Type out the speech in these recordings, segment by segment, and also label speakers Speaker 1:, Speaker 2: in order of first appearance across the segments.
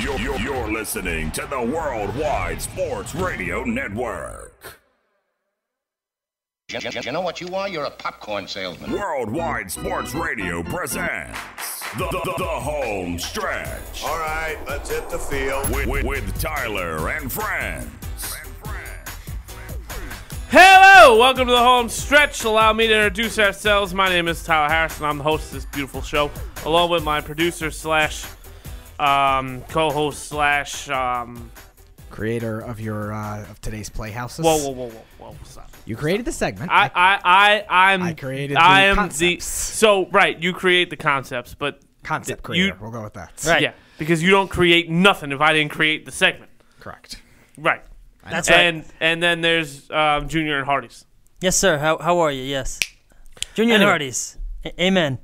Speaker 1: You're, you're, you're listening to the Worldwide Sports Radio Network.
Speaker 2: You, you- you know what you are? You're a popcorn salesman.
Speaker 1: Worldwide Sports Radio presents the, the, the home stretch
Speaker 3: All right, let's hit the field.
Speaker 1: with, with, with Tyler and friends.
Speaker 4: Hello, welcome to the home stretch. Allow me to introduce ourselves. My name is Tyler Harrison. I'm the host of this beautiful show, along with my producer slash um, co-host slash um,
Speaker 5: creator of your uh, of today's playhouses.
Speaker 4: whoa whoa whoa whoa whoa. Stop.
Speaker 5: You created the segment.
Speaker 4: I I I I'm
Speaker 5: I created
Speaker 4: I
Speaker 5: the
Speaker 4: am the
Speaker 5: concepts.
Speaker 4: so right. You create the concepts, but
Speaker 5: concept
Speaker 4: th- you-
Speaker 5: creator. we'll go with that.
Speaker 4: yeah, because you don't create nothing if I didn't create the segment,
Speaker 5: Correct.
Speaker 4: right?
Speaker 6: That's right.
Speaker 4: And and then there's um, Junior and Hardy's.
Speaker 6: yes, sir. How, how are you? Yes. Junior
Speaker 4: Anyway.
Speaker 6: Hardy's. A- amen.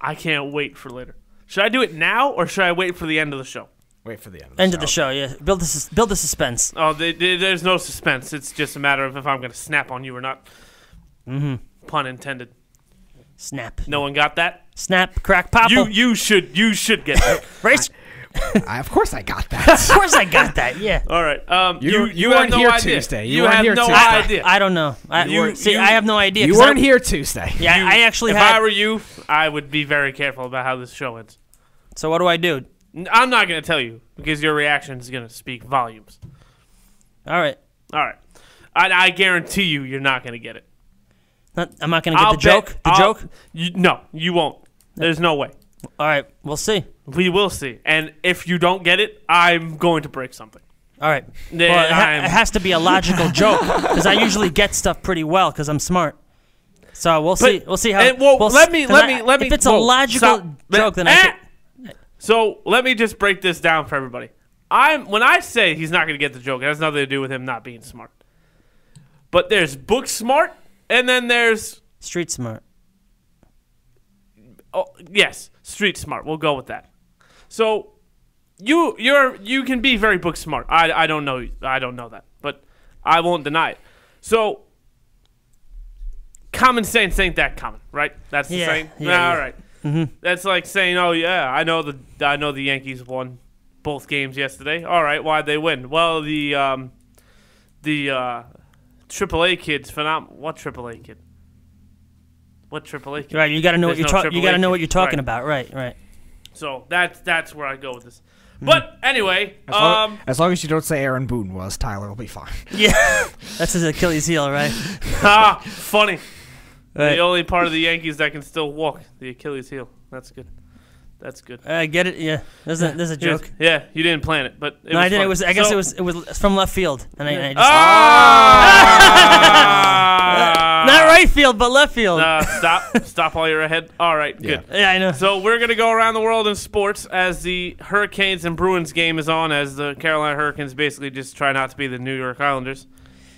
Speaker 4: I can't wait for later. Should I do it now or should I wait for the end of the show?
Speaker 5: Wait for the end. Of
Speaker 6: End of the show. Yeah. Build the sus- build the suspense.
Speaker 4: Oh, they, they- there's no suspense. It's just a matter of if I'm going to snap on you or not. Mm-hmm. Pun intended.
Speaker 6: Snap.
Speaker 4: No one got that.
Speaker 6: Snap. Crack. Pop.
Speaker 4: You you should you should get that.
Speaker 6: Race.
Speaker 5: I, of course, I got that.
Speaker 6: of course, I got that. Yeah.
Speaker 4: All right. Um, you
Speaker 5: You-
Speaker 4: you,
Speaker 5: you weren't
Speaker 4: have no
Speaker 5: here
Speaker 4: idea.
Speaker 5: Tuesday. You
Speaker 4: You,
Speaker 5: weren't
Speaker 4: have
Speaker 5: here
Speaker 4: no
Speaker 5: Tuesday.
Speaker 4: idea.
Speaker 6: I don't know. I,
Speaker 4: You weren't-
Speaker 6: see,
Speaker 4: you-
Speaker 6: I have no idea.
Speaker 5: you
Speaker 6: 'cause I-
Speaker 5: weren't here Tuesday.
Speaker 6: Yeah, I actually
Speaker 4: if
Speaker 6: had.
Speaker 4: I were you, I would be very careful about how this show ends.
Speaker 6: so what do I do?
Speaker 4: N- I'm not going to tell you because your reaction is going to speak volumes.
Speaker 6: All right.
Speaker 4: All right. I, I guarantee you, you're not going to get it.
Speaker 6: Not, I'm not gonna get
Speaker 4: I'll
Speaker 6: the joke.
Speaker 4: bet-
Speaker 6: the
Speaker 4: I'll-
Speaker 6: joke.
Speaker 4: You, no, you won't. There's no way.
Speaker 6: All right. We'll see.
Speaker 4: We will see. And if you don't get it, I'm going to break something.
Speaker 6: All right.
Speaker 4: Yeah,
Speaker 6: well, it, ha-
Speaker 4: I'm-
Speaker 6: it has to be a logical joke because I usually get stuff pretty well because I'm smart. So we'll see. We'll see how.
Speaker 4: and, well,
Speaker 6: we'll
Speaker 4: let
Speaker 6: s-
Speaker 4: me
Speaker 6: 'cause
Speaker 4: let
Speaker 6: I-
Speaker 4: me let me.
Speaker 6: If it's a
Speaker 4: whoa,
Speaker 6: logical
Speaker 4: stop. Let-
Speaker 6: joke, then I.
Speaker 4: eh.
Speaker 6: Can,
Speaker 4: So let me just break this down for everybody. I'm when I say he's not going to get the joke, it has nothing to do with him not being smart. But there's book smart, and then there's
Speaker 6: Street smart.
Speaker 4: oh, yes, street smart. We'll go with that. So you you're you can be very book smart. I I don't know I don't know that, but I won't deny it. So common sense ain't that common, right? That's the
Speaker 6: Yeah,
Speaker 4: same.
Speaker 6: yeah, yeah. Mm-hmm.
Speaker 4: All right. That's like saying, "Oh yeah, I know the I know the Yankees won both games yesterday. All right, why'd they win? Well, the um the uh AAA kids phenom what AAA kid? What AAA kid?
Speaker 6: Right. You got to know
Speaker 4: There's
Speaker 6: what you're
Speaker 4: no
Speaker 6: talking.
Speaker 4: triple
Speaker 6: You got to
Speaker 4: A
Speaker 6: know what
Speaker 4: kid.
Speaker 6: you're talking
Speaker 4: Right.
Speaker 6: about. Right. Right.
Speaker 4: So that's that's where I go with this.
Speaker 6: Hmm.
Speaker 4: But anyway,
Speaker 5: As long,
Speaker 4: um,
Speaker 5: as long as you don't say Aaron Boone was, Tyler will be fine.
Speaker 6: Yeah. That's his Achilles heel, right?
Speaker 4: ah, funny.
Speaker 6: Right.
Speaker 4: The only part of the Yankees that can still walk, the Achilles heel. That's good. That's good.
Speaker 6: I get it. Yeah. There's a there's a
Speaker 4: Yes.
Speaker 6: joke.
Speaker 4: Yeah, you didn't plan it, but it
Speaker 6: No,
Speaker 4: was
Speaker 6: I didn't.
Speaker 4: funny.
Speaker 6: It was. I guess
Speaker 4: So-
Speaker 6: it was. It was from left field, and I, and I just
Speaker 4: Ah!
Speaker 6: not right field, but left field.
Speaker 4: Uh, stop, stop while you're ahead. All right, good.
Speaker 6: yeah, I know.
Speaker 4: So we're gonna go around the world in sports as the Hurricanes and Bruins game is on. As the Carolina Hurricanes basically just try not to be the New York Islanders.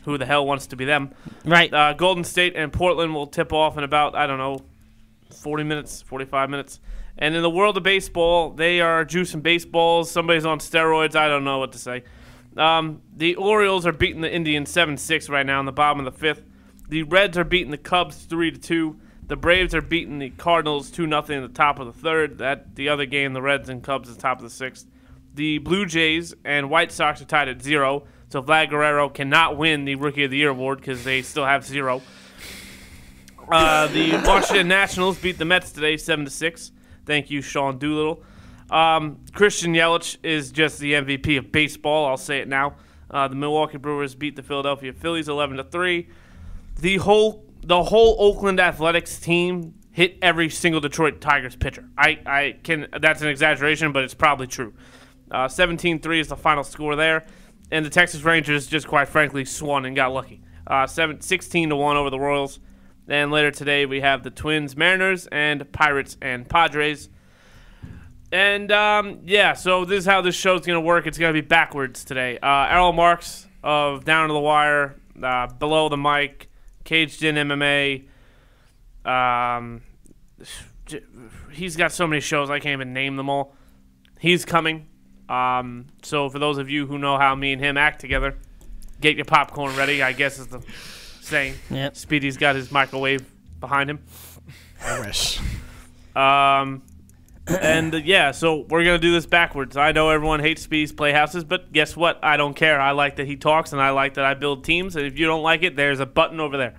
Speaker 4: Who the hell wants to be them?
Speaker 6: right.
Speaker 4: Uh, Golden State and Portland will tip off in about I don't know, 40 minutes, 45 minutes. And in the world of baseball, they are juicing baseballs. Somebody's on steroids. I don't know what to say. Um, the Orioles are beating the Indians 7 6 right now in the bottom of the fifth. The Reds are beating the Cubs 3 2. The Braves are beating the Cardinals 2 0 in the top of the third. That The other game, the Reds and Cubs, is top of the sixth. The Blue Jays and White Sox are tied at zero. So Vlad Guerrero cannot win the Rookie of the Year award because they still have zero. Uh, the Washington Nationals beat the Mets today, seven to six. Thank you, Sean Doolittle. Um, Christian Yelich is just the MVP of baseball. I'll say it now. Uh, the Milwaukee Brewers beat the Philadelphia Phillies, eleven to three. The whole the whole Oakland Athletics team hit every single Detroit Tigers pitcher. I, I can that's an exaggeration, but it's probably true. Uh, 17-3 is the final score there, and the Texas Rangers just quite frankly swung and got lucky. Uh, 7, 16 to one over the Royals. Then later today we have the Twins, Mariners, and Pirates and Padres. And um, yeah, so this is how this show's gonna work. It's gonna be backwards today. Uh, Errol Marks of Down to the Wire, uh, Below the Mic, Caged in MMA. Um, j- he's got so many shows I can't even name them all. He's coming. Um, so for those of you who know how me and him act together, get your popcorn ready. I guess is the saying.
Speaker 6: Yep.
Speaker 4: Speedy's got his microwave behind him.
Speaker 5: I wish.
Speaker 4: Um, and uh, yeah, so we're gonna do this backwards. I know everyone hates Speedy's Playhouses, but guess what? I don't care. I like that he talks, and I like that I build teams. And if you don't like it, there's a button over there,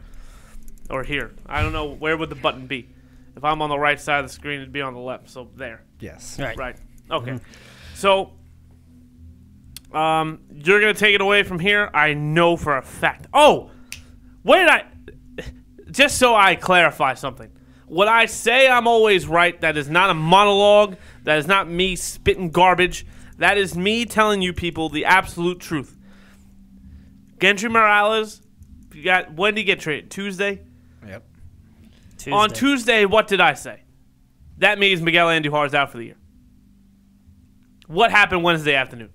Speaker 4: or here. I don't know where would the button be. If I'm on the right side of the screen, it'd be on the left. So there.
Speaker 5: Yes.
Speaker 6: Right.
Speaker 4: Right. Okay. So um, you're gonna take it away from here. I know for a fact. Oh, what did I? Just so I clarify something. What I say, I'm always right. That is not a monologue. That is not me spitting garbage. That is me telling you people the absolute truth. Gentry Morales, you got when did he get traded? Tuesday.
Speaker 5: Yep.
Speaker 6: Tuesday.
Speaker 4: On Tuesday, what did I say? That means Miguel Andujar's out for the year. What happened Wednesday afternoon?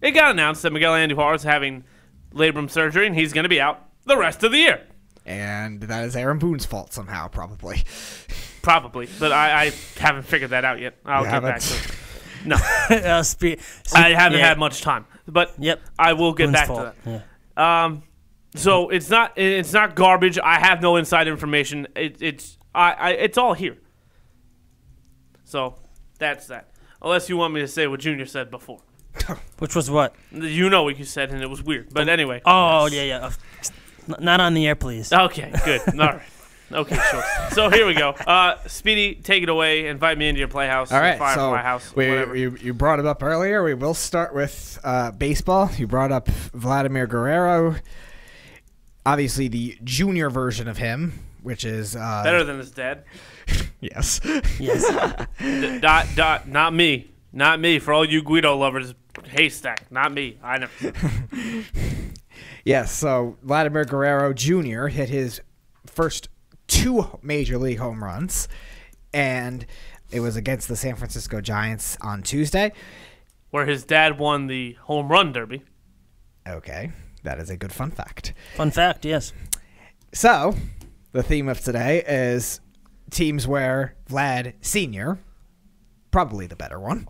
Speaker 4: It got announced that Miguel Andujar is having labrum surgery and he's going to be out the rest of the year,
Speaker 5: And that is Aaron Boone's fault somehow, probably.
Speaker 4: probably. But I, I haven't figured that out yet. I'll
Speaker 5: You
Speaker 4: get back
Speaker 5: haven't?
Speaker 4: to it.
Speaker 6: Uh, spe-
Speaker 4: I haven't
Speaker 6: yeah.
Speaker 4: had much time, but
Speaker 6: Yep.
Speaker 4: I will get
Speaker 6: Boone's
Speaker 4: back to
Speaker 6: fault.
Speaker 4: that.
Speaker 6: Yeah.
Speaker 4: So it's not it's not garbage. I have no inside information. It, it's I, I it's all here. So that's that. Unless you want me to say what Junior said before.
Speaker 6: Which was what?
Speaker 4: You know what you said, and it was weird. But anyway.
Speaker 6: Oh yeah, yeah. N- Not on the air, please.
Speaker 4: Okay, good. All right. Okay, sure. So here we go. Uh, Speedy, take it away. Invite me into your playhouse.
Speaker 5: All right,
Speaker 4: Fire
Speaker 5: so
Speaker 4: my house.
Speaker 5: we,
Speaker 4: whatever.
Speaker 5: You, you brought it up earlier. We will start with uh, baseball. You brought up Vladimir Guerrero, obviously the junior version of him, which is uh,
Speaker 4: Better than his dad.
Speaker 5: Yes,
Speaker 6: Yes.
Speaker 4: D- dot dot. Not me. Not me. For all you Guido lovers, haystack. Not me. I never. said that.
Speaker 5: yes. So Vladimir Guerrero Jr. hit his first two major league home runs, and it was against the San Francisco Giants on Tuesday.
Speaker 4: Where his dad won the home run derby.
Speaker 5: Okay, that is a good fun fact.
Speaker 6: Fun fact. Yes.
Speaker 5: So, the theme of today is teams where Vlad Senior, probably the better one,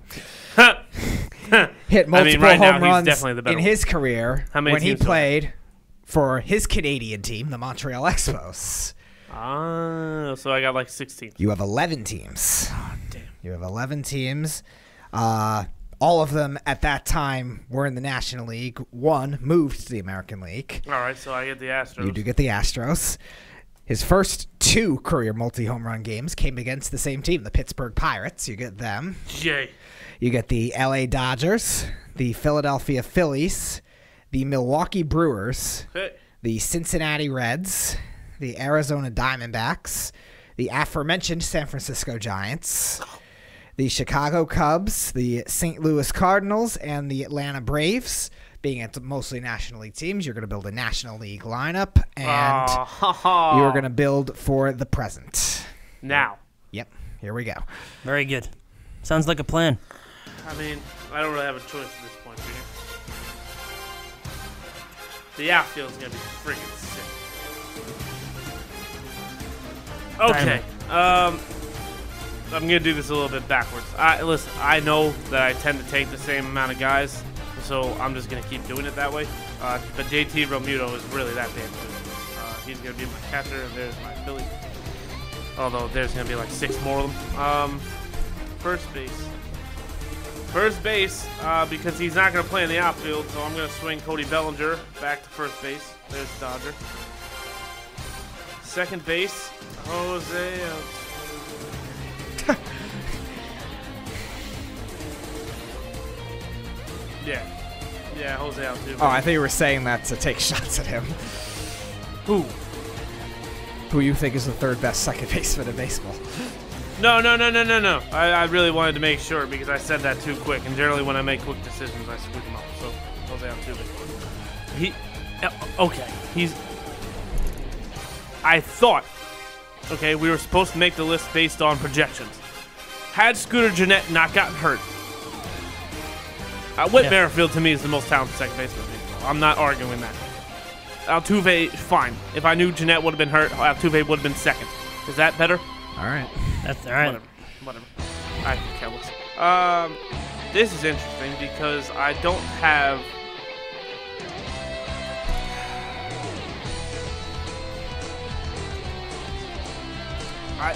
Speaker 5: hit
Speaker 4: I mean,
Speaker 5: multiple
Speaker 4: right now,
Speaker 5: home
Speaker 4: he's
Speaker 5: runs
Speaker 4: definitely the better
Speaker 5: in
Speaker 4: one.
Speaker 5: his career
Speaker 4: How many
Speaker 5: when he
Speaker 4: teams are there?
Speaker 5: played for his Canadian team, the Montreal Expos.
Speaker 4: Ah, so I got like 16.
Speaker 5: You have eleven teams. You have eleven teams. Uh, all of them at that time were in the National League. One moved to the American League.
Speaker 4: All right, so I get the Astros.
Speaker 5: You do get the Astros. His first two career multi home run games came against the same team, the Pittsburgh Pirates. You get them.
Speaker 4: Yay.
Speaker 5: You get the LA Dodgers, the Philadelphia Phillies, the Milwaukee Brewers,
Speaker 4: Hey.
Speaker 5: the Cincinnati Reds, the Arizona Diamondbacks, the aforementioned San Francisco Giants, the Chicago Cubs, the St. Louis Cardinals, and the Atlanta Braves. Being at mostly National League teams, you're going to build a National League lineup, and
Speaker 4: Ah, ha, ha.
Speaker 5: you are going to build for the present.
Speaker 4: Now.
Speaker 5: Yep, here we go.
Speaker 6: Very good. Sounds like a plan.
Speaker 4: I mean, I don't really have a choice at this point, Junior. The outfield's gonna be freaking sick. Okay, um, I'm gonna do this a little bit backwards. I listen. I know that I tend to take the same amount of guys, so I'm just gonna keep doing it that way. Uh, but JT Romuto is really that damn good. Uh, he's gonna be my catcher, and there's my Philly. Although there's gonna be like six more of them. Um, first base. First base, uh, because he's not going to play in the outfield, so I'm going to swing Cody Bellinger back to first base. There's Dodger. Second base, Jose. uh, yeah. Yeah, Jose Altuve.
Speaker 5: Oh, I thought you were saying that to take shots at him.
Speaker 4: Who?
Speaker 5: Who you think is the third best second baseman in baseball?
Speaker 4: No, no, no, no, no, no. I, I really wanted to make sure because I said that too quick, and generally when I make quick decisions, I screw them up. So Jose Altuve. He, uh, okay, he's. I thought, okay, we were supposed to make the list based on projections. Had Scooter Jeanette not gotten hurt, uh, Whit
Speaker 6: Yeah.
Speaker 4: Merrifield to me is the most talented second baseman. in baseball. I'm not arguing that. Altuve, fine. If I knew Jeanette would have been hurt, Altuve would have been second. Is that better?
Speaker 5: All right.
Speaker 6: That's all right.
Speaker 4: Whatever. Whatever. I can care less. Um, this is interesting because I don't have. I.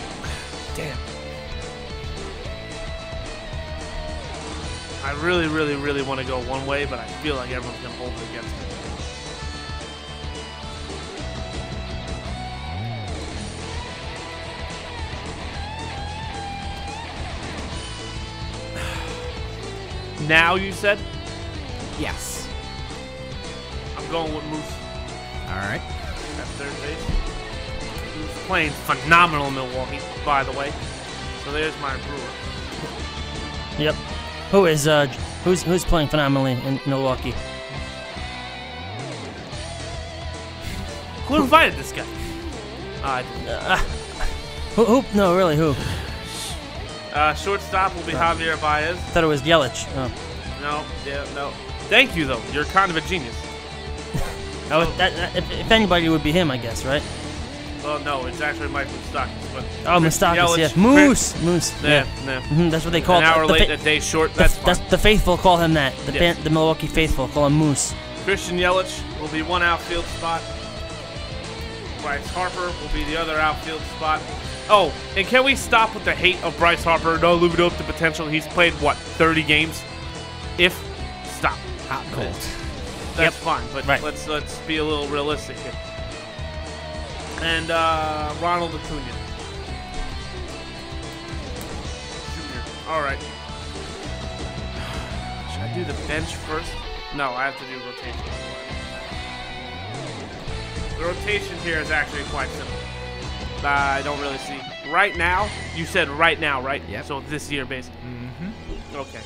Speaker 4: Damn. I really, really, really want to go one way, but I feel like everyone's going to hold it against me. Now you said
Speaker 5: Yes.
Speaker 4: I'm going with Moose
Speaker 5: All right.
Speaker 4: at third base. Moose playing phenomenal Milwaukee, by the way. So there's my brewer.
Speaker 6: Yep. Who is uh who's who's playing phenomenally in Milwaukee?
Speaker 4: Who invited this guy? Uh,
Speaker 6: Who who no really who?
Speaker 4: uh, shortstop will be Javier Baez.
Speaker 6: I thought it was Yelich. Oh.
Speaker 4: No, yeah, no. Thank you though. You're kind of a genius.
Speaker 6: Oh, that, that- if, if anybody it would be him, I guess, right?
Speaker 4: Well, no, it's actually Mike Moustakis. But
Speaker 6: Oh,
Speaker 4: Chris
Speaker 6: Mustakis,
Speaker 4: Yelich-
Speaker 6: yeah. Moose, Moose.
Speaker 4: Yeah, yeah.
Speaker 6: hmm that's what they call
Speaker 4: An
Speaker 6: it.
Speaker 4: hour
Speaker 6: the,
Speaker 4: late,
Speaker 6: fa-
Speaker 4: a day short.
Speaker 6: the,
Speaker 4: That's fine.
Speaker 6: that's- the faithful call him that. The
Speaker 4: Yes.
Speaker 6: fan, the Milwaukee faithful call him Moose.
Speaker 4: Christian Yelich will be one outfield spot. Bryce Harper will be the other outfield spot. Oh, and can we stop with the hate of Bryce Harper? No, living up to potential. He's played what 30 games. If stop,
Speaker 5: Hot and cold.
Speaker 4: that's
Speaker 6: Yep.
Speaker 4: fine. But
Speaker 6: Right.
Speaker 4: let's let's be a little realistic here. And uh, Ronald Acuna. Jr. All right. Should I do the bench first? No, I have to do rotation. The rotation here is actually quite simple. I don't really see. Right now, you said right now, right? Yeah.
Speaker 5: Yep.
Speaker 4: So this year, basically. Mm-hmm. Okay.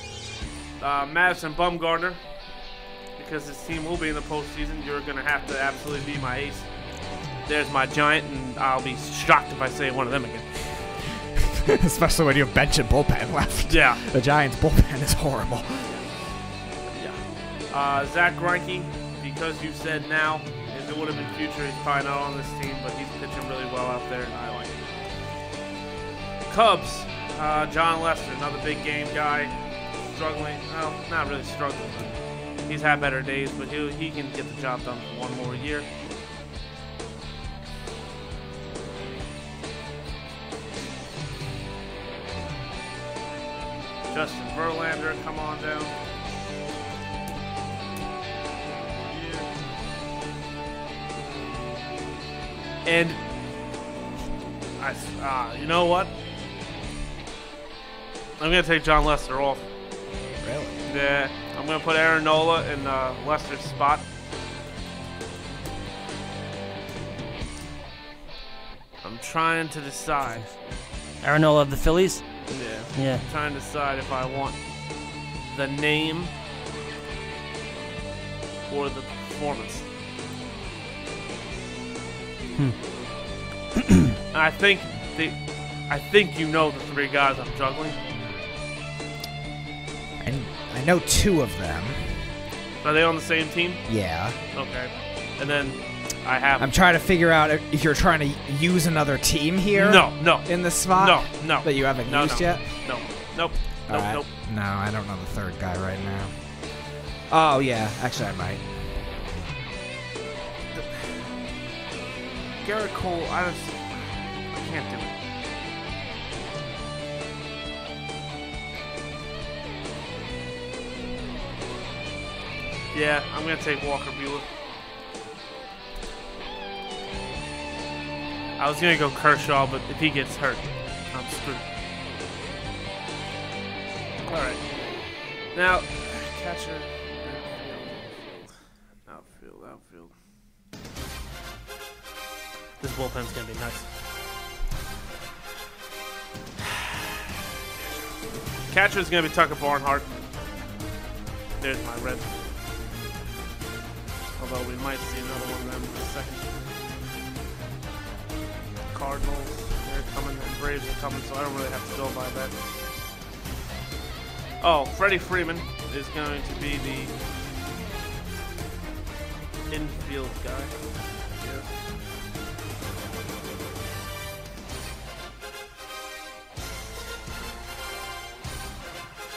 Speaker 4: Uh, Madison Bumgarner, because this team will be in the postseason, you're going to have to absolutely be my ace. There's my giant, and I'll be shocked if I say one of them again.
Speaker 5: Especially when you have bench and bullpen left.
Speaker 4: Yeah.
Speaker 5: The Giants' bullpen is horrible.
Speaker 4: Yeah. Uh, Zach Greinke, because you said now, if it would have been future, he's probably not on this team, but he's pitching really well out there, and I like it. Cubs, uh, John Lester, another big game guy, struggling. Well, not really struggling, but he's had better days, but he he can get the job done for one more year. Justin Verlander, come on down. And I, s- ah, you know what? I'm gonna take John Lester off.
Speaker 5: Really?
Speaker 4: Yeah, I'm gonna put Aaron Nola in uh, Lester's spot. I'm trying to decide.
Speaker 6: Aranola of the Phillies.
Speaker 4: Yeah.
Speaker 6: Yeah.
Speaker 4: I'm trying to decide if I want the name or the performance.
Speaker 5: Hmm.
Speaker 4: I think the, I think you know the three guys I'm juggling.
Speaker 5: And I know two of them.
Speaker 4: Are they on the same team?
Speaker 5: Yeah.
Speaker 4: Okay. And then I have
Speaker 5: I'm trying to figure out if you're trying to use another team here.
Speaker 4: no, no,
Speaker 5: In this
Speaker 4: no,
Speaker 5: spot.
Speaker 4: no.
Speaker 5: That you haven't
Speaker 4: no,
Speaker 5: used
Speaker 4: no,
Speaker 5: yet.
Speaker 4: No, nope, nope,
Speaker 5: All right.
Speaker 4: nope.
Speaker 5: No, I don't know the third guy right now. Oh yeah, actually I might.
Speaker 4: Garrett Cole, I just I can't do it. Yeah, I'm gonna take Walker Bueller. I was gonna go Kershaw, but if he gets hurt, I'm screwed. All right. Now, catcher, outfield, outfield, outfield. This bullpen's gonna be nice. Catcher's gonna be Tucker Barnhart. There's my red. Although we might see another one of them in a second. Cardinals, they're coming, and Braves are coming, so I don't really have to go by that. Oh, Freddie Freeman is going to be the infield guy. Yeah.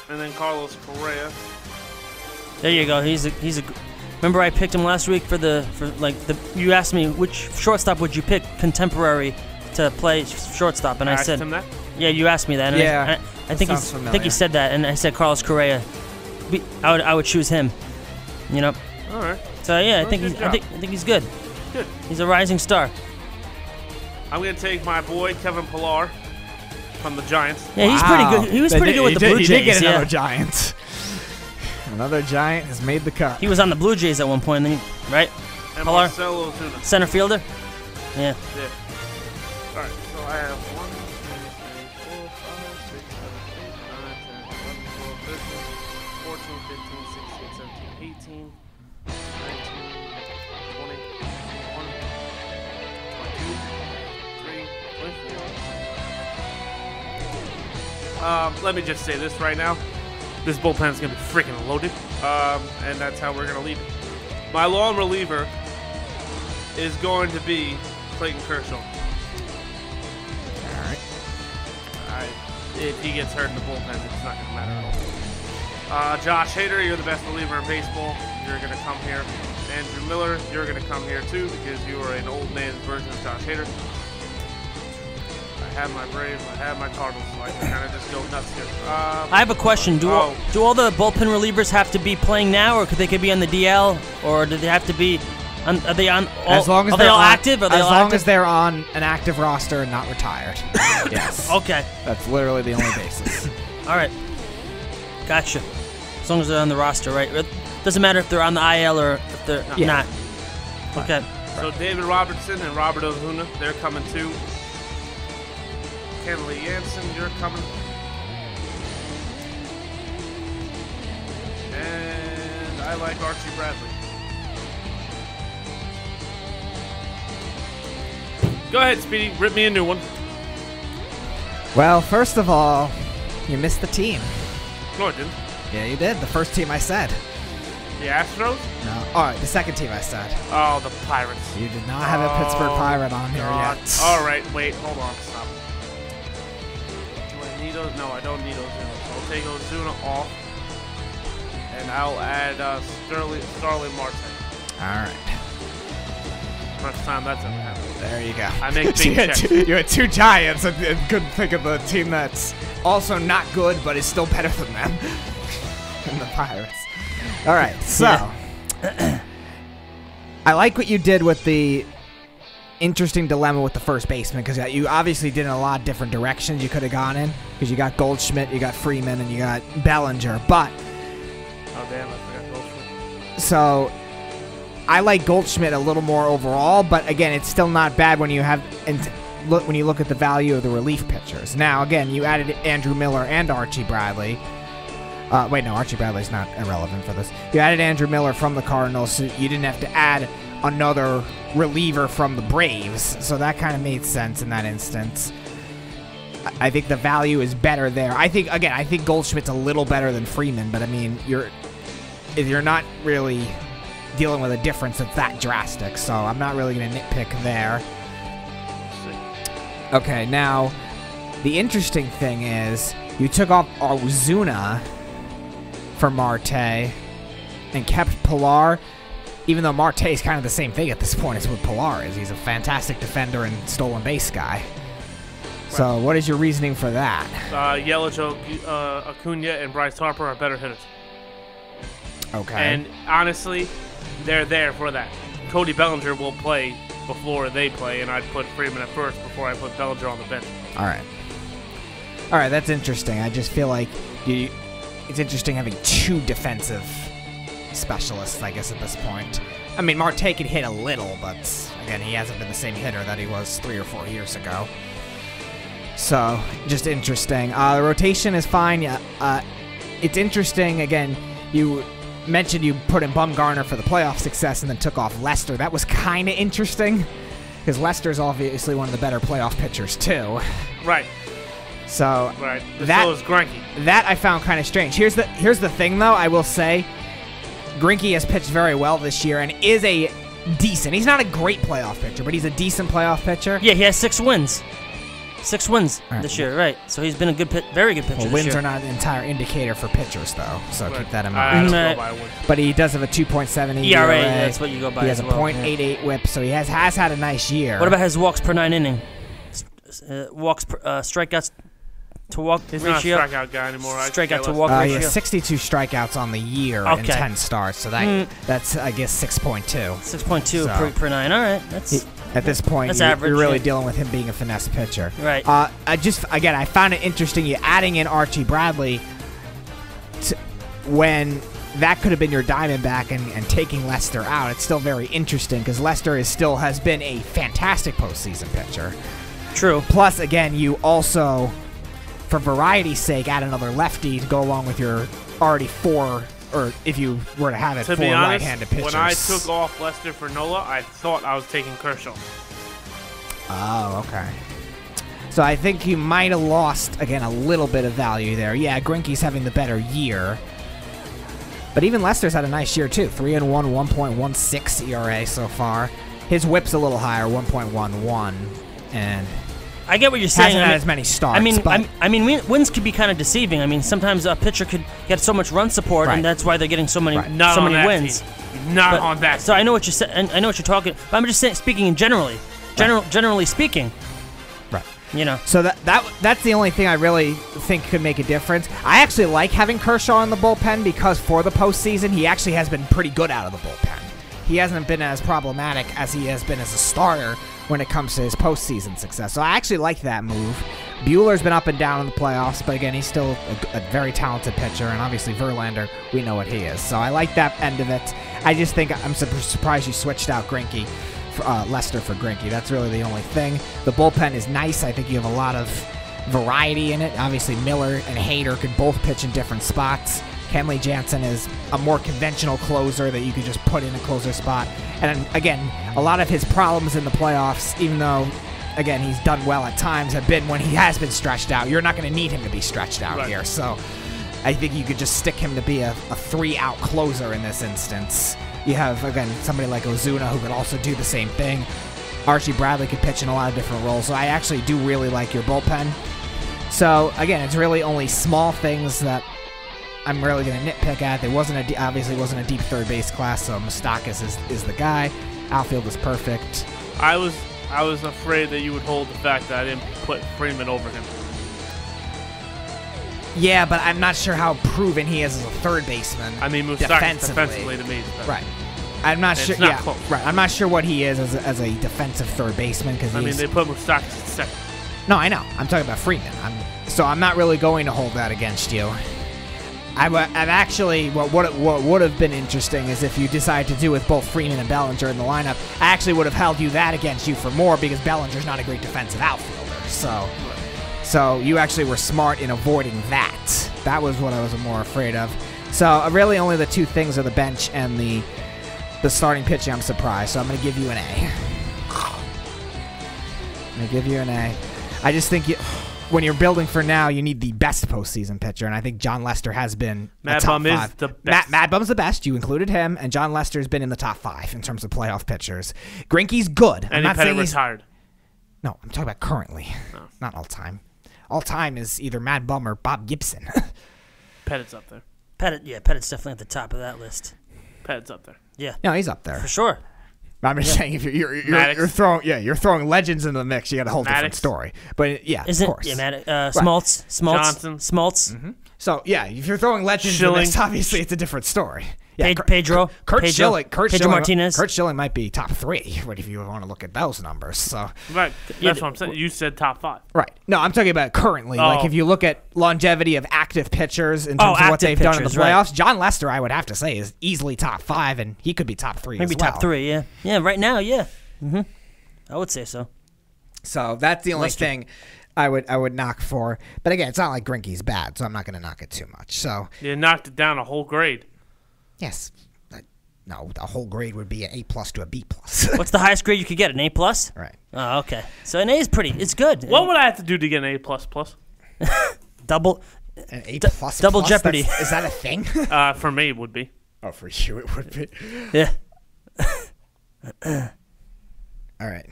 Speaker 4: And then Carlos Correa.
Speaker 6: There you go. He's a he's a. gr- Remember I picked him last week for the for like the. You asked me which shortstop would you pick contemporary to play sh- shortstop, and I,
Speaker 4: asked
Speaker 6: said
Speaker 4: him that.
Speaker 6: yeah. You asked me that. And I-
Speaker 5: Yeah,
Speaker 6: I, I,
Speaker 5: that
Speaker 6: think
Speaker 5: sounds
Speaker 6: he's, I think
Speaker 5: familiar.
Speaker 6: he said that, and I said Carlos Correa. be, I would I would choose him. You know.
Speaker 4: All right.
Speaker 6: So yeah, I
Speaker 4: Well,
Speaker 6: think
Speaker 4: good
Speaker 6: he's, I
Speaker 4: job.
Speaker 6: think I think he's good. He's a rising star.
Speaker 4: I'm gonna take my boy Kevin Pillar from the Giants.
Speaker 6: Yeah, he's pretty good. He was
Speaker 5: They
Speaker 6: pretty
Speaker 5: did-
Speaker 6: good with
Speaker 5: he
Speaker 6: the
Speaker 5: did-
Speaker 6: Blue
Speaker 5: he
Speaker 6: Jays.
Speaker 5: did get another
Speaker 6: yeah.
Speaker 5: giant. Another giant has made the cut.
Speaker 6: He was on the Blue Jays at one point, and then he- right?
Speaker 4: And
Speaker 6: Pillar.
Speaker 4: Marcelo Ozuna.
Speaker 6: Center fielder. Yeah.
Speaker 4: Yeah. All right. So I have one, two, three, four, five, six, seven, eight, nine, ten, eleven, twelve, thirteen, fourteen, fifteen, sixteen, seventeen, eighteen, nineteen, twenty, twenty-one, twenty-two, three, twenty-four. Um, let me just say this right now. This bullpen's gonna be freaking loaded, um, and that's how we're gonna leave it. My long reliever is going to be Clayton Kershaw.
Speaker 5: All right.
Speaker 4: I, if he gets hurt in the bullpen, it's not going to matter at all. Uh, Josh Hader, you're the best reliever in baseball. You're going to come here. Andrew Miller, you're going to come here too because you are an old man's version of Josh Hader. I have my Braves, I have my Cardinals, so I can kind of just go nuts here. Um,
Speaker 6: I have a question. Do all,
Speaker 4: Oh.
Speaker 6: do all the bullpen relievers have to be playing now, or could they could be on the DL, or do they have to be? On, are they on? All,
Speaker 5: as long as
Speaker 6: are they
Speaker 5: they're
Speaker 6: all
Speaker 5: on-
Speaker 6: active? Are they
Speaker 5: as
Speaker 6: all
Speaker 5: long
Speaker 6: active?
Speaker 5: as they're on an active roster and not retired. yes.
Speaker 6: okay.
Speaker 5: That's literally the only basis.
Speaker 6: All right. Gotcha. As long as they're on the roster, right? It doesn't matter if they're on the IL or if they're
Speaker 5: Yeah.
Speaker 6: not. Okay.
Speaker 4: So David Robertson and Robert Ozuna, they're coming too. Kenley Jansen, you're coming. And I like Archie Bradley. Go ahead, Speedy. Rip me a new one.
Speaker 5: well, first of all, you missed the team.
Speaker 4: No, I didn't.
Speaker 5: Yeah, you did. The first team I said.
Speaker 4: The Astros?
Speaker 5: No. All right, the second team I said.
Speaker 4: Oh, the Pirates.
Speaker 5: You did not have a Pittsburgh
Speaker 4: Oh,
Speaker 5: Pirate on here
Speaker 4: God.
Speaker 5: yet.
Speaker 4: All right, wait, hold on, stop. Do I need those? No, I don't need Ozuna. So I'll take Ozuna off, and I'll add uh, Sterling, Starling Marte.
Speaker 5: All right.
Speaker 4: First time that's ever happened.
Speaker 5: There you go.
Speaker 4: I make
Speaker 5: So you,
Speaker 4: big
Speaker 5: had
Speaker 4: checks.
Speaker 5: two, you had two giants and, and couldn't think of the team that's also not good but is still better than them. and the Pirates. All right, so I like what you did with the interesting dilemma with the first baseman because you obviously did in a lot of different directions you could have gone in because you got Goldschmidt, you got Freeman, and you got Bellinger, but.
Speaker 4: Oh damn, I forgot Goldschmidt.
Speaker 5: So I like Goldschmidt a little more overall, but again, it's still not bad when you have and look when you look at the value of the relief pitchers. Now, again, you added Andrew Miller and Archie Bradley. Uh, wait, no, Archie Bradley's not irrelevant for this. You added Andrew Miller from the Cardinals, so you didn't have to add another reliever from the Braves. So that kind of made sense in that instance. I- I think the value is better there. I think again, I think Goldschmidt's a little better than Freeman, but I mean, you're if you're not really dealing with a difference that's that drastic, so I'm not really going to nitpick there. Okay, now the interesting thing is you took off Ozuna for Marte and kept Pilar, even though Marte is kind of the same thing at this point as what Pilar is. He's a fantastic defender and stolen base guy. So, what is your reasoning for that?
Speaker 4: Uh, Yellow Joe uh, Acuna and Bryce Harper are better hitters,
Speaker 5: Okay.
Speaker 4: and honestly, they're there for that. Cody Bellinger will play before they play, and I'd put Freeman at first before I put Bellinger on the bench.
Speaker 5: All right. All right, that's interesting. I just feel like you, it's interesting having two defensive specialists, I guess, at this point. I mean, Marte can hit a little, but again, he hasn't been the same hitter that he was three or four years ago. So, just interesting. Uh, the rotation is fine. Yeah, uh, it's interesting. Again, you mentioned you put in Bumgarner for the playoff success and then took off Lester. That was kind of interesting because Lester's obviously one of the better playoff pitchers, too.
Speaker 4: Right,
Speaker 5: So
Speaker 4: right.
Speaker 5: That-
Speaker 4: so is Granky.
Speaker 5: that I found kind of strange. Here's the here's the thing though. I will say, Grinky has pitched very well this year and is a decent. He's not a great playoff pitcher, but he's a decent playoff pitcher.
Speaker 6: Yeah, he has six wins. Six wins
Speaker 5: All right.
Speaker 6: this year, right? So he's been a good, pit, very good pitcher
Speaker 5: Well,
Speaker 6: this
Speaker 5: wins
Speaker 6: year.
Speaker 5: are not an entire indicator for pitchers though, so
Speaker 4: Right.
Speaker 5: keep that in
Speaker 6: Uh,
Speaker 4: I
Speaker 5: mind.
Speaker 4: don't know
Speaker 6: Right.
Speaker 4: by what-
Speaker 5: But he does have E a 2.7
Speaker 6: ERA, E that's what you go by.
Speaker 5: He has
Speaker 6: as
Speaker 5: a
Speaker 6: well, yeah.
Speaker 5: .88 WHIP, so he has has had a nice year.
Speaker 6: What about his walks per nine inning? S- s- Uh, walks per uh, strikeouts to walk
Speaker 4: He's not a
Speaker 6: ratio.
Speaker 4: strikeout guy anymore. I
Speaker 6: Strikeout
Speaker 4: care
Speaker 6: to
Speaker 4: less.
Speaker 6: walk
Speaker 5: Uh,
Speaker 6: ratio.
Speaker 5: yeah, 62 strikeouts on the year and
Speaker 6: Okay. Mm.
Speaker 5: 10 stars. So that that's I guess 6.2.
Speaker 6: Six point two
Speaker 5: So-
Speaker 6: per, per nine. All right, that's
Speaker 5: At this point,
Speaker 6: That's
Speaker 5: you-
Speaker 6: average,
Speaker 5: you're really
Speaker 6: yeah.
Speaker 5: dealing with him being a finesse pitcher.
Speaker 6: Right.
Speaker 5: Uh, I just again, I found it interesting you adding in Archie Bradley t- when that could have been your Diamondback and, and taking Lester out. It's still very interesting because Lester is still has been a fantastic postseason pitcher.
Speaker 6: true.
Speaker 5: Plus, again, you also, for variety's sake, add another lefty to go along with your already four, or if you were to have it,
Speaker 4: To
Speaker 5: four
Speaker 4: be honest,
Speaker 5: right-handed pitchers.
Speaker 4: when I took off Lester for Nola, I thought I was taking Kershaw.
Speaker 5: Oh, okay. So I think you might have lost again a little bit of value there. Yeah, Grinky's having the better year, but even Lester's had a nice year too. Three and one, one point one six ERA so far. His WHIP's a little higher, one point one one, and
Speaker 6: I get what you're saying.
Speaker 5: hasn't
Speaker 6: I
Speaker 5: had
Speaker 6: mean-
Speaker 5: as many starts.
Speaker 6: I mean,
Speaker 5: but
Speaker 6: I'm- I mean, win- wins could be kind of deceiving. I mean, sometimes a pitcher could get so much run support,
Speaker 5: Right.
Speaker 6: and that's why they're getting so many,
Speaker 5: Right.
Speaker 4: Not
Speaker 6: so
Speaker 4: on
Speaker 6: many
Speaker 4: that
Speaker 6: wins.
Speaker 4: team. Not
Speaker 6: But-
Speaker 4: on that.
Speaker 6: So I know what you're saying. I know what you're talking. But I'm just saying, speaking in generally, general, generally speaking,
Speaker 5: right.
Speaker 6: you know,
Speaker 5: So that that that's the only thing I really think could make a difference. I actually like having Kershaw in the bullpen because for the postseason he actually has been pretty good out of the bullpen. He hasn't been as problematic as he has been as a starter when it comes to his postseason success. So I actually like that move. Bueller's been up and down in the playoffs, but again, he's still a, a very talented pitcher, and obviously Verlander, we know what he is. So I like that end of it. I just think I'm sur- surprised you switched out Grinky for, uh, Lester for Grinky. That's really the only thing. The bullpen is nice. I think you have a lot of variety in it. Obviously, Miller and Hayter could both pitch in different spots. Kenley Jansen is a more conventional closer that you could just put in a closer spot. And again, a lot of his problems in the playoffs, even though, again, he's done well at times, have been when he has been stretched out. You're not going to need him to be stretched out
Speaker 4: Right.
Speaker 5: here. So I think you could just stick him to be a, a three out closer in this instance. You have, again, somebody like Ozuna who could also do the same thing. Archie Bradley could pitch in a lot of different roles. So I actually do really like your bullpen. So again, it's really only small things that I'm really going to nitpick at. There wasn't a de- obviously wasn't a deep third base class, so Mustakis is, is the guy. Outfield is perfect.
Speaker 4: I was I was afraid that you would hold the fact that I didn't put Freeman over him.
Speaker 5: Yeah, but I'm not sure how proven he is as a third baseman.
Speaker 4: I mean, Moustakas
Speaker 5: Defensively.
Speaker 4: defensively to me. is better.
Speaker 5: right. I'm not
Speaker 4: It's
Speaker 5: sure.
Speaker 4: not
Speaker 5: yeah,
Speaker 4: close.
Speaker 5: right. I'm not sure what he is as a, as a defensive third baseman because
Speaker 4: I mean,
Speaker 5: he's
Speaker 4: they put Moustakas at second.
Speaker 5: No, I know. I'm talking about Freeman. I'm, so I'm not really going to hold that against you. I, wa- I've actually what what what would have been interesting is if you decided to do with both Freeman and Bellinger in the lineup. I actually would have held you that against you for more because Bellinger's not a great defensive outfielder. So, so you actually were smart in avoiding that. That was what I was more afraid of. So uh, really, only the two things are the bench and the the starting pitching. I'm surprised. So I'm going to give you an A. I'm gonna give you an A. I just think you, when you're building for now, you need the best postseason pitcher, and I think John Lester has been a
Speaker 4: Mad
Speaker 5: top
Speaker 4: Bum is
Speaker 5: five.
Speaker 4: the
Speaker 5: Ma-
Speaker 4: best.
Speaker 5: Mad Bum's the best. You included him, and John Lester's been in the top five in terms of playoff pitchers. Grinky's good. I'm
Speaker 4: And
Speaker 5: not
Speaker 4: he
Speaker 5: saying
Speaker 4: Pettit
Speaker 5: he's
Speaker 4: retired.
Speaker 5: no. I'm talking about currently,
Speaker 4: Oh.
Speaker 5: not all time. All time is either Mad Bum or Bob Gibson.
Speaker 4: Pettit's up there.
Speaker 6: Pettit, yeah, Pettit's definitely at the top of that list
Speaker 4: Pettit's up there.
Speaker 5: no, he's up there.
Speaker 6: for sure.
Speaker 5: I'm just saying if you're you're, you're,
Speaker 4: Maddox.
Speaker 5: you're throwing yeah you're throwing legends into the mix, you got a whole different
Speaker 4: Maddox.
Speaker 5: story. But yeah,
Speaker 6: Isn't
Speaker 5: of course.
Speaker 6: yeah, Matt, uh, Smoltz, Smoltz,
Speaker 4: Johnson. Mm-hmm.
Speaker 6: Smoltz,
Speaker 5: So yeah, if you're throwing legends, in the
Speaker 4: Schilling.
Speaker 5: mix, obviously it's a different story. Yeah,
Speaker 6: Ped-
Speaker 5: Kurt-
Speaker 6: Pedro,
Speaker 5: Kurt
Speaker 6: Pedro,
Speaker 5: Schilling, Kurt
Speaker 6: Pedro
Speaker 5: Schilling,
Speaker 6: Martinez.
Speaker 5: Kurt Schilling might be top three. What if you want to look at those numbers? So
Speaker 4: Right. That's
Speaker 6: Yeah,
Speaker 4: what I'm saying. You said top five.
Speaker 5: right, no, I'm talking about currently. Like
Speaker 4: Oh.
Speaker 5: if you look at longevity of active pitchers in
Speaker 6: Oh,
Speaker 5: terms of what
Speaker 6: active
Speaker 5: they've done in the
Speaker 6: pitchers, right.
Speaker 5: playoffs, John Lester, I would have to say, is easily top five, and he could be top three. as
Speaker 6: maybe
Speaker 5: well.
Speaker 6: top three. Yeah, yeah. Right now, yeah. Mm-hmm. I would say so.
Speaker 5: So that's the only
Speaker 6: Lester.
Speaker 5: thing I would I would knock for. But again, it's not like Grinky's bad, so I'm not going to knock it too much. So
Speaker 4: You knocked it down a whole grade.
Speaker 5: yes, I- no, the whole grade would be an A plus to a B plus.
Speaker 6: What's the highest grade you could get? An A plus.
Speaker 5: right.
Speaker 6: Oh, okay. So an A is pretty. It's good.
Speaker 4: What would I have to do to get an A plus plus?
Speaker 6: double?
Speaker 5: An A
Speaker 6: D-
Speaker 5: plus
Speaker 6: double
Speaker 5: plus? That's-
Speaker 6: jeopardy.
Speaker 5: is that a thing?
Speaker 4: Uh, for me, it would be.
Speaker 5: oh, for you it would be.
Speaker 6: Yeah.
Speaker 5: All right.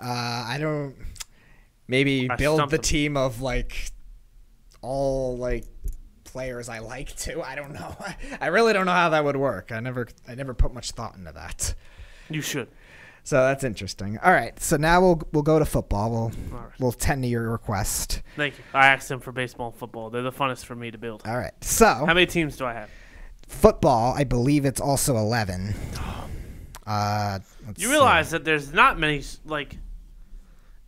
Speaker 5: Uh, I don't. Maybe
Speaker 4: I
Speaker 5: build
Speaker 4: stumped
Speaker 5: the
Speaker 4: him.
Speaker 5: team of like all like players I like too. I don't know. I really don't know how that would work. I never I never put much thought into that.
Speaker 4: You should.
Speaker 5: So that's interesting. All right, so now we'll we'll go to football. We'll we'll tend to your request.
Speaker 4: Thank you. I asked them for baseball and football. They're the funnest for me to build.
Speaker 5: All right, so
Speaker 4: How many teams do I have?
Speaker 5: football, I believe it's also eleven. Uh, let's
Speaker 4: You
Speaker 5: see.
Speaker 4: realize that there's not many s- like.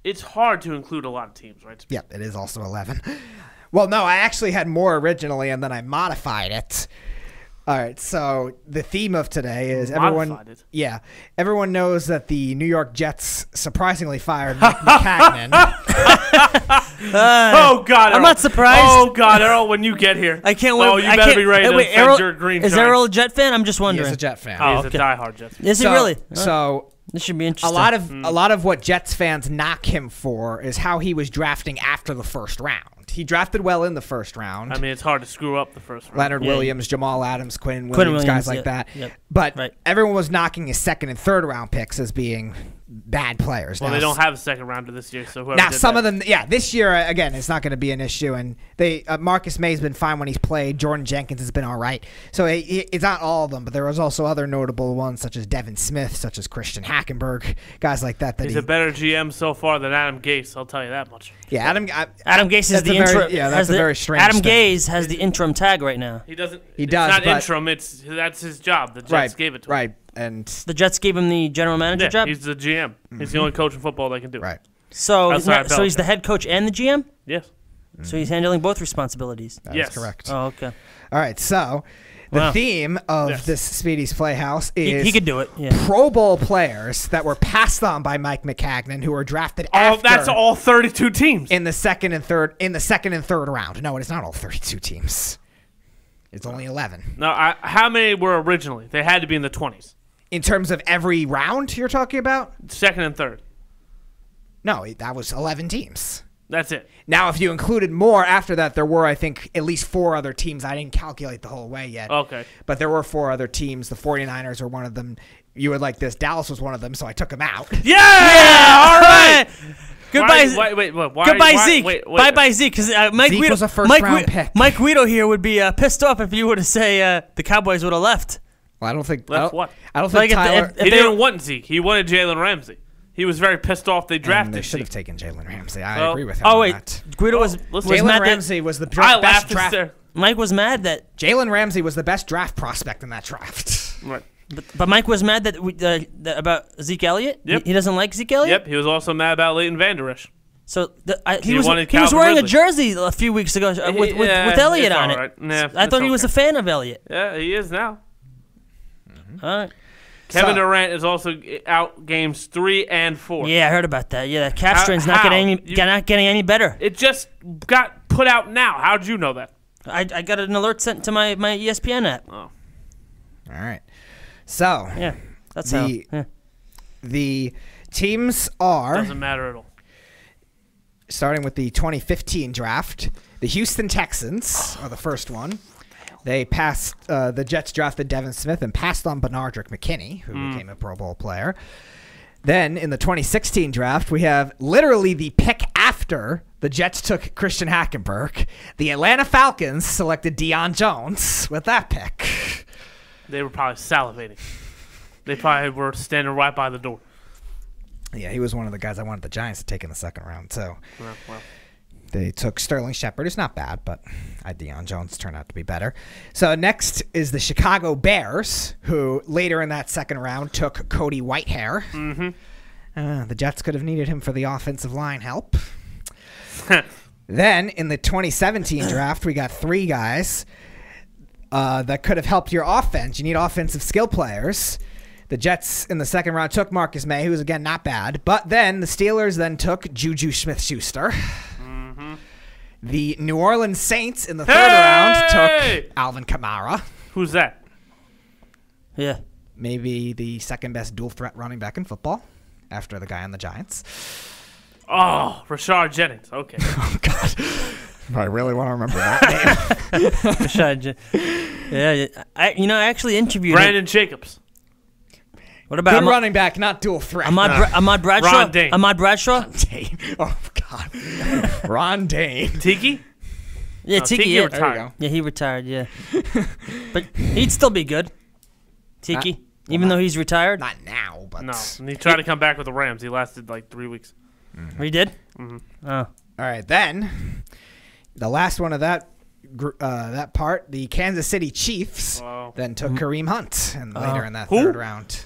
Speaker 4: It's hard to include a lot of teams, right?
Speaker 5: Yep, it is also 11. Well, no, I actually had more originally and then I modified it. All right, so the theme of today is everyone
Speaker 4: Modified it?
Speaker 5: Yeah. Everyone knows that the New York Jets surprisingly fired Mike McCagnon.
Speaker 4: Oh God!
Speaker 6: I'm
Speaker 4: Errol.
Speaker 6: not surprised.
Speaker 4: Oh God, Errol, when you get here,
Speaker 6: Uh, I can't wait.
Speaker 4: Oh, you
Speaker 6: I
Speaker 4: better
Speaker 6: can't,
Speaker 4: be ready
Speaker 6: hey,
Speaker 4: to
Speaker 6: wait,
Speaker 4: defend
Speaker 6: Errol-
Speaker 4: your green.
Speaker 6: Is
Speaker 4: giant.
Speaker 6: Errol a Jet fan? I'm just
Speaker 5: He
Speaker 6: wondering.
Speaker 5: is a Jet fan.
Speaker 4: Oh, he's
Speaker 6: okay.
Speaker 4: a diehard Jets. fan.
Speaker 6: Is he
Speaker 5: So-
Speaker 6: really? Huh.
Speaker 5: So
Speaker 6: this should be
Speaker 5: a
Speaker 6: interesting.
Speaker 5: lot of
Speaker 4: Hmm.
Speaker 5: a lot of what Jets fans knock him for is how he was drafting after the first round. He drafted well in the first round.
Speaker 4: I mean, it's hard to screw up the first round.
Speaker 5: Leonard
Speaker 6: Yeah.
Speaker 5: Williams, Jamal Adams, Quinn Williams,
Speaker 6: Quinn
Speaker 5: guys
Speaker 6: Williams,
Speaker 5: like
Speaker 6: yeah,
Speaker 5: that.
Speaker 6: yep,
Speaker 5: But
Speaker 6: right.
Speaker 5: everyone was knocking his second and third round picks as being bad players.
Speaker 4: Well,
Speaker 5: now,
Speaker 4: they don't have a second rounder this year, so whoever
Speaker 5: now
Speaker 4: did
Speaker 5: some
Speaker 4: that-
Speaker 5: of them, yeah, this year uh, again, it's not going to be an issue. And they uh, Marcus May's been fine when he's played. Jordan Jenkins has been all right. So it, it- it's not all of them, but there was also other notable ones such as Devin Smith, such as Christian Hackenberg, guys like that. That
Speaker 4: He's
Speaker 5: he,
Speaker 4: a better GM so far than Adam Gase. I'll tell you that much.
Speaker 5: yeah, Adam. I,
Speaker 6: Adam Gase is
Speaker 5: That's
Speaker 6: the
Speaker 5: a very-
Speaker 6: interim.
Speaker 5: yeah, that's
Speaker 6: has
Speaker 5: a
Speaker 6: the-
Speaker 5: very strange
Speaker 6: Adam
Speaker 5: thing.
Speaker 6: Gase has the interim tag right now.
Speaker 4: He doesn't.
Speaker 5: He
Speaker 4: it's
Speaker 5: does,
Speaker 4: Not
Speaker 5: but-
Speaker 4: interim. It's that's his job. The Jets
Speaker 5: right,
Speaker 4: gave it to him.
Speaker 5: right, and
Speaker 6: The Jets gave him the general manager
Speaker 4: Yeah,
Speaker 6: job.
Speaker 4: he's the GM. He's the only coach in football that can do. it.
Speaker 5: Mm-hmm. right.
Speaker 6: So he's
Speaker 4: Outside
Speaker 6: not, so he's
Speaker 4: Belichick.
Speaker 6: the head coach and the GM.
Speaker 4: Yes.
Speaker 5: Mm.
Speaker 6: So he's handling both responsibilities.
Speaker 5: That's
Speaker 4: yes.
Speaker 5: correct.
Speaker 6: Oh, okay.
Speaker 5: All right, so the
Speaker 6: Wow.
Speaker 5: theme of
Speaker 4: Yes.
Speaker 5: this Speedy's Playhouse
Speaker 6: He,
Speaker 5: is
Speaker 6: he could do it. Yeah.
Speaker 5: Pro Bowl players that were passed on by Mike McCagnon who were drafted
Speaker 4: Oh,
Speaker 5: after
Speaker 4: that's all 32 teams.
Speaker 5: in the second and third in the second and third round. No, it's not all 32 teams. It's only 11.
Speaker 4: No, I, how many were originally? They had to be in the 20s,
Speaker 5: In terms of every round you're talking about?
Speaker 4: second and third.
Speaker 5: No, it- that was 11 teams.
Speaker 4: That's it.
Speaker 5: Now, if you included more after that, there were, I think, at least four other teams. I didn't calculate the whole way yet.
Speaker 4: Okay.
Speaker 5: But there were four other teams. The 49ers were one of them. You would like this. Dallas was one of them, so I took him out.
Speaker 4: Yeah. All right.
Speaker 6: Goodbye.
Speaker 4: Why, wait, wait, wait, why,
Speaker 6: Goodbye,
Speaker 4: why,
Speaker 6: Zeke.
Speaker 4: Wait, wait,
Speaker 6: Bye, bye, Zeke. Because uh, Mike
Speaker 5: Zeke
Speaker 6: Guido,
Speaker 5: was a first
Speaker 6: Mike,
Speaker 5: round
Speaker 6: Gui-
Speaker 5: pick.
Speaker 6: Mike Guido here would be uh, pissed off if you were to say uh, the Cowboys would have left.
Speaker 5: Well, I don't think.
Speaker 4: Left
Speaker 5: I don't,
Speaker 4: what?
Speaker 5: I don't
Speaker 6: Like
Speaker 5: think
Speaker 6: if the-
Speaker 5: Tyler.
Speaker 6: if-
Speaker 4: He
Speaker 6: they
Speaker 4: didn't
Speaker 6: were-
Speaker 4: want Zeke. He wanted Jalen Ramsey. He was very pissed off they
Speaker 5: and
Speaker 4: drafted
Speaker 5: they should have
Speaker 4: Zeke.
Speaker 5: taken Jalen Ramsey. I
Speaker 4: Well,
Speaker 5: agree with him.
Speaker 6: Oh
Speaker 5: on
Speaker 6: wait,
Speaker 5: that.
Speaker 6: Guido was, was
Speaker 4: listen.
Speaker 5: Jalen
Speaker 6: mad
Speaker 5: Ramsey was the
Speaker 4: I
Speaker 5: dra- best
Speaker 4: laughed at
Speaker 5: draft.
Speaker 4: Sarah.
Speaker 6: That, Mike was mad that,
Speaker 5: Jalen Ramsey was the best draft prospect in that draft.
Speaker 4: Right.
Speaker 6: but, but Mike was mad that, we, uh, that about Zeke Elliott.
Speaker 4: Yep.
Speaker 6: He, he doesn't like Zeke Elliott.
Speaker 4: Yep. He was also mad about Leighton Vander Esch.
Speaker 6: So the, I, he,
Speaker 4: He
Speaker 6: was
Speaker 4: wanted
Speaker 6: he was
Speaker 4: Calvin
Speaker 6: wearing a
Speaker 4: Ridley.
Speaker 6: jersey a few weeks ago uh, with, with,
Speaker 4: Yeah,
Speaker 6: with Elliott
Speaker 4: it's
Speaker 6: on
Speaker 4: all
Speaker 6: it.
Speaker 4: right. Nah,
Speaker 6: I
Speaker 4: it's
Speaker 6: thought he was a
Speaker 4: okay.
Speaker 6: fan of Elliott.
Speaker 4: Yeah, he is now.
Speaker 6: All right.
Speaker 4: Kevin
Speaker 5: So-
Speaker 4: Durant is also out games three and four.
Speaker 6: Yeah, I heard about that. Yeah, that calf
Speaker 4: How-
Speaker 6: strain's not
Speaker 4: how?
Speaker 6: getting any
Speaker 4: You-
Speaker 6: not getting any better.
Speaker 4: It just got put out now. How'd you know that?
Speaker 6: I, I got an alert sent to my, my E ESPN app.
Speaker 4: Oh.
Speaker 5: All right. So
Speaker 6: Yeah, that's
Speaker 5: The-
Speaker 6: how. Yeah.
Speaker 5: the teams are
Speaker 4: Doesn't matter at all.
Speaker 5: starting with the 2015 draft. The Houston Texans are the first one. They passed uh, the Jets drafted Devin Smith and passed on Benardrick McKinney, who became a Pro Bowl player. Then in the 2016 draft, we have literally the pick after the Jets took Christian Hackenberg. The Atlanta Falcons selected Deion Jones with that pick.
Speaker 4: They were probably salivating. They probably were standing right by the door.
Speaker 5: Yeah, he was one of the guys I wanted the Giants to take in the second round. So
Speaker 4: Well, well,
Speaker 5: they took Sterling Shepard. It's not bad, but I Deion Jones turned out to be better. So next is the Chicago Bears, who later in that second round took Cody Whitehair. Mm-hmm. Uh, the Jets could have needed him for the offensive line help. then in the 2017 draft, we got three guys uh, that could have helped your offense. You need offensive skill players. The Jets in the second round took Marcus May, who was again not bad. But then the Steelers then took Juju Smith Schuster. The New Orleans Saints in the third round
Speaker 4: Hey!
Speaker 5: took Alvin Kamara,
Speaker 4: Who's that?
Speaker 6: yeah.
Speaker 5: maybe the second best dual threat running back in football after the guy on the Giants.
Speaker 4: Oh, Rashard Jennings. Okay.
Speaker 5: Oh, God. I really want to remember that. name.
Speaker 6: Rashad J- uh, yeah, yeah. I, you know, I actually interviewed. him.
Speaker 4: Brandon Jacobs.
Speaker 6: What about
Speaker 5: Good
Speaker 6: Ahmad,
Speaker 5: running back, not dual threat.
Speaker 6: Ahmad, Bra- Ahmad Bradshaw?
Speaker 4: Ron Dane.
Speaker 6: Ahmad Bradshaw?
Speaker 5: Dane. Oh, God. Ron Dane.
Speaker 4: Tiki?
Speaker 6: Yeah,
Speaker 4: No,
Speaker 6: Tiki.
Speaker 4: Tiki
Speaker 6: yeah.
Speaker 4: retired.
Speaker 5: go.
Speaker 6: Yeah, he retired. Yeah, but he'd still be good. Tiki. Even though he's retired,
Speaker 5: Not now, but
Speaker 4: No, and he tried to come back with the Rams. He lasted like three weeks.
Speaker 6: he did. Oh,
Speaker 5: All right, then the last one of that gr- uh, that part, the Kansas City Chiefs,
Speaker 4: Wow.
Speaker 5: then took Kareem Hunt, and later in that
Speaker 4: Who?
Speaker 5: third round,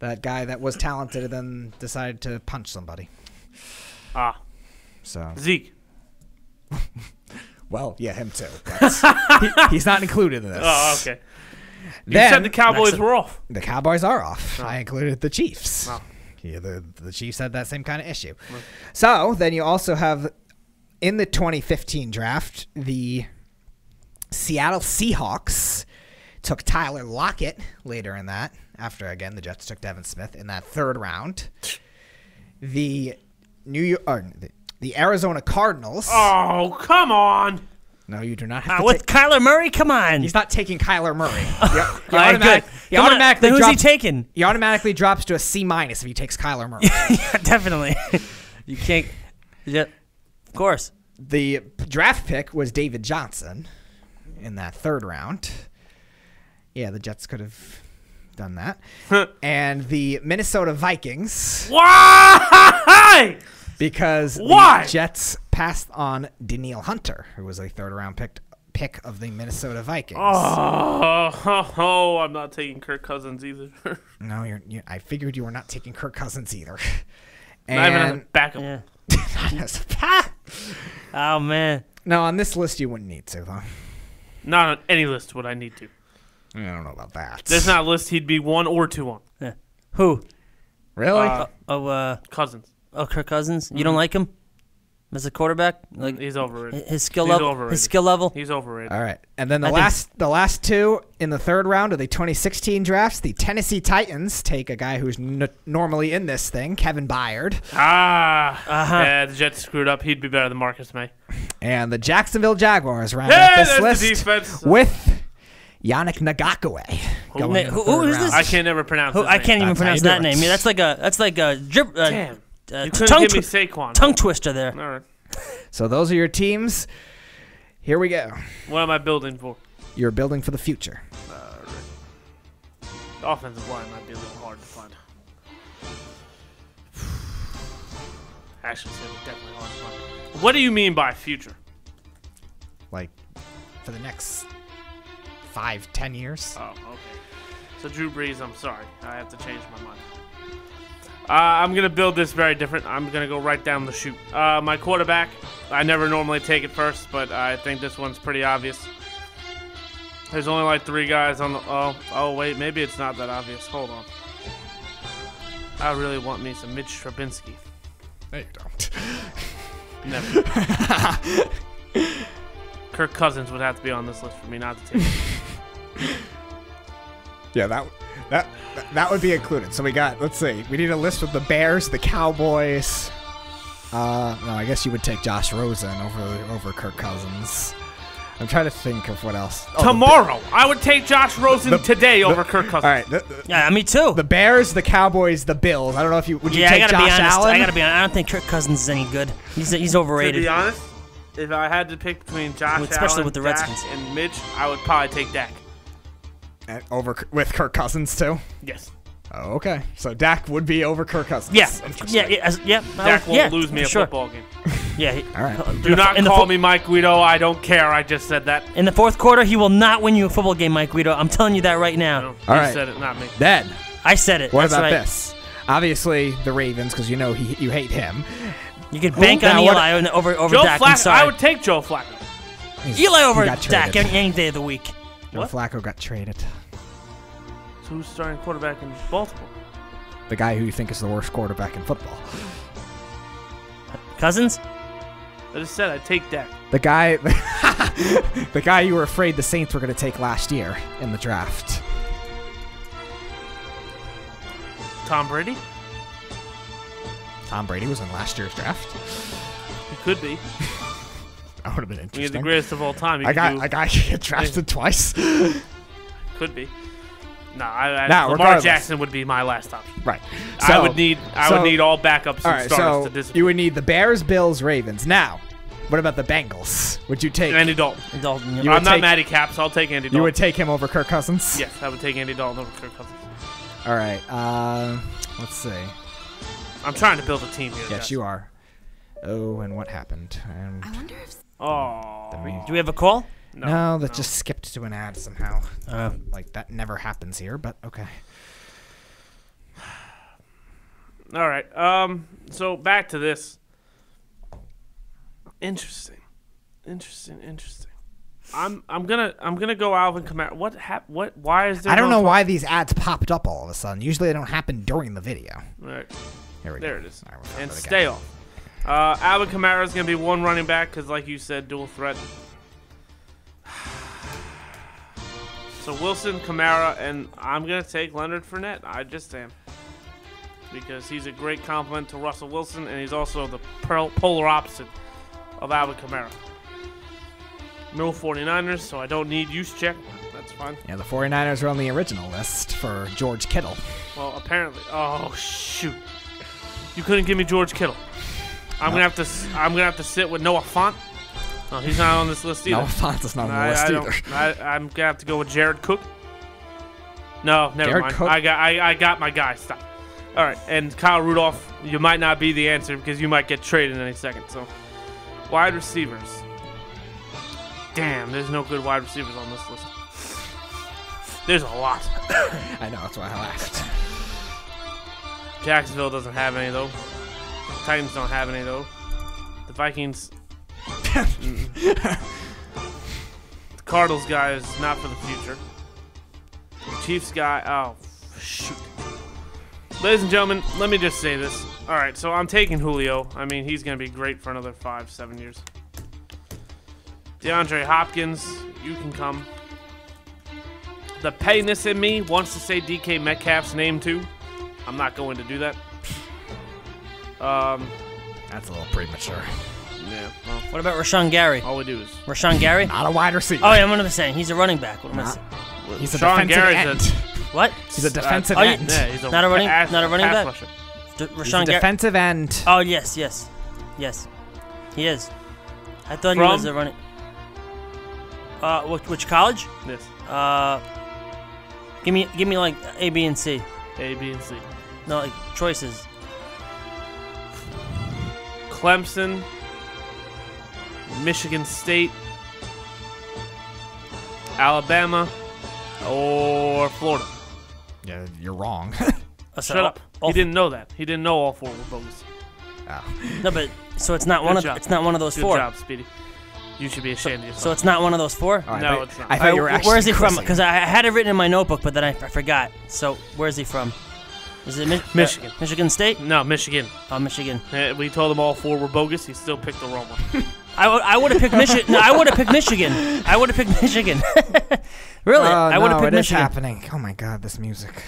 Speaker 5: that guy that was talented and then decided to punch somebody.
Speaker 4: Ah,
Speaker 5: So
Speaker 4: Zeke.
Speaker 5: well, yeah, him too. but he- he's not included in this.
Speaker 4: Oh, okay. You
Speaker 5: Then-
Speaker 4: said the Cowboys
Speaker 5: next-
Speaker 4: were off.
Speaker 5: The Cowboys are off. I included the Chiefs.
Speaker 4: Oh.
Speaker 5: Yeah, the, the Chiefs had that same kind of issue. So then you also have in the 2015 draft, the Seattle Seahawks took Tyler Lockett later in that, after again the Jets took Devin Smith in that third round. The New York, or the, the Arizona Cardinals.
Speaker 4: Oh, come on.
Speaker 5: No, you do not
Speaker 6: Ah,
Speaker 5: have to.
Speaker 6: with
Speaker 5: take-
Speaker 6: Kyler Murray, come on.
Speaker 5: he's not taking Kyler Murray.
Speaker 6: All right,
Speaker 5: automatic-
Speaker 6: good.
Speaker 5: he
Speaker 6: Come on,
Speaker 5: automatically
Speaker 6: then who's he
Speaker 5: dropped-
Speaker 6: taking?
Speaker 5: he automatically drops to a C minus if he takes Kyler Murray.
Speaker 6: Definitely. you can't. Yeah, of course.
Speaker 5: the draft pick was David Johnson in that third round. Yeah, the Jets could have done that. and the Minnesota Vikings,
Speaker 4: Why?
Speaker 5: because the
Speaker 4: Why?
Speaker 5: Jets passed on Daniil Hunter, who was a third round pick pick of the Minnesota Vikings.
Speaker 4: Oh, ho, ho, I'm not taking Kirk Cousins either. Not
Speaker 5: No, you're, you, I figured you were not taking Kirk Cousins either.
Speaker 4: even as a
Speaker 5: And
Speaker 4: backup.
Speaker 6: Yeah.
Speaker 5: Ah!
Speaker 6: Oh man.
Speaker 5: no, on this list you wouldn't need to though.
Speaker 4: Not on any list would I need to.
Speaker 5: I don't know about that.
Speaker 4: There's not a list he'd be one or two on.
Speaker 6: Yeah. Who?
Speaker 5: really.
Speaker 6: Oh, uh,
Speaker 4: Cousins.
Speaker 6: oh, Kirk Cousins. You don't like him as a quarterback? Like
Speaker 4: Mm-hmm. He's overrated.
Speaker 6: his skill
Speaker 4: he's
Speaker 6: level.
Speaker 4: overrated.
Speaker 6: His skill level.
Speaker 4: He's overrated.
Speaker 5: All right, and then the
Speaker 6: I think-
Speaker 5: last the last two in the third round of the 2016 drafts, the Tennessee Titans take a guy who's n- normally in this thing, Kevin Byard,
Speaker 4: Ah,
Speaker 6: Uh-huh.
Speaker 4: yeah, the Jets screwed up. He'd be better than Marcus May.
Speaker 5: and the Jacksonville Jaguars round
Speaker 4: Hey,
Speaker 5: out this
Speaker 4: there's
Speaker 5: list
Speaker 4: the defense.
Speaker 5: with Yannick Nagakwe.
Speaker 6: Wait, who- who is this?
Speaker 4: I can never pronounce.
Speaker 6: Who,
Speaker 4: his
Speaker 6: I
Speaker 4: name.
Speaker 6: can't even
Speaker 5: That's how you
Speaker 6: pronounce
Speaker 5: do
Speaker 6: that
Speaker 5: it.
Speaker 6: name. Yeah, that's like a that's like a drip. Uh,
Speaker 4: Damn.
Speaker 6: Uh,
Speaker 4: You couldn't
Speaker 6: tongue,
Speaker 4: give me
Speaker 6: twi-
Speaker 4: Saquon.
Speaker 6: tongue twister there.
Speaker 4: All right.
Speaker 5: So those are your teams. Here we go.
Speaker 4: What am I building for?
Speaker 5: You're building for the future.
Speaker 4: The offensive line might be a little hard to find. Actually, it's gonna be definitely hard to find. What do you mean by future?
Speaker 5: Like for the next five, ten
Speaker 6: Uh,
Speaker 5: years.
Speaker 4: Oh, okay. So Drew Brees, I'm sorry. I have to change my mind. Uh, I'm gonna build this very different. I'm gonna go right down the chute. Uh, my quarterback, I never normally take it first, but I think this one's pretty obvious. There's only like three guys on the. Oh, oh wait, maybe it's not that obvious. Hold on. I really want me some Mitch Trubinsky.
Speaker 5: No, you don't.
Speaker 4: Never. Kirk Cousins would have to be on this list for me not to take. Him.
Speaker 5: Yeah, that that that would be included. So we got, let's see, we need a list of the Bears, the Cowboys. Uh, no, I guess you would take Josh Rosen over over Kirk Cousins. I'm trying to think of what else. Oh, the-
Speaker 4: Tomorrow, I would take Josh Rosen
Speaker 5: the-
Speaker 4: today
Speaker 5: the-
Speaker 4: over Kirk Cousins.
Speaker 5: All right, the, the-
Speaker 6: Yeah, me too.
Speaker 5: the Bears, the Cowboys, the Bills. I don't know if you would you
Speaker 6: yeah, I
Speaker 5: take
Speaker 6: gotta
Speaker 5: Josh
Speaker 6: be honest.
Speaker 5: Allen.
Speaker 6: I gotta be honest. I don't think Kirk Cousins is any good. He's he's
Speaker 4: To
Speaker 6: overrated.
Speaker 4: be honest, if I had to pick between Josh
Speaker 6: Especially
Speaker 4: Allen,
Speaker 6: with the
Speaker 4: Dak,
Speaker 6: Redskins.
Speaker 4: and Mitch, I would probably take Dak.
Speaker 5: And over K- with Kirk Cousins too.
Speaker 4: Yes.
Speaker 5: Oh, okay, so Dak would be over Kirk Cousins.
Speaker 6: Yeah,
Speaker 5: Interesting.
Speaker 6: yeah, yeah, as- yeah. I
Speaker 4: Dak
Speaker 5: Oh,
Speaker 6: would-
Speaker 4: won't
Speaker 6: yeah,
Speaker 4: lose me
Speaker 6: for
Speaker 4: a
Speaker 6: sure.
Speaker 4: football game.
Speaker 6: Yeah. He,
Speaker 5: right.
Speaker 6: uh, in
Speaker 4: Do
Speaker 6: the-
Speaker 4: not
Speaker 6: in the
Speaker 4: call
Speaker 6: fo-
Speaker 4: me Mike Guido. I don't care. I just said that.
Speaker 6: In the fourth quarter, he will not win you a football game, Mike Guido. I'm telling you that right now.
Speaker 4: You
Speaker 5: right.
Speaker 4: said it, not me.
Speaker 5: Then
Speaker 6: I said it.
Speaker 5: what
Speaker 6: That's
Speaker 5: about
Speaker 6: right.
Speaker 5: this? Obviously the Ravens, because you know he, you hate him.
Speaker 6: You could bank
Speaker 5: Now
Speaker 6: on
Speaker 5: what-
Speaker 6: Eli on- over over
Speaker 4: Joe
Speaker 6: Dak. I'm
Speaker 4: Flacco.
Speaker 6: sorry.
Speaker 4: I would take Joe Flacco.
Speaker 6: Eli over
Speaker 5: got
Speaker 6: Dak
Speaker 5: traded.
Speaker 6: any, any day of the week.
Speaker 5: Joe
Speaker 4: What?
Speaker 5: Flacco got traded.
Speaker 4: So who's starting quarterback in Baltimore?
Speaker 5: the guy who you think is the worst quarterback in football.
Speaker 6: Cousins?
Speaker 4: I just said I'd take Dak.
Speaker 5: The guy the guy you were afraid the Saints were going to take last year in the draft.
Speaker 4: Tom Brady?
Speaker 5: Tom Brady was in last year's draft.
Speaker 4: He could be.
Speaker 5: That would have been
Speaker 4: He's the
Speaker 5: interesting.
Speaker 4: greatest of all time. He
Speaker 5: I
Speaker 4: could
Speaker 5: got
Speaker 4: do-
Speaker 5: I got you drafted twice.
Speaker 4: could be. No, I, I,
Speaker 5: Nah,
Speaker 4: Lamar
Speaker 5: regardless.
Speaker 4: Jackson would be my last option.
Speaker 5: right.
Speaker 4: I would need I
Speaker 5: so-
Speaker 4: would need all backups and
Speaker 5: All right,
Speaker 4: starters
Speaker 5: so
Speaker 4: to disappear.
Speaker 5: you would need the Bears, Bills, Ravens. Now, What about the Bengals? Would you take?
Speaker 4: Andy Dalton.
Speaker 6: Dalton.
Speaker 5: You
Speaker 6: You
Speaker 5: would
Speaker 4: I'm not
Speaker 5: take-
Speaker 4: Matty Caps. I'll take Andy Dalton.
Speaker 5: you would take him over Kirk Cousins.
Speaker 4: Yes, I would take Andy Dalton over Kirk Cousins.
Speaker 5: All right. Uh, let's see.
Speaker 4: I'm trying to build a team here.
Speaker 5: Yes, you are. Oh, and what happened? Um, And
Speaker 7: I wonder if
Speaker 4: Oh,
Speaker 6: Do we have a call?
Speaker 5: no, that just skipped to an ad somehow.
Speaker 4: Uh.
Speaker 5: like that never happens here, but okay.
Speaker 4: all right. Um, so back to this. Interesting, interesting, interesting. I'm I'm gonna I'm gonna go Alvin Kamara. What hap- What? Why is there?
Speaker 5: I don't
Speaker 4: no
Speaker 5: know why these ads popped up all of a sudden. Usually they don't happen during the video.
Speaker 4: All right,
Speaker 5: Here we
Speaker 4: there
Speaker 5: go.
Speaker 4: it is.
Speaker 5: All right, we're back
Speaker 4: and
Speaker 5: to the
Speaker 4: stay
Speaker 5: game.
Speaker 4: off. Uh, Alvin Kamara is gonna be one running back because, like you said, dual threat. So Wilson, Kamara, and I'm gonna take Leonard Fournette. I just am because he's a great compliment to Russell Wilson, and he's also the pearl, polar opposite of Alvin Kamara. No 49ers, so I don't need use check. That's fine.
Speaker 5: Yeah, the 49ers were on the original list for George Kittle.
Speaker 4: Well, apparently. Oh shoot! You couldn't give me George Kittle. I'm gonna have to. s- I'm gonna have to sit with Noah Font. No, he's not on this list either.
Speaker 5: No, Fonz is not on the
Speaker 4: I,
Speaker 5: list
Speaker 4: I
Speaker 5: either.
Speaker 4: don't, I, I'm gonna have to go with Jared Cook. No, never
Speaker 5: Jared
Speaker 4: mind.
Speaker 5: Cook?
Speaker 4: I got. I, I got my guy. Stop. All right, and Kyle Rudolph, you might not be the answer because you might get traded in any second. So, wide receivers. Damn, there's no good wide receivers on this list. There's a lot.
Speaker 5: I know, that's why I laughed.
Speaker 4: Jacksonville doesn't have any though. Titans don't have any though. The Vikings. Mm. the Cardinals guy is not for the future. The Chiefs guy. Oh shoot. Ladies and gentlemen, let me just say this. All right, so I'm taking Julio. I mean, he's gonna be great for another five, seven years. DeAndre Hopkins, you can come. The pettiness in me wants to say DK Metcalf's name too. I'm not going to do that. Um,
Speaker 5: That's a little premature.
Speaker 4: yeah. Well,
Speaker 6: What about Rashawn Gary?
Speaker 5: Oh.
Speaker 4: all we do is
Speaker 6: Rashawn Gary?
Speaker 5: Not a wide receiver.
Speaker 6: Oh, yeah, I'm going to be saying he's a running back. What am I
Speaker 5: Not-
Speaker 6: saying?
Speaker 5: He's a
Speaker 4: Sean
Speaker 5: defensive
Speaker 4: Gary's uh,
Speaker 5: end.
Speaker 6: What?
Speaker 5: He's a defensive
Speaker 6: oh, you-
Speaker 5: end.
Speaker 4: yeah, he's a
Speaker 6: Not a running-
Speaker 4: pass-
Speaker 6: not a running
Speaker 4: pass
Speaker 6: back?
Speaker 4: rusher.
Speaker 6: D-
Speaker 5: He's a
Speaker 6: Rashawn Gary?
Speaker 5: defensive end.
Speaker 6: Oh, yes, yes. Yes. He is. I thought
Speaker 4: From?
Speaker 6: he was a running. Uh, which, which college?
Speaker 4: Yes,
Speaker 6: Uh, give me, give me like A, B, and C.
Speaker 4: A, B, and C.
Speaker 6: No, like choices.
Speaker 4: Clemson, Michigan State, Alabama, or Florida.
Speaker 5: Yeah, you're wrong.
Speaker 6: Oh, so
Speaker 4: Shut up.
Speaker 6: all-
Speaker 4: he didn't know that. He didn't know all four were bogus.
Speaker 5: Oh.
Speaker 6: No, but so it's not one
Speaker 4: Good
Speaker 6: of
Speaker 4: job.
Speaker 6: it's not one of those
Speaker 4: Good
Speaker 6: four.
Speaker 4: job, Speedy. You should be ashamed of yourself.
Speaker 6: So it's not one of those four.
Speaker 5: Oh, I
Speaker 4: No,
Speaker 5: thought-
Speaker 4: it's not.
Speaker 5: I thought you were
Speaker 6: Alright,
Speaker 5: actually
Speaker 6: Uh, wh- where's he from?
Speaker 5: quizzing.
Speaker 6: Because I I had it written in my notebook, but then I, I forgot. So where's he from? Is it Mi- uh,
Speaker 4: Michigan.
Speaker 6: Michigan State?
Speaker 4: no, Michigan.
Speaker 6: Oh, Michigan.
Speaker 4: Eh, We told him all four were bogus. He still picked the wrong one.
Speaker 6: I would have picked Michigan. No, I would have picked Michigan. I would have picked Michigan. really?
Speaker 5: Oh,
Speaker 6: I would have
Speaker 5: no,
Speaker 6: picked
Speaker 5: it is
Speaker 6: Michigan.
Speaker 5: happening. Oh my god, this music.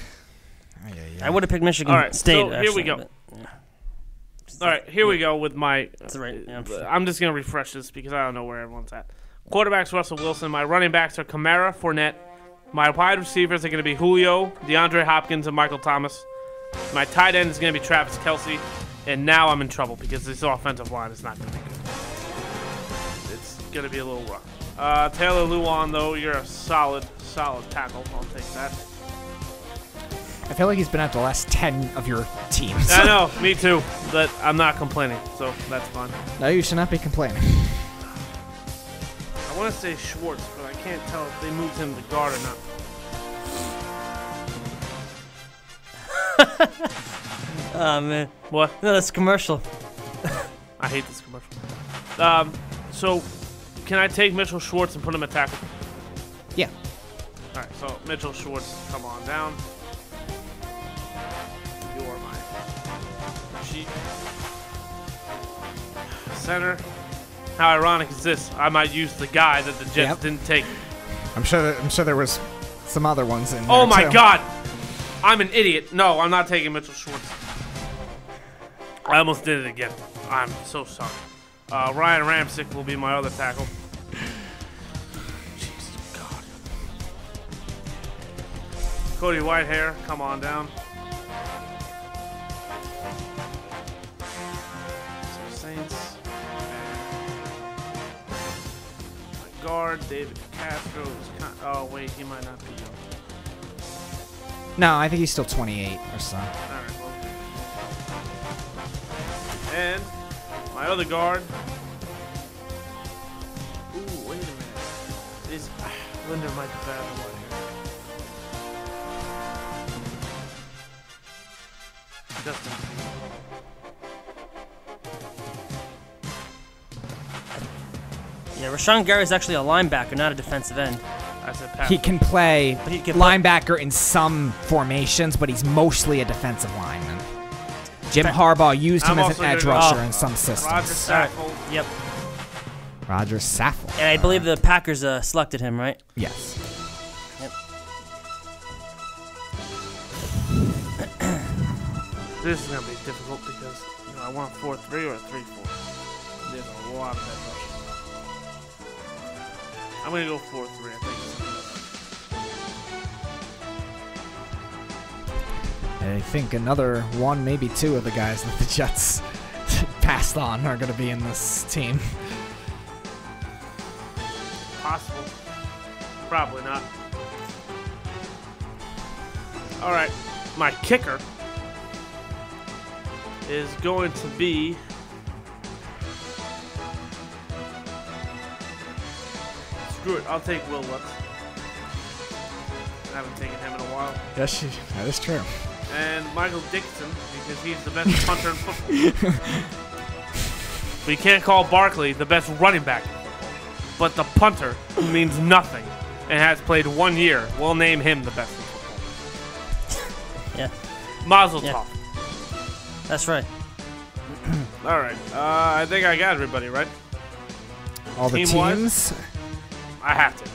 Speaker 5: Ay, ay, ay.
Speaker 6: I would have picked Michigan
Speaker 4: All right,
Speaker 6: State.
Speaker 4: so here we
Speaker 6: actually,
Speaker 4: go.
Speaker 6: but
Speaker 4: All right, here we go with my.
Speaker 6: That's right. Yeah, I'm
Speaker 4: Uh,
Speaker 6: sure.
Speaker 4: I'm just gonna refresh this because I don't know where everyone's at. Quarterbacks Russell Wilson. My running backs are Kamara, Fournette. My wide receivers are gonna be Julio, DeAndre Hopkins, and Michael Thomas. My tight end is gonna be Travis Kelsey. And now I'm in trouble because this offensive line is not gonna be good. It's gonna be a little rough. Uh, Taylor Luan, though, you're a solid, solid tackle. I'll take that.
Speaker 5: I feel like he's been at the last ten of your teams.
Speaker 4: I know, me too, but I'm not complaining, so that's fine.
Speaker 5: no, you should not be complaining.
Speaker 4: I want to say Schwartz, but I can't tell if they moved him to guard or not.
Speaker 6: Oh man,
Speaker 4: What?
Speaker 6: no, that's commercial.
Speaker 4: I hate this commercial. Um, so, can I take Mitchell Schwartz and put him at tackle?
Speaker 5: Yeah.
Speaker 4: All right, so Mitchell Schwartz, come on down. You are my cheat. Center. How ironic is this? I might use the guy that the Jets
Speaker 5: Yep.
Speaker 4: didn't take.
Speaker 5: I'm sure. That, I'm sure there was some other ones in.
Speaker 4: Oh
Speaker 5: there,
Speaker 4: my
Speaker 5: too.
Speaker 4: god! I'm an idiot. No, I'm not taking Mitchell Schwartz. I almost did it again. I'm so sorry. Uh, Ryan Ramsick will be my other tackle. Jesus God. Cody Whitehair, come on down. So Saints. guard David Castro. Is con- oh wait, he might not be young.
Speaker 5: No, I think he's still 28 or so.
Speaker 4: All right, well. And my other guard. Ooh, wait a minute. Is Linda might be bad the one here. Justin.
Speaker 6: Yeah, Rashawn Gary is actually a linebacker, not a defensive end.
Speaker 4: I said Pat.
Speaker 5: He can play
Speaker 6: But he can play-
Speaker 5: linebacker in some formations, but he's mostly a defensive lineman. Jim
Speaker 6: Fa-
Speaker 5: Harbaugh used him
Speaker 4: I'm
Speaker 5: as
Speaker 4: also
Speaker 5: an edge
Speaker 4: gonna go-
Speaker 5: rusher
Speaker 6: oh,
Speaker 5: in some
Speaker 4: Roger
Speaker 5: systems.
Speaker 6: All right.
Speaker 4: Saffold.
Speaker 6: Yep.
Speaker 5: Roger Saffold.
Speaker 4: Eh.
Speaker 6: And I believe the Packers uh, selected him, right?
Speaker 5: Yes.
Speaker 4: This is gonna be difficult because you know I want a four three or a three four. There's a lot of that rush. I'm gonna go four three. I think.
Speaker 5: And I think another one, maybe two of the guys that the Jets passed on are going to be in this team.
Speaker 4: It's possible. Probably not. All right, my kicker is going to be. Screw it. I'll take Will Lutz. I haven't taken him in a while.
Speaker 5: Yes, that is true.
Speaker 4: and Michael Dixon because he's the best punter in football. we can't call Barkley the best running back in football, but the punter who means nothing and has played one year. We'll name him the best in football.
Speaker 6: Yeah,
Speaker 4: Mazel
Speaker 6: Yeah.
Speaker 4: tov.
Speaker 6: that's right.
Speaker 4: All right, uh, I think I got everybody right.
Speaker 5: All the
Speaker 4: Team-wise?
Speaker 5: teams,
Speaker 4: I have to.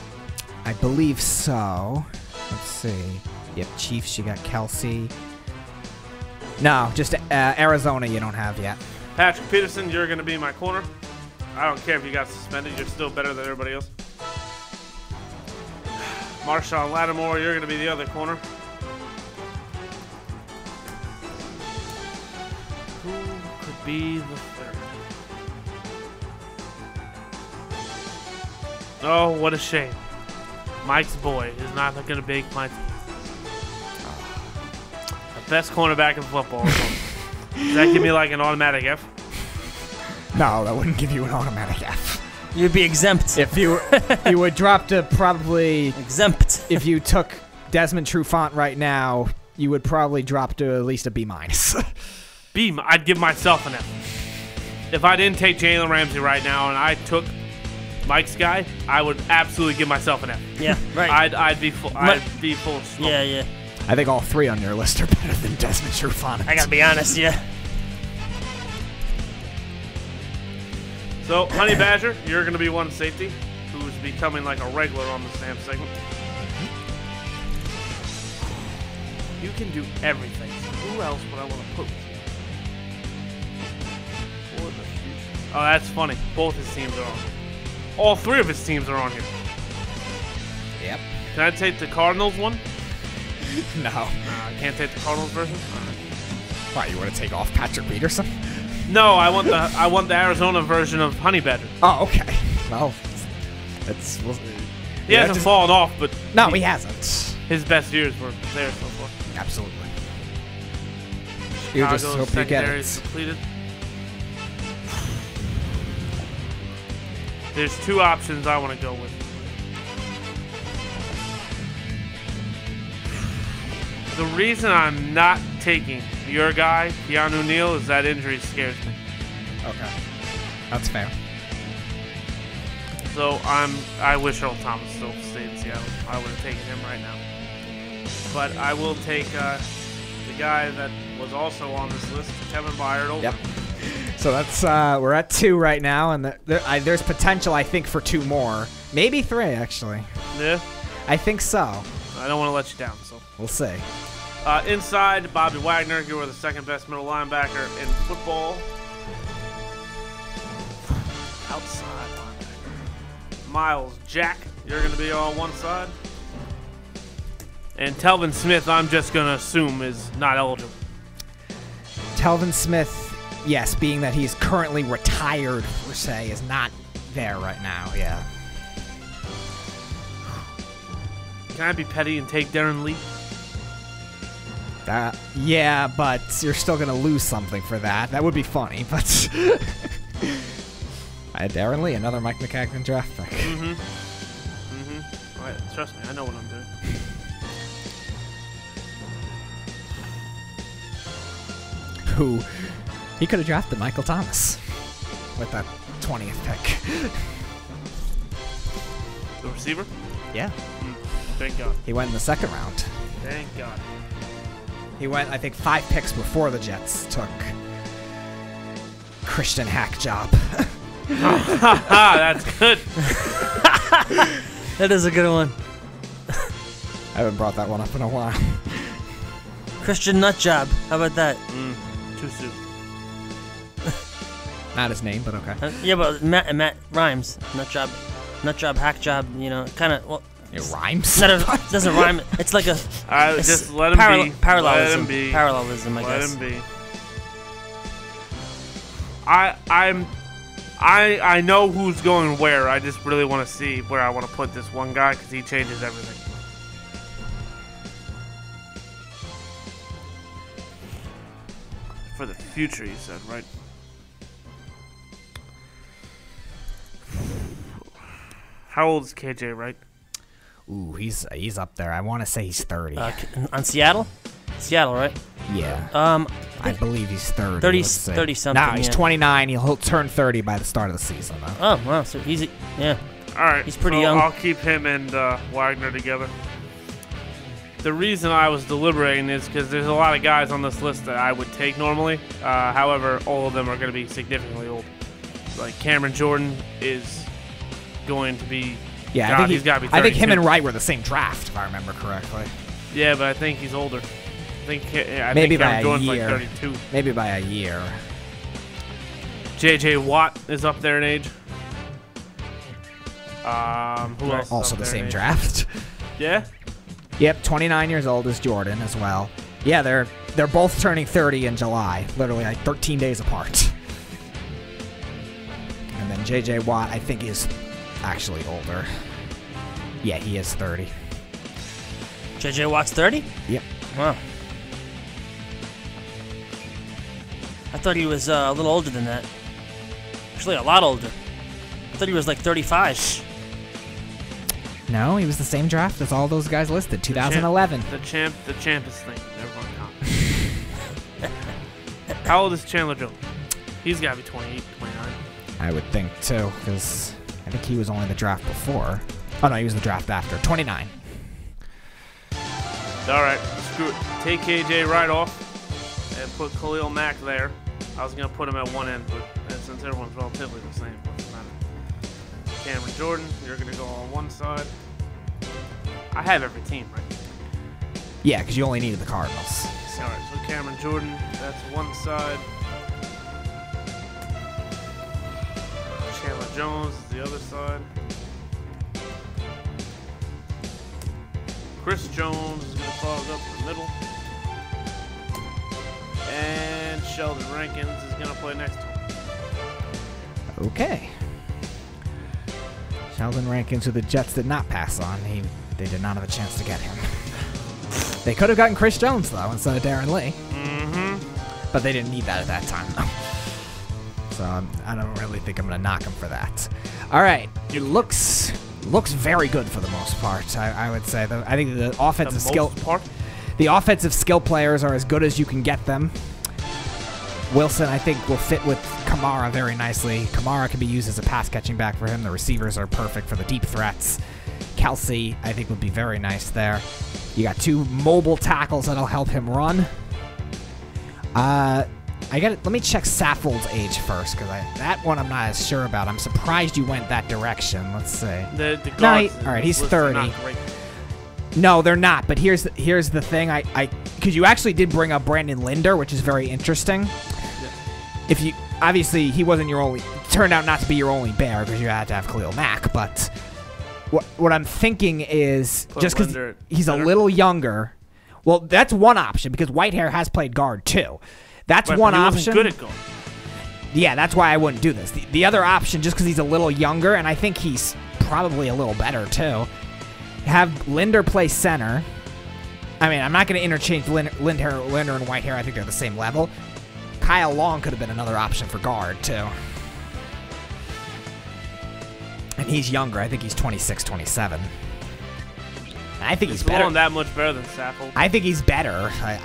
Speaker 5: I believe so. Let's see. Yep, Chiefs, you got Kelsey. No, just uh, Arizona you don't have yet.
Speaker 4: Patrick Peterson, you're going to be my corner. I don't care if you got suspended, you're still better than everybody else. Marshawn Lattimore, you're going to be the other corner. Who could be the third? Oh, what a shame. Mike's boy is not going to make my team. The best cornerback in football. is on- Does that give me like an automatic F?
Speaker 5: No, that wouldn't give you an automatic F.
Speaker 6: You'd be exempt.
Speaker 5: If you you would drop to probably
Speaker 6: Exempt.
Speaker 5: if you took Desmond Trufant right now, you would probably drop to at least a B minus.
Speaker 4: beam, I'd give myself an F. If I didn't take Jalen Ramsey right now and I took Mike's guy, I would absolutely give myself an F.
Speaker 6: Yeah, right.
Speaker 4: I'd I'd be full. I'd be full. Of smoke.
Speaker 6: yeah, yeah.
Speaker 5: I think all three on your list are better than Desmond Trufant.
Speaker 6: I gotta be honest. Yeah.
Speaker 4: So Honey Badger, you're gonna be one safety, who's becoming like a regular on the Sam segment. You can do everything. So who else would I want to put with you? For the future. Oh, that's funny. Both his teams are on. All three of his teams are on here.
Speaker 5: Yep.
Speaker 4: Can I take the Cardinals one?
Speaker 5: No.
Speaker 4: I can't take the Cardinals version.
Speaker 5: Why you want to take off Patrick Peterson?
Speaker 4: No, I want the I want the Arizona version of Honey Badger.
Speaker 5: Oh, okay. Well, that's well,
Speaker 4: He hasn't fallen off, but
Speaker 5: no, he hasn't.
Speaker 4: his best years were there so far.
Speaker 5: Absolutely. You
Speaker 4: Chicago's
Speaker 5: just hope you get
Speaker 4: secondary is
Speaker 5: it.
Speaker 4: depleted. There's two options I want to go with. The reason I'm not taking your guy, Keanu Neal, is that injury scares me.
Speaker 5: Okay. That's fair.
Speaker 4: So I'm. I wish Earl Thomas still stayed in Seattle. I would have taken him right now. But I will take uh, the guy that was also on this list, Kevin Byard. over.
Speaker 5: Yep. So that's uh, we're at two right now, and the, there, I, there's potential I think for two more, maybe three actually.
Speaker 4: Yeah.
Speaker 5: I think so.
Speaker 4: I don't want to let you down. So
Speaker 5: We'll see.
Speaker 4: uh, inside, Bobby Wagner. You were the second best middle linebacker in football. Outside linebacker, Miles Jack. You're going to be on one side. And Telvin Smith, I'm just going to assume is not eligible.
Speaker 5: Telvin Smith, yes, being that he's currently retired per se, is not there right now. Yeah.
Speaker 4: Can I be petty and take Darren Lee?
Speaker 5: Uh, yeah, but you're still gonna lose something for that. That would be funny, but. I had Darren Lee, another Mike McCagnon draft pick.
Speaker 4: All right, trust me, I know what I'm doing.
Speaker 5: Who? He could have drafted Michael Thomas with that 20th pick.
Speaker 4: The receiver?
Speaker 5: Yeah.
Speaker 4: Thank God.
Speaker 5: He went in the second round.
Speaker 4: Thank God.
Speaker 5: He went, I think, five picks before the Jets took Christian Hack job.
Speaker 4: Ah, that's good.
Speaker 6: That is a good one.
Speaker 5: I haven't brought that one up in a while.
Speaker 6: Christian Nutjob. How about that?
Speaker 4: Too soon.
Speaker 5: Not his name, but okay.
Speaker 6: Uh, yeah, but Matt, Matt rhymes. Nutjob, nutjob, hack job. You know, kind of. Well,
Speaker 5: It rhymes.
Speaker 6: not a, doesn't rhyme. It's like a
Speaker 4: I
Speaker 6: it's
Speaker 4: just let him
Speaker 6: parallel-
Speaker 4: be.
Speaker 6: Parallelism.
Speaker 4: Let him be.
Speaker 6: Parallelism. I
Speaker 4: Let
Speaker 6: guess.
Speaker 4: him be. I I'm I I know who's going where. I just really want to see where I want to put this one guy because he changes everything. For the future, you said, right? How old is KJ, right?
Speaker 5: Ooh, he's he's up there. I want to say he's 30.
Speaker 6: Uh, c- on Seattle. Seattle, right?
Speaker 5: yeah.
Speaker 6: Um,
Speaker 5: I believe he's 30.
Speaker 6: 30
Speaker 5: let's see.
Speaker 6: 30 something,
Speaker 5: No, he's
Speaker 6: yeah.
Speaker 5: 29. He'll, he'll turn 30 by the start of the season. Though.
Speaker 6: Oh wow, so he's a- yeah.
Speaker 4: All right,
Speaker 6: He's pretty
Speaker 4: so
Speaker 6: young.
Speaker 4: I'll keep him and uh, Wagner together. The reason I was deliberating is because there's a lot of guys on this list that I would take normally. Uh, however, all of them are going to be significantly old. Like Cameron Jordan is going to be.
Speaker 5: Yeah,
Speaker 4: God,
Speaker 5: I think he-
Speaker 4: he's got to be.
Speaker 5: I think him
Speaker 4: 32.
Speaker 5: and Wright were the same draft, if I remember correctly.
Speaker 4: Yeah, but I think he's older. I think Ca- yeah, I
Speaker 5: Maybe
Speaker 4: think Cameron
Speaker 5: by a
Speaker 4: Jordan's
Speaker 5: year.
Speaker 4: like 32.
Speaker 5: Maybe by a year.
Speaker 4: JJ Watt is up there in age. Um, who else? is
Speaker 5: Also
Speaker 4: up
Speaker 5: the
Speaker 4: there in
Speaker 5: same
Speaker 4: age?
Speaker 5: draft.
Speaker 4: Yeah.
Speaker 5: Yep, 29 years old is Jordan as well. Yeah, they're they're both turning 30 in July, literally like 13 days apart. And then JJ Watt, I think, is actually older. Yeah, he is 30.
Speaker 6: JJ Watt's thirty.
Speaker 5: Yep.
Speaker 6: Wow. I thought he was uh, a little older than that. Actually, a lot older. I thought he was like 35.
Speaker 5: No, he was the same draft as all those guys listed,
Speaker 4: The champ-
Speaker 5: 2011.
Speaker 4: The champ, the champ is thing. Never mind. How old is Chandler Jones? He's got to be 28, 29.
Speaker 5: I would think too, because I think he was only the draft before. Oh no, he was the draft after. 29.
Speaker 4: All right, screw it. Take KJ right off and put Khalil Mack there. I was gonna put him at one end, but uh, since everyone's relatively the same, it doesn't matter. Cameron Jordan, you're gonna go on one side. I have every team right.
Speaker 5: Yeah, because you only needed the Cardinals.
Speaker 4: All right, so Cameron Jordan, that's one side. Chandler Jones is the other side. Chris Jones is going to fog up the middle. And Sheldon Rankins is going to play next to him.
Speaker 5: Okay. Sheldon Rankins, who the Jets did not pass on, he they did not have a chance to get him. They could have gotten Chris Jones though instead of Darren Lee. Mm-hmm. But they didn't need that at that time though. So I'm, I don't really think I'm gonna knock him for that. All right, it looks looks very good for the most part. I, I would say the, I think the offensive skill
Speaker 4: most part.
Speaker 5: the offensive skill players are as good as you can get them. Wilson, I think, will fit with Kamara very nicely. Kamara can be used as a pass catching back for him. The receivers are perfect for the deep threats. Kelsey, I think, would be very nice there. You got two mobile tackles that'll help him run. Uh, I got. Let me check Saffold's age first, because that one I'm not as sure about. I'm surprised you went that direction. Let's see.
Speaker 4: The, the
Speaker 5: No, he-
Speaker 4: guards in
Speaker 5: all right,
Speaker 4: this
Speaker 5: he's
Speaker 4: list are not
Speaker 5: 30.
Speaker 4: great.
Speaker 5: No, they're not. But here's here's the thing. I I because you actually did bring up Brandon Linder, which is very interesting. If you obviously he wasn't your only turned out not to be your only bear because you had to have Khalil Mack. But what what I'm thinking is
Speaker 4: Put
Speaker 5: just because
Speaker 4: Linder
Speaker 5: he's a
Speaker 4: center.
Speaker 5: little younger. Well, that's one option because Whitehair has played guard too. That's
Speaker 4: But
Speaker 5: one
Speaker 4: he wasn't
Speaker 5: option.
Speaker 4: good at going.
Speaker 5: yeah, that's why I wouldn't do this. The, the other option, just because he's a little younger, and I think he's probably a little better too, have Linder play center. I mean, I'm not going to interchange Lin- Linder, Linder and Whitehair. I think they're the same level. Kyle Long could have been another option for guard, too. And he's younger. I think he's 26, 27. And I think he's
Speaker 4: It's
Speaker 5: better.
Speaker 4: long that much better than Saffold.
Speaker 5: I think he's better. I,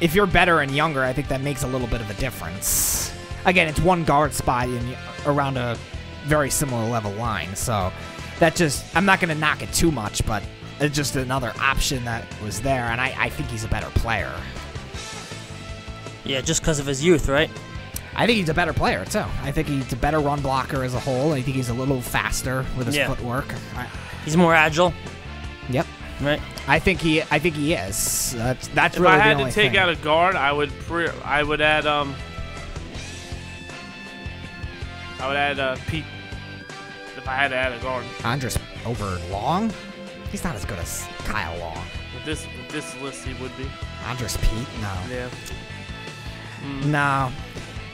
Speaker 5: if you're better and younger, I think that makes a little bit of a difference. Again, it's one guard spot in around a very similar level line, so that just I'm not going to knock it too much, but it's just another option that was there, and I, I think he's a better player.
Speaker 6: Yeah, just because of his youth, right?
Speaker 5: I think he's a better player too. I think he's a better run blocker as a whole. I think he's a little faster with his
Speaker 6: Yeah.
Speaker 5: footwork. I,
Speaker 6: He's more agile,
Speaker 5: yep,
Speaker 6: right?
Speaker 5: I think he I think he is. That's that's
Speaker 4: If
Speaker 5: really
Speaker 4: I
Speaker 5: the
Speaker 4: had to
Speaker 5: only
Speaker 4: take
Speaker 5: thing.
Speaker 4: out a guard, I would pre- I would add um I would add uh, Pete if I had to add a guard
Speaker 5: Andres over Long? He's not as good as Kyle Long.
Speaker 4: with this with this list he would be
Speaker 5: Andres Pete? No.
Speaker 4: yeah
Speaker 5: No.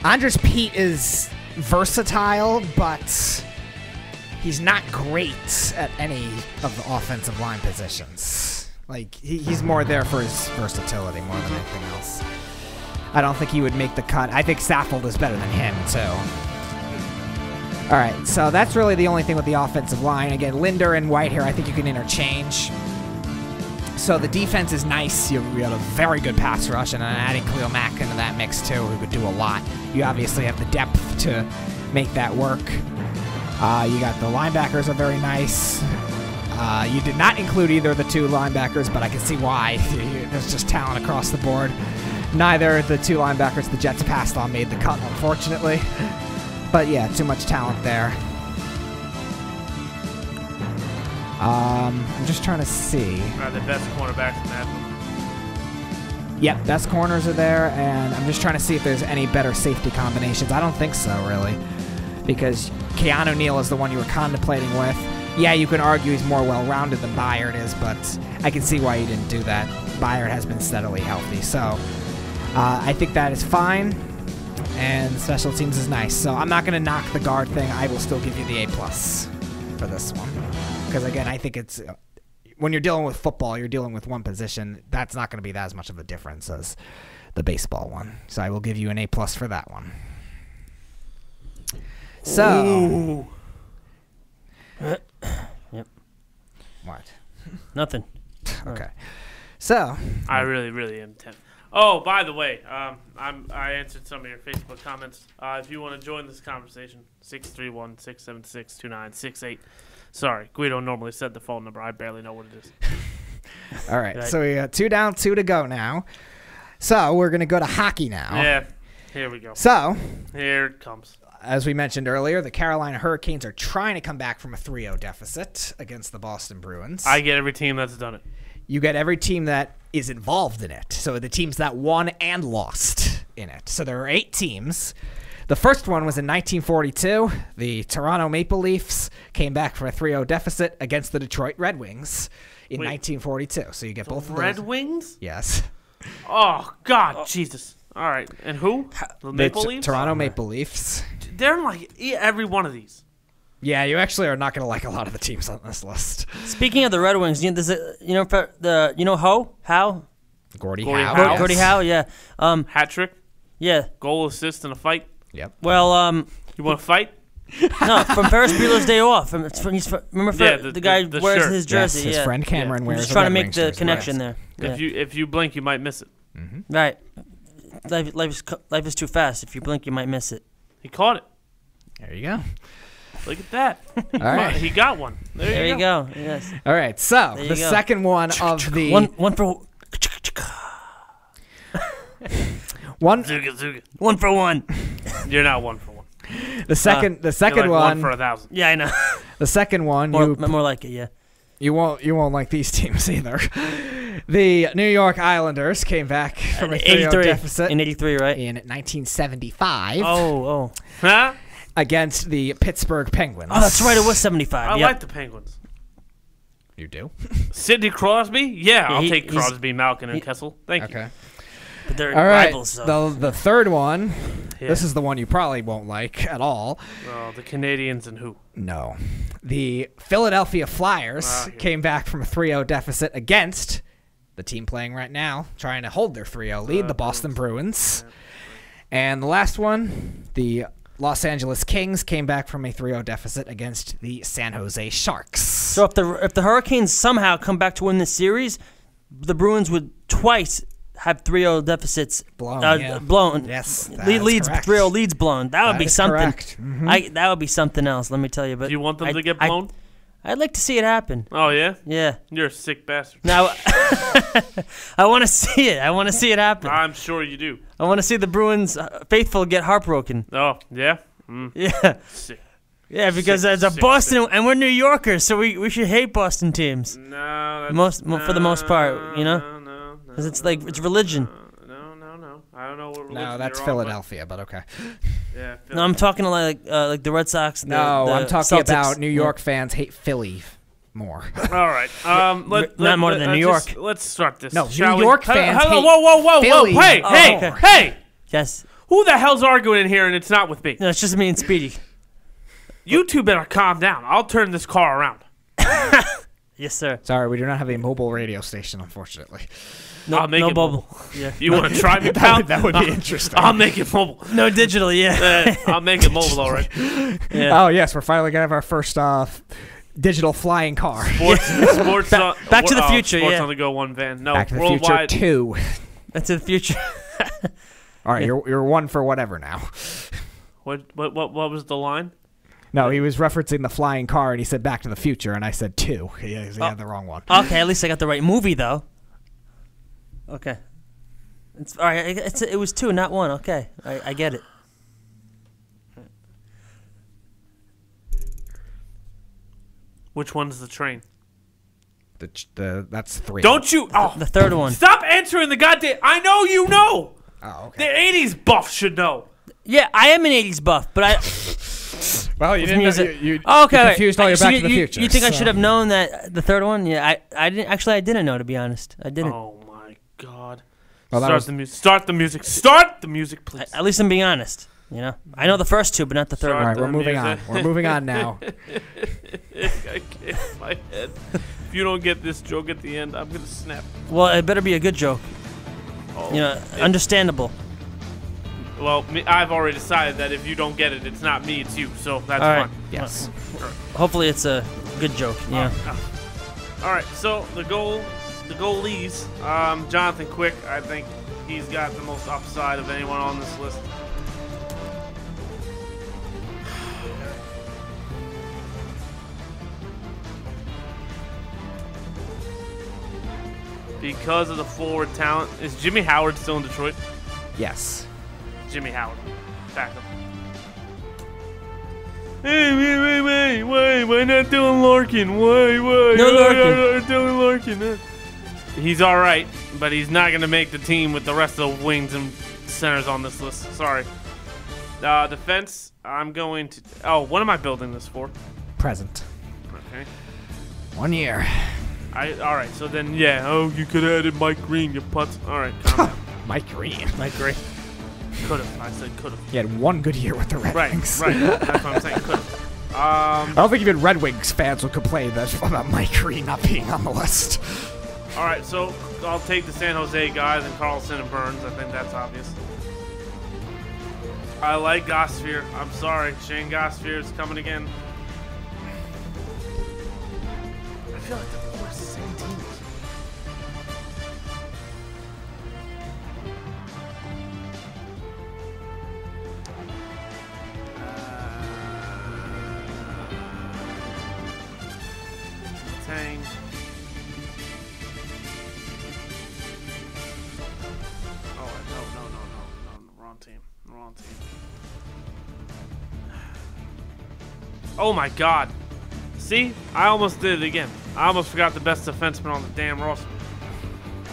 Speaker 5: Andres Pete is versatile, but he's not great at any of the offensive line positions. Like, he, he's more there for his versatility more than anything else. I don't think he would make the cut. I think Saffold is better than him, too. All right, so that's really the only thing with the offensive line. Again, Linder and Whitehair, I think you can interchange. So the defense is nice. You you have a very good pass rush, and then adding Cleo Mack into that mix too, who could do a lot. You obviously have the depth to make that work. Uh, you got the linebackers are very nice. Uh, you did not include either of the two linebackers, but I can see why. There's just talent across the board. Neither of the two linebackers the Jets passed on made the cut, unfortunately. But yeah, too much talent there. Um, I'm just trying to see.
Speaker 4: are the best cornerbacks in that
Speaker 5: Yep, best corners are there, and I'm just trying to see if there's any better safety combinations. I don't think so, really, because Keanu Neal is the one you were contemplating with. Yeah, you can argue he's more well-rounded than Byard is, but I can see why you didn't do that. Byard has been steadily healthy, so uh, I think that is fine. And special teams is nice, so I'm not going to knock the guard thing. I will still give you the A plus for this one, because again, I think it's when you're dealing with football, you're dealing with one position. That's not going to be that as much of a difference as the baseball one. So I will give you an A plus for that one. So.
Speaker 6: Yep.
Speaker 5: What?
Speaker 6: Nothing.
Speaker 5: Okay. So
Speaker 4: I really really am ten. Oh, by the way, um, I'm I answered some of your Facebook comments. Uh, if you want to join this conversation, 631-676-2968. Sorry, Guido normally said the phone number. I barely know what it is.
Speaker 5: all right.
Speaker 6: Right.
Speaker 5: So we got two down, two to go now. So we're gonna go to hockey now.
Speaker 4: Yeah, here we go.
Speaker 5: So
Speaker 4: Here it comes.
Speaker 5: as we mentioned earlier, the Carolina Hurricanes are trying to come back from a 3-0 deficit against the Boston Bruins.
Speaker 4: I get every team that's done it.
Speaker 5: you get every team that is involved in it. So the teams that won and lost in it. So there are eight teams. The first one was in 1942. The Toronto Maple Leafs came back from a 3 0 deficit against the Detroit Red Wings in
Speaker 4: Wait.
Speaker 5: 1942. So you get both of
Speaker 4: Red
Speaker 5: those.
Speaker 4: Wings?
Speaker 5: Yes.
Speaker 4: Oh God, Jesus! All right, and who? The Maple
Speaker 5: the T-
Speaker 4: Leafs.
Speaker 5: Toronto Maple Leafs.
Speaker 4: They're in like e- every one of these.
Speaker 5: Yeah, you actually are not going to like a lot of the teams on this list.
Speaker 6: Speaking of the Red Wings, you know, there's a, you know for the you know Ho How
Speaker 5: Gordie,
Speaker 4: Gordie
Speaker 5: Howe.
Speaker 4: Howe.
Speaker 5: yes.
Speaker 6: Cody Howe, yeah, um,
Speaker 4: Hat trick,
Speaker 6: yeah.
Speaker 4: goal, assist, and a fight.
Speaker 5: Yep.
Speaker 6: Well, um,
Speaker 4: You want to fight?
Speaker 6: no, from Ferris Bueller's Day Off. From, it's from, he's from, remember Fer-
Speaker 4: Yeah,
Speaker 6: the,
Speaker 4: the-
Speaker 6: guy
Speaker 4: the- the
Speaker 6: wears
Speaker 4: shirt.
Speaker 6: his
Speaker 5: Yes,
Speaker 6: jersey.
Speaker 5: his
Speaker 6: yeah.
Speaker 5: friend Cameron
Speaker 6: I'm
Speaker 5: wears
Speaker 6: just
Speaker 5: a
Speaker 6: trying to
Speaker 5: Red
Speaker 6: make
Speaker 5: Wings
Speaker 6: the
Speaker 5: jersey.
Speaker 6: connection there. Yeah.
Speaker 4: If you if you blink, you might miss it.
Speaker 6: Right. Life, life, is, cu- life is too fast. If you blink, you might miss it.
Speaker 4: He caught it.
Speaker 5: There you go.
Speaker 4: Look at that.
Speaker 5: All right.
Speaker 4: He got one. There,
Speaker 6: There
Speaker 4: you
Speaker 6: you
Speaker 4: go.
Speaker 6: go. Yes.
Speaker 5: All right. So
Speaker 6: you
Speaker 5: the
Speaker 6: go.
Speaker 5: second one of the
Speaker 6: One, one for
Speaker 5: one
Speaker 4: Zuga,
Speaker 6: one for one.
Speaker 4: zuga. You're not one for one.
Speaker 6: uh,
Speaker 5: The second, the
Speaker 4: You're
Speaker 5: second
Speaker 4: like
Speaker 5: one,
Speaker 4: one for a thousand.
Speaker 6: Yeah, I know.
Speaker 5: the second one,
Speaker 6: More,
Speaker 5: you
Speaker 6: more like it. Yeah.
Speaker 5: you won't you won't like these teams either. The New York Islanders came back from a 3
Speaker 6: 83
Speaker 5: deficit in,
Speaker 6: in '83, right?
Speaker 5: 1975
Speaker 6: Oh, oh,
Speaker 4: Huh?
Speaker 5: against the Pittsburgh Penguins.
Speaker 6: oh! That's right. It was '75.
Speaker 4: I
Speaker 6: yeah.
Speaker 4: like the Penguins.
Speaker 5: you do.
Speaker 4: Sidney Crosby? Yeah, I'll
Speaker 6: he-
Speaker 4: take
Speaker 6: he's-
Speaker 4: Crosby, Malkin, and Kessel. Thank you.
Speaker 5: Okay.
Speaker 6: but they're
Speaker 5: All right.
Speaker 6: rivals. So.
Speaker 5: The, the third one.
Speaker 4: Yeah.
Speaker 5: This is the one you probably won't like at all.
Speaker 4: Oh, the Canadians and who?
Speaker 5: No. The Philadelphia Flyers
Speaker 4: Wow, here-
Speaker 5: came back from a 3 0 deficit against the team playing right now, trying to hold their
Speaker 4: Ah,
Speaker 5: 3 0 lead, the Boston Bruins. And the last one, the Los Angeles Kings came back from a 3 0 deficit against the San Jose Sharks.
Speaker 6: So if the if the Hurricanes somehow come back to win this series, the Bruins would twice have 3-0 deficits
Speaker 5: Blown,
Speaker 6: uh,
Speaker 5: yeah.
Speaker 6: blown.
Speaker 5: Yes, that
Speaker 6: Le-
Speaker 5: is
Speaker 6: leads
Speaker 5: correct.
Speaker 6: 3-0 leads blown. That would
Speaker 5: That
Speaker 6: be
Speaker 5: is
Speaker 6: something.
Speaker 5: correct. Mhm.
Speaker 6: I that would be something else. Let me tell you. But
Speaker 4: Do you want them
Speaker 6: I-
Speaker 4: to get
Speaker 6: I-
Speaker 4: blown?
Speaker 6: I'd like to see it happen.
Speaker 4: oh yeah,
Speaker 6: Yeah.
Speaker 4: you're a sick bastard.
Speaker 6: Now, I want to see it. I want to see it happen.
Speaker 4: I'm sure you do.
Speaker 6: I want to see the Bruins uh, faithful get heartbroken.
Speaker 4: Oh yeah,
Speaker 6: Yeah,
Speaker 4: sick.
Speaker 6: yeah, because
Speaker 4: Six-
Speaker 6: as a
Speaker 4: six-
Speaker 6: Boston, and we're New Yorkers, so we, we should hate Boston teams
Speaker 4: No, that's,
Speaker 6: most mo- for the most part, you know?
Speaker 4: No, no, no,
Speaker 6: because it's like it's religion.
Speaker 4: no, no, no. I don't know what. religion
Speaker 5: no, that's
Speaker 4: you're on, but-
Speaker 5: Philadelphia, but okay.
Speaker 4: Yeah, Phil-
Speaker 6: No, I'm talking like uh, like the Red Sox. The,
Speaker 5: No,
Speaker 6: the
Speaker 5: I'm talking
Speaker 6: Celtics.
Speaker 5: about New York fans hate Philly more.
Speaker 4: All right. Um, let,
Speaker 6: Not more
Speaker 4: let-
Speaker 6: than
Speaker 4: let-
Speaker 6: New
Speaker 4: let's-
Speaker 6: York.
Speaker 4: let's start this.
Speaker 5: No,
Speaker 4: shall
Speaker 5: New
Speaker 4: we?
Speaker 5: York
Speaker 4: Hello-
Speaker 5: fans
Speaker 4: Hello,
Speaker 5: hate
Speaker 4: whoa, whoa, whoa,
Speaker 5: Philly
Speaker 4: whoa! Hey,
Speaker 6: Oh,
Speaker 4: hey,
Speaker 6: more.
Speaker 4: hey!
Speaker 6: Yes,
Speaker 4: Who the hell's arguing in here and it's not with me?
Speaker 6: no, it's just me and Speedy.
Speaker 4: You two better calm down. I'll turn this car around.
Speaker 6: Yes, sir.
Speaker 5: Sorry, we do not have a mobile radio station, unfortunately.
Speaker 6: No,
Speaker 4: I'll make
Speaker 6: no
Speaker 4: it
Speaker 6: bubble. Yeah.
Speaker 4: You want to try me, pal?
Speaker 5: That would be
Speaker 4: I'll-
Speaker 5: interesting.
Speaker 4: I'll make it mobile.
Speaker 6: No digital. Yeah.
Speaker 4: Uh, I'll make it mobile, all right.
Speaker 6: yeah.
Speaker 5: Oh yes, we're finally gonna have our first uh, digital flying car.
Speaker 4: Sports, sports on,
Speaker 6: Back to the
Speaker 4: oh,
Speaker 6: future,
Speaker 4: Sports
Speaker 6: yeah.
Speaker 4: on the go, one van. No,
Speaker 5: Back to the
Speaker 4: worldwide.
Speaker 5: Future Two.
Speaker 6: That's the future.
Speaker 5: All right, you're you're one for whatever now.
Speaker 4: What, what, what, what was the line?
Speaker 5: No, he was referencing the flying car, and he said Back to the Future, and I said two. He, he
Speaker 6: Oh.
Speaker 5: had the wrong one.
Speaker 6: Okay, at least I got the right movie though. Okay. It's all right. It's, it was two, not one. Okay, I, I get it.
Speaker 4: Which one's the train?
Speaker 5: The, ch- the, that's three.
Speaker 4: Don't you? Oh,
Speaker 6: The third one.
Speaker 4: stop answering the goddamn. I know you know.
Speaker 5: Oh,
Speaker 4: The
Speaker 5: okay.
Speaker 4: '80s buff should know.
Speaker 6: Yeah, I am an '80s buff, but I
Speaker 5: Well, you didn't. know-
Speaker 6: music.
Speaker 5: you, you,
Speaker 6: Oh, okay,
Speaker 5: you
Speaker 6: wait.
Speaker 5: confused all your
Speaker 6: So
Speaker 5: Back
Speaker 6: you,
Speaker 5: to the
Speaker 6: you-
Speaker 5: Future.
Speaker 6: you think I
Speaker 5: so-
Speaker 6: should have known that the third one? Yeah, I, I didn't actually. I didn't know to be honest. I didn't.
Speaker 4: Oh my god.
Speaker 5: Well, that
Speaker 4: Start
Speaker 5: was-
Speaker 4: the music. Start the music. Start the music, please.
Speaker 6: At least I'm being honest. You know, I know the first two, but not the third
Speaker 4: Sorry.
Speaker 5: All
Speaker 6: one.
Speaker 5: right, we're
Speaker 4: the
Speaker 5: moving on.
Speaker 4: music.
Speaker 5: We're moving on now.
Speaker 4: I can't. My head. If you don't get this joke at the end, I'm gonna snap.
Speaker 6: Well, it better be a good joke.
Speaker 4: Oh.
Speaker 6: You know, understandable.
Speaker 4: Well, me, I've already decided that if you don't get it, it's not me, it's you. So that's
Speaker 6: All right.
Speaker 4: fine.
Speaker 5: Yes.
Speaker 6: Hopefully, it's a good joke. Yeah.
Speaker 4: Ah. All right. So the goal, the goalies, um, Jonathan Quick. I think he's got the most upside of anyone on this list. Because of the forward talent, is Jimmy Howard still in Detroit?
Speaker 5: Yes.
Speaker 4: Jimmy Howard. Backup. Hey, wait, wait, wait, wait, why not Dylan Larkin? Why, why?
Speaker 6: No
Speaker 4: why
Speaker 6: Larkin.
Speaker 4: not Dylan Larkin. huh? He's all right, but he's not going to make the team with the rest of the wings and centers on this list. Sorry. Uh, defense, I'm going to. Oh, what am I building this for?
Speaker 5: Present.
Speaker 4: Okay.
Speaker 5: One year.
Speaker 4: I, all right, so then, yeah. Oh, you could have added Mike Green, you putts. All right, calm down.
Speaker 5: Mike Green.
Speaker 6: Mike Gray.
Speaker 4: Could have. I said could have.
Speaker 5: He had one good year with the Red
Speaker 4: Right,
Speaker 5: Wings.
Speaker 4: right. That's what I'm saying. Could have. Um,
Speaker 5: I don't think even Red Wings fans would complain that about Mike Green not being on the list.
Speaker 4: All right, so I'll take the San Jose guys and Carlson and Burns. I think that's obvious. I like Gosphere. I'm sorry, Shane Gosphere is coming again. I feel like the four is the same team. Uh, Tang. Oh, no, no, no, no, no, wrong team, wrong team. Oh my God! See, I almost did it again. I almost forgot the best defenseman on the damn roster.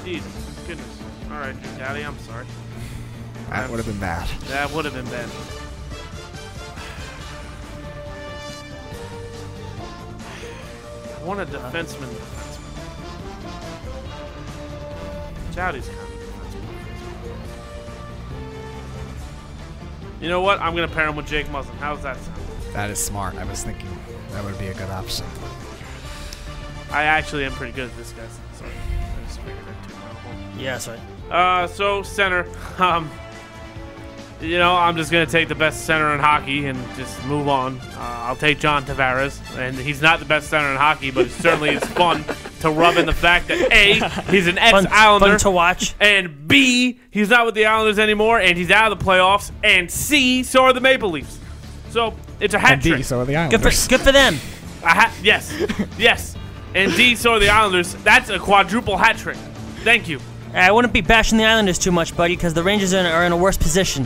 Speaker 4: Jesus, goodness. All right, Drew Dowdy, I'm sorry.
Speaker 5: That would have been bad.
Speaker 4: That would have been bad. I want a defenseman. defenseman. Chowdy's kind of a defenseman. You know what? I'm gonna pair him with Jake Muslin. How's that sound?
Speaker 5: That is smart. I was thinking that would be a good option.
Speaker 4: I actually am pretty good at this, guys. Sorry. I just figured that too.
Speaker 6: Yeah, that's right.
Speaker 4: Uh, so center, um, you know, I'm just gonna take the best center in hockey and just move on. Uh, I'll take John Tavares, and he's not the best center in hockey, but it certainly it's fun to rub in the fact that a he's an
Speaker 6: Fun,
Speaker 4: ex-Islander,
Speaker 6: fun to watch.
Speaker 4: and B he's not with the Islanders anymore, and he's out of the playoffs, and C so are the Maple Leafs. So it's a hat
Speaker 5: And D,
Speaker 4: trick.
Speaker 5: so are the
Speaker 6: Good
Speaker 5: Islanders.
Speaker 6: for, good for them.
Speaker 4: A hat, yes, yes, and D so are the Islanders. That's a quadruple hat trick. Thank you.
Speaker 6: I wouldn't be bashing the Islanders too much, buddy, because the Rangers are in, are in a worse position.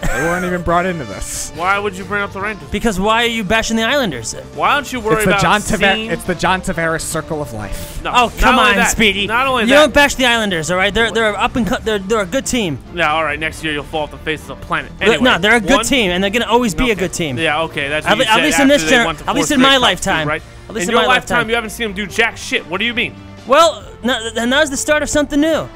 Speaker 5: They weren't even brought into this.
Speaker 4: Why would you bring up the Rangers?
Speaker 6: Because why are you bashing the Islanders?
Speaker 4: Why don't you worry
Speaker 5: It's the
Speaker 4: about
Speaker 5: John
Speaker 4: seeing-
Speaker 5: Tavares. It's the John Tavares circle of life.
Speaker 4: No,
Speaker 6: Oh,
Speaker 4: not
Speaker 6: come
Speaker 4: only
Speaker 6: on,
Speaker 4: that-
Speaker 6: Speedy.
Speaker 4: Not only
Speaker 6: you
Speaker 4: that.
Speaker 6: don't bash the Islanders, all right? They're they're up and cut. They're they're a good team.
Speaker 4: yeah, all right. Next year you'll fall off the face of the planet.
Speaker 6: They're-
Speaker 4: Anyway,
Speaker 6: no, they're a good
Speaker 4: one-
Speaker 6: team, and they're gonna always be a
Speaker 4: Okay.
Speaker 6: good team.
Speaker 4: Yeah, okay. That's
Speaker 6: At
Speaker 4: what
Speaker 6: le-
Speaker 4: you
Speaker 6: at
Speaker 4: said
Speaker 6: least in
Speaker 4: after
Speaker 6: this
Speaker 4: they
Speaker 6: gener-
Speaker 4: won to
Speaker 6: at
Speaker 4: four
Speaker 6: least in
Speaker 4: straight
Speaker 6: my
Speaker 4: cups, too,
Speaker 6: lifetime.
Speaker 4: right?
Speaker 6: At least
Speaker 4: in,
Speaker 6: in
Speaker 4: your
Speaker 6: my
Speaker 4: lifetime,
Speaker 6: lifetime.
Speaker 4: you haven't seen him do jack shit. What do you mean?
Speaker 6: Well, no, th- now's the start of something new.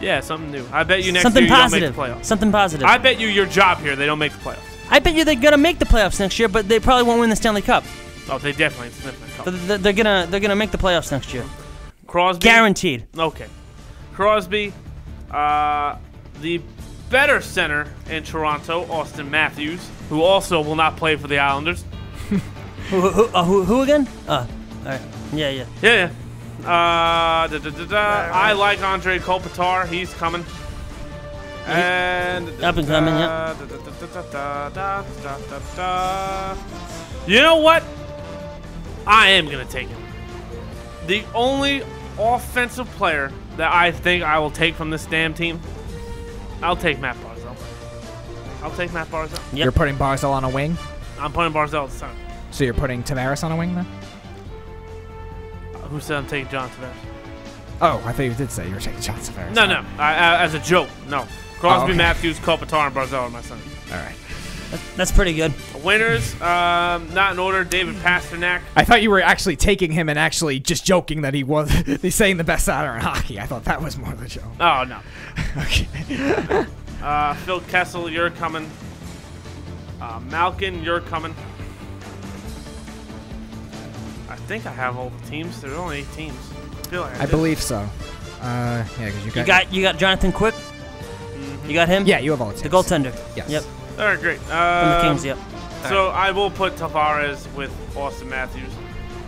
Speaker 4: Yeah, something new. I bet you next
Speaker 6: something
Speaker 4: year
Speaker 6: positive.
Speaker 4: you don't make the playoffs.
Speaker 6: Something positive.
Speaker 4: I
Speaker 6: I,
Speaker 4: bet you your job here they don't make the playoffs.
Speaker 6: bet you they're gonna make the playoffs next year, but they probably won't win the Stanley Cup.
Speaker 4: Oh, they definitely ain't sniffing the cup.
Speaker 6: Th- th- They're gonna they're gonna make the playoffs next year,
Speaker 4: Crosby.
Speaker 6: guaranteed.
Speaker 4: Okay. Crosby, uh, the better center in Toronto, Austin Matthews, who also will not play for the Islanders.
Speaker 6: Who who, uh, who, who again? Uh, all right. Yeah, yeah.
Speaker 4: Yeah, yeah. Uh, da, da, da, da. I like Andre Kopitar. He's coming. And
Speaker 6: up and coming, yeah.
Speaker 4: da, da, da, da, da, da, da, da, da. You know what? I am gonna take him. The only offensive player that I think I will take from this damn team, I'll take Matt Barzell. I'll take Matt Barzell.
Speaker 6: Yep.
Speaker 5: You're putting Barzell on a wing,
Speaker 4: I'm putting Barzell at the center.
Speaker 5: so you're putting Tavares on a wing then.
Speaker 4: Who said I'm taking John Tavares?
Speaker 5: Oh, I thought you did say you were taking John Tavares.
Speaker 4: No, no. I, I, as a joke, no. Crosby,
Speaker 5: Oh, okay.
Speaker 4: Matthews, Kopitar, and Barzell are my sons.
Speaker 5: All right.
Speaker 6: That's pretty good.
Speaker 4: Winners, um, not in order. David Pasternak.
Speaker 5: I thought you were actually taking him and actually just joking that he was he's saying the best center in hockey. I thought that was more the joke.
Speaker 4: Oh no.
Speaker 5: Okay.
Speaker 4: Uh, Phil Kessel, you're coming. Uh, Malkin, you're coming. I think I have all the teams. There's only eight teams. I feel like I,
Speaker 5: I
Speaker 4: did.
Speaker 5: believe so. Uh, yeah, because you got,
Speaker 6: You got you got Jonathan Quick.
Speaker 4: Mm-hmm.
Speaker 6: You got him.
Speaker 5: yeah, you have all the
Speaker 6: The
Speaker 5: teams.
Speaker 6: goaltender.
Speaker 5: Yes.
Speaker 6: Yep.
Speaker 4: All right, great.
Speaker 6: From the
Speaker 4: Uh,
Speaker 6: Kings. Yep.
Speaker 4: So I will put Tavares with Austin Matthews.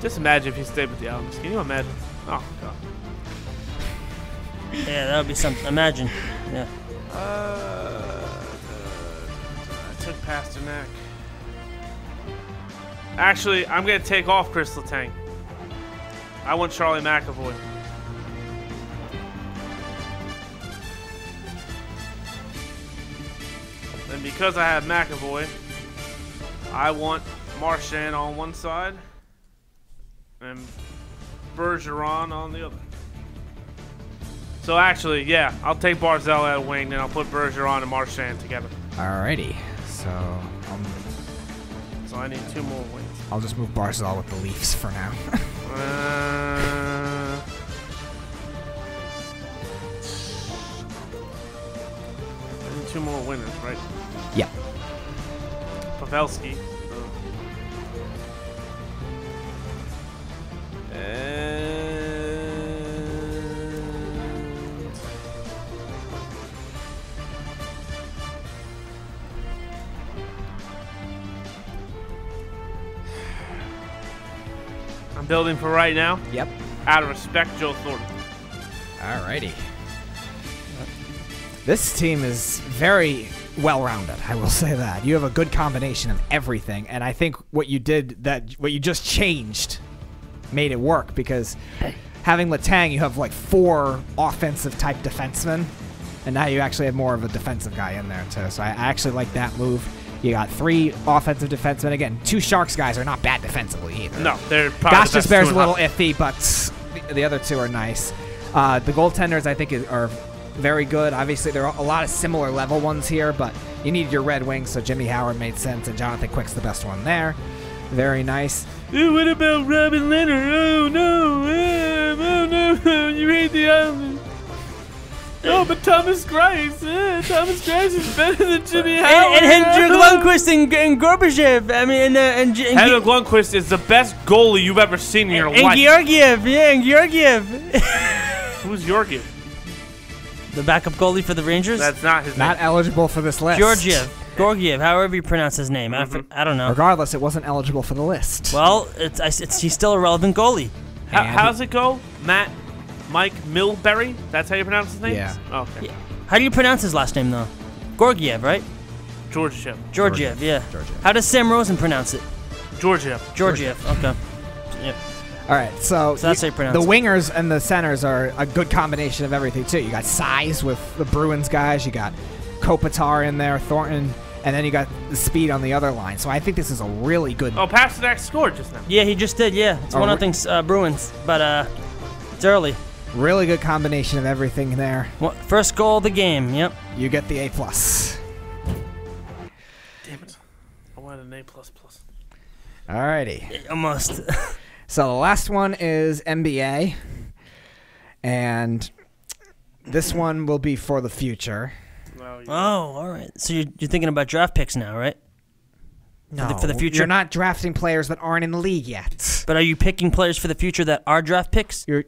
Speaker 4: Just imagine if he stayed with the Islanders. Can you imagine? Oh god.
Speaker 6: Yeah, that would be something. Imagine. Yeah.
Speaker 4: I took Pasternak. Actually, I'm gonna take off Chris Letang. I want Charlie McAvoy. And because I have McAvoy, I want Marchand on one side and Bergeron on the other. So actually, yeah, I'll take Barzell at wing, then I'll put Bergeron and Marchand together.
Speaker 5: Alrighty. So um,
Speaker 4: So I need two more wins.
Speaker 5: I'll just move Barzal with the Leafs for now.
Speaker 4: Uh, I need two more winners, right?
Speaker 5: yeah.
Speaker 4: Pavelski. And I'm building for right now.
Speaker 5: Yep.
Speaker 4: Out of respect, Joe Thornton.
Speaker 5: Alrighty. This team is very well rounded, I will say that. You have a good combination of everything, and I think what you did that what you just changed made it work because having Latang you have like four offensive type defensemen. And now you actually have more of a defensive guy in there too. So I I actually like that move. You got three offensive defensemen. Again, two Sharks guys are not bad defensively either.
Speaker 4: No, they're probably
Speaker 5: Gosh
Speaker 4: the best
Speaker 5: just bears
Speaker 4: two in
Speaker 5: a little
Speaker 4: hockey.
Speaker 5: iffy, but the- the other two are nice. Uh, the goaltenders, I think, is, are very good. Obviously, there are a lot of similar level ones here, but you need your Red Wings, so Jimmy Howard made sense, and Jonathan Quick's the best one there. Very nice.
Speaker 4: Ooh, what about Robin um, Leonard? Oh no! Um, oh no! You hate the Islanders. No, but Thomas Grice, eh, Thomas Grice is better than Jimmy Howard.
Speaker 6: And, and Hendrik Lundqvist and, and Gorbachev. I mean, and uh, and, G- and, G-
Speaker 4: Henrik Lundqvist is the best goalie you've ever seen in your
Speaker 6: and
Speaker 4: life.
Speaker 6: Georgiev. Yeah, and Georgiev.
Speaker 4: Who's Georgiev?
Speaker 6: the backup goalie for the Rangers.
Speaker 4: That's not his
Speaker 5: Not
Speaker 4: name.
Speaker 5: eligible for this list.
Speaker 6: Georgiev. Gorgiev, however you pronounce his name.
Speaker 5: Mm-hmm.
Speaker 6: I for- I don't know.
Speaker 5: Regardless, it wasn't eligible for the list.
Speaker 6: Well, it's, I s- it's he's still a relevant goalie.
Speaker 4: How,
Speaker 5: And-
Speaker 4: how's it go? Matt Mike Milbury? That's how you pronounce his name? Oh,
Speaker 5: Yeah.
Speaker 4: Okay.
Speaker 6: How do you pronounce his last name though? Gorgiev, right?
Speaker 4: Georgiev.
Speaker 6: Georgiev, yeah.
Speaker 5: Georgiev.
Speaker 6: How does Sam Rosen pronounce it?
Speaker 4: Georgiev.
Speaker 6: Georgiev. Okay.
Speaker 5: All right, so,
Speaker 6: So that's
Speaker 5: you-
Speaker 6: how you pronounce
Speaker 5: the
Speaker 6: it.
Speaker 5: wingers and the centers are a good combination of everything too. You got size with the Bruins guys. You got Kopitar in there, Thornton, and then you got the speed on the other line. So I think this is a really good.
Speaker 4: Oh, Pasternak scored just now.
Speaker 6: Yeah, he just did. Yeah, it's
Speaker 5: Are
Speaker 6: one
Speaker 5: we-
Speaker 6: nothing uh, Bruins, but uh, it's early.
Speaker 5: really good combination of everything there.
Speaker 6: Well, First goal of the game. Yep.
Speaker 5: You get the A plus.
Speaker 4: Damn it. I wanted an A. plus plus.
Speaker 5: Alrighty.
Speaker 6: Almost.
Speaker 5: So the last one is NBA, and this one will be for the future.
Speaker 4: No, you-
Speaker 6: oh, all right. So you're, you're thinking about draft picks now, right?
Speaker 5: No,
Speaker 6: for the future?
Speaker 5: You're not drafting players that aren't in the league yet.
Speaker 6: But are you picking players for the future that are draft picks,
Speaker 5: You're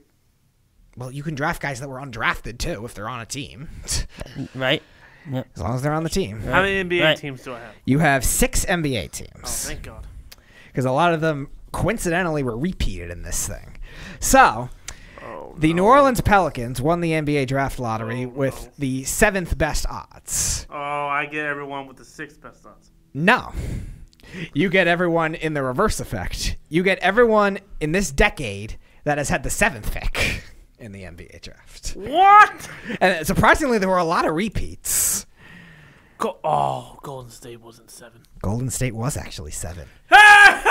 Speaker 5: well, you can draft guys that were undrafted too if they're on a team.
Speaker 6: right?
Speaker 5: As long as they're on the team.
Speaker 4: How many NBA
Speaker 6: Right.
Speaker 4: teams do I have?
Speaker 5: You have six NBA
Speaker 4: Oh,
Speaker 5: teams
Speaker 4: thank God.
Speaker 5: because a lot of them coincidentally were repeated in this thing. So,
Speaker 4: Oh,
Speaker 5: the New Orleans Pelicans won the NBA draft lottery with the seventh best odds.
Speaker 4: Oh, I get everyone with the sixth best odds.
Speaker 5: No. You get everyone in the reverse effect. You get everyone in this decade that has had the seventh pick in the NBA draft.
Speaker 4: What?
Speaker 5: And uh, surprisingly, there were a lot of repeats.
Speaker 4: Go- oh, Golden State wasn't seven.
Speaker 5: Golden State was actually seven.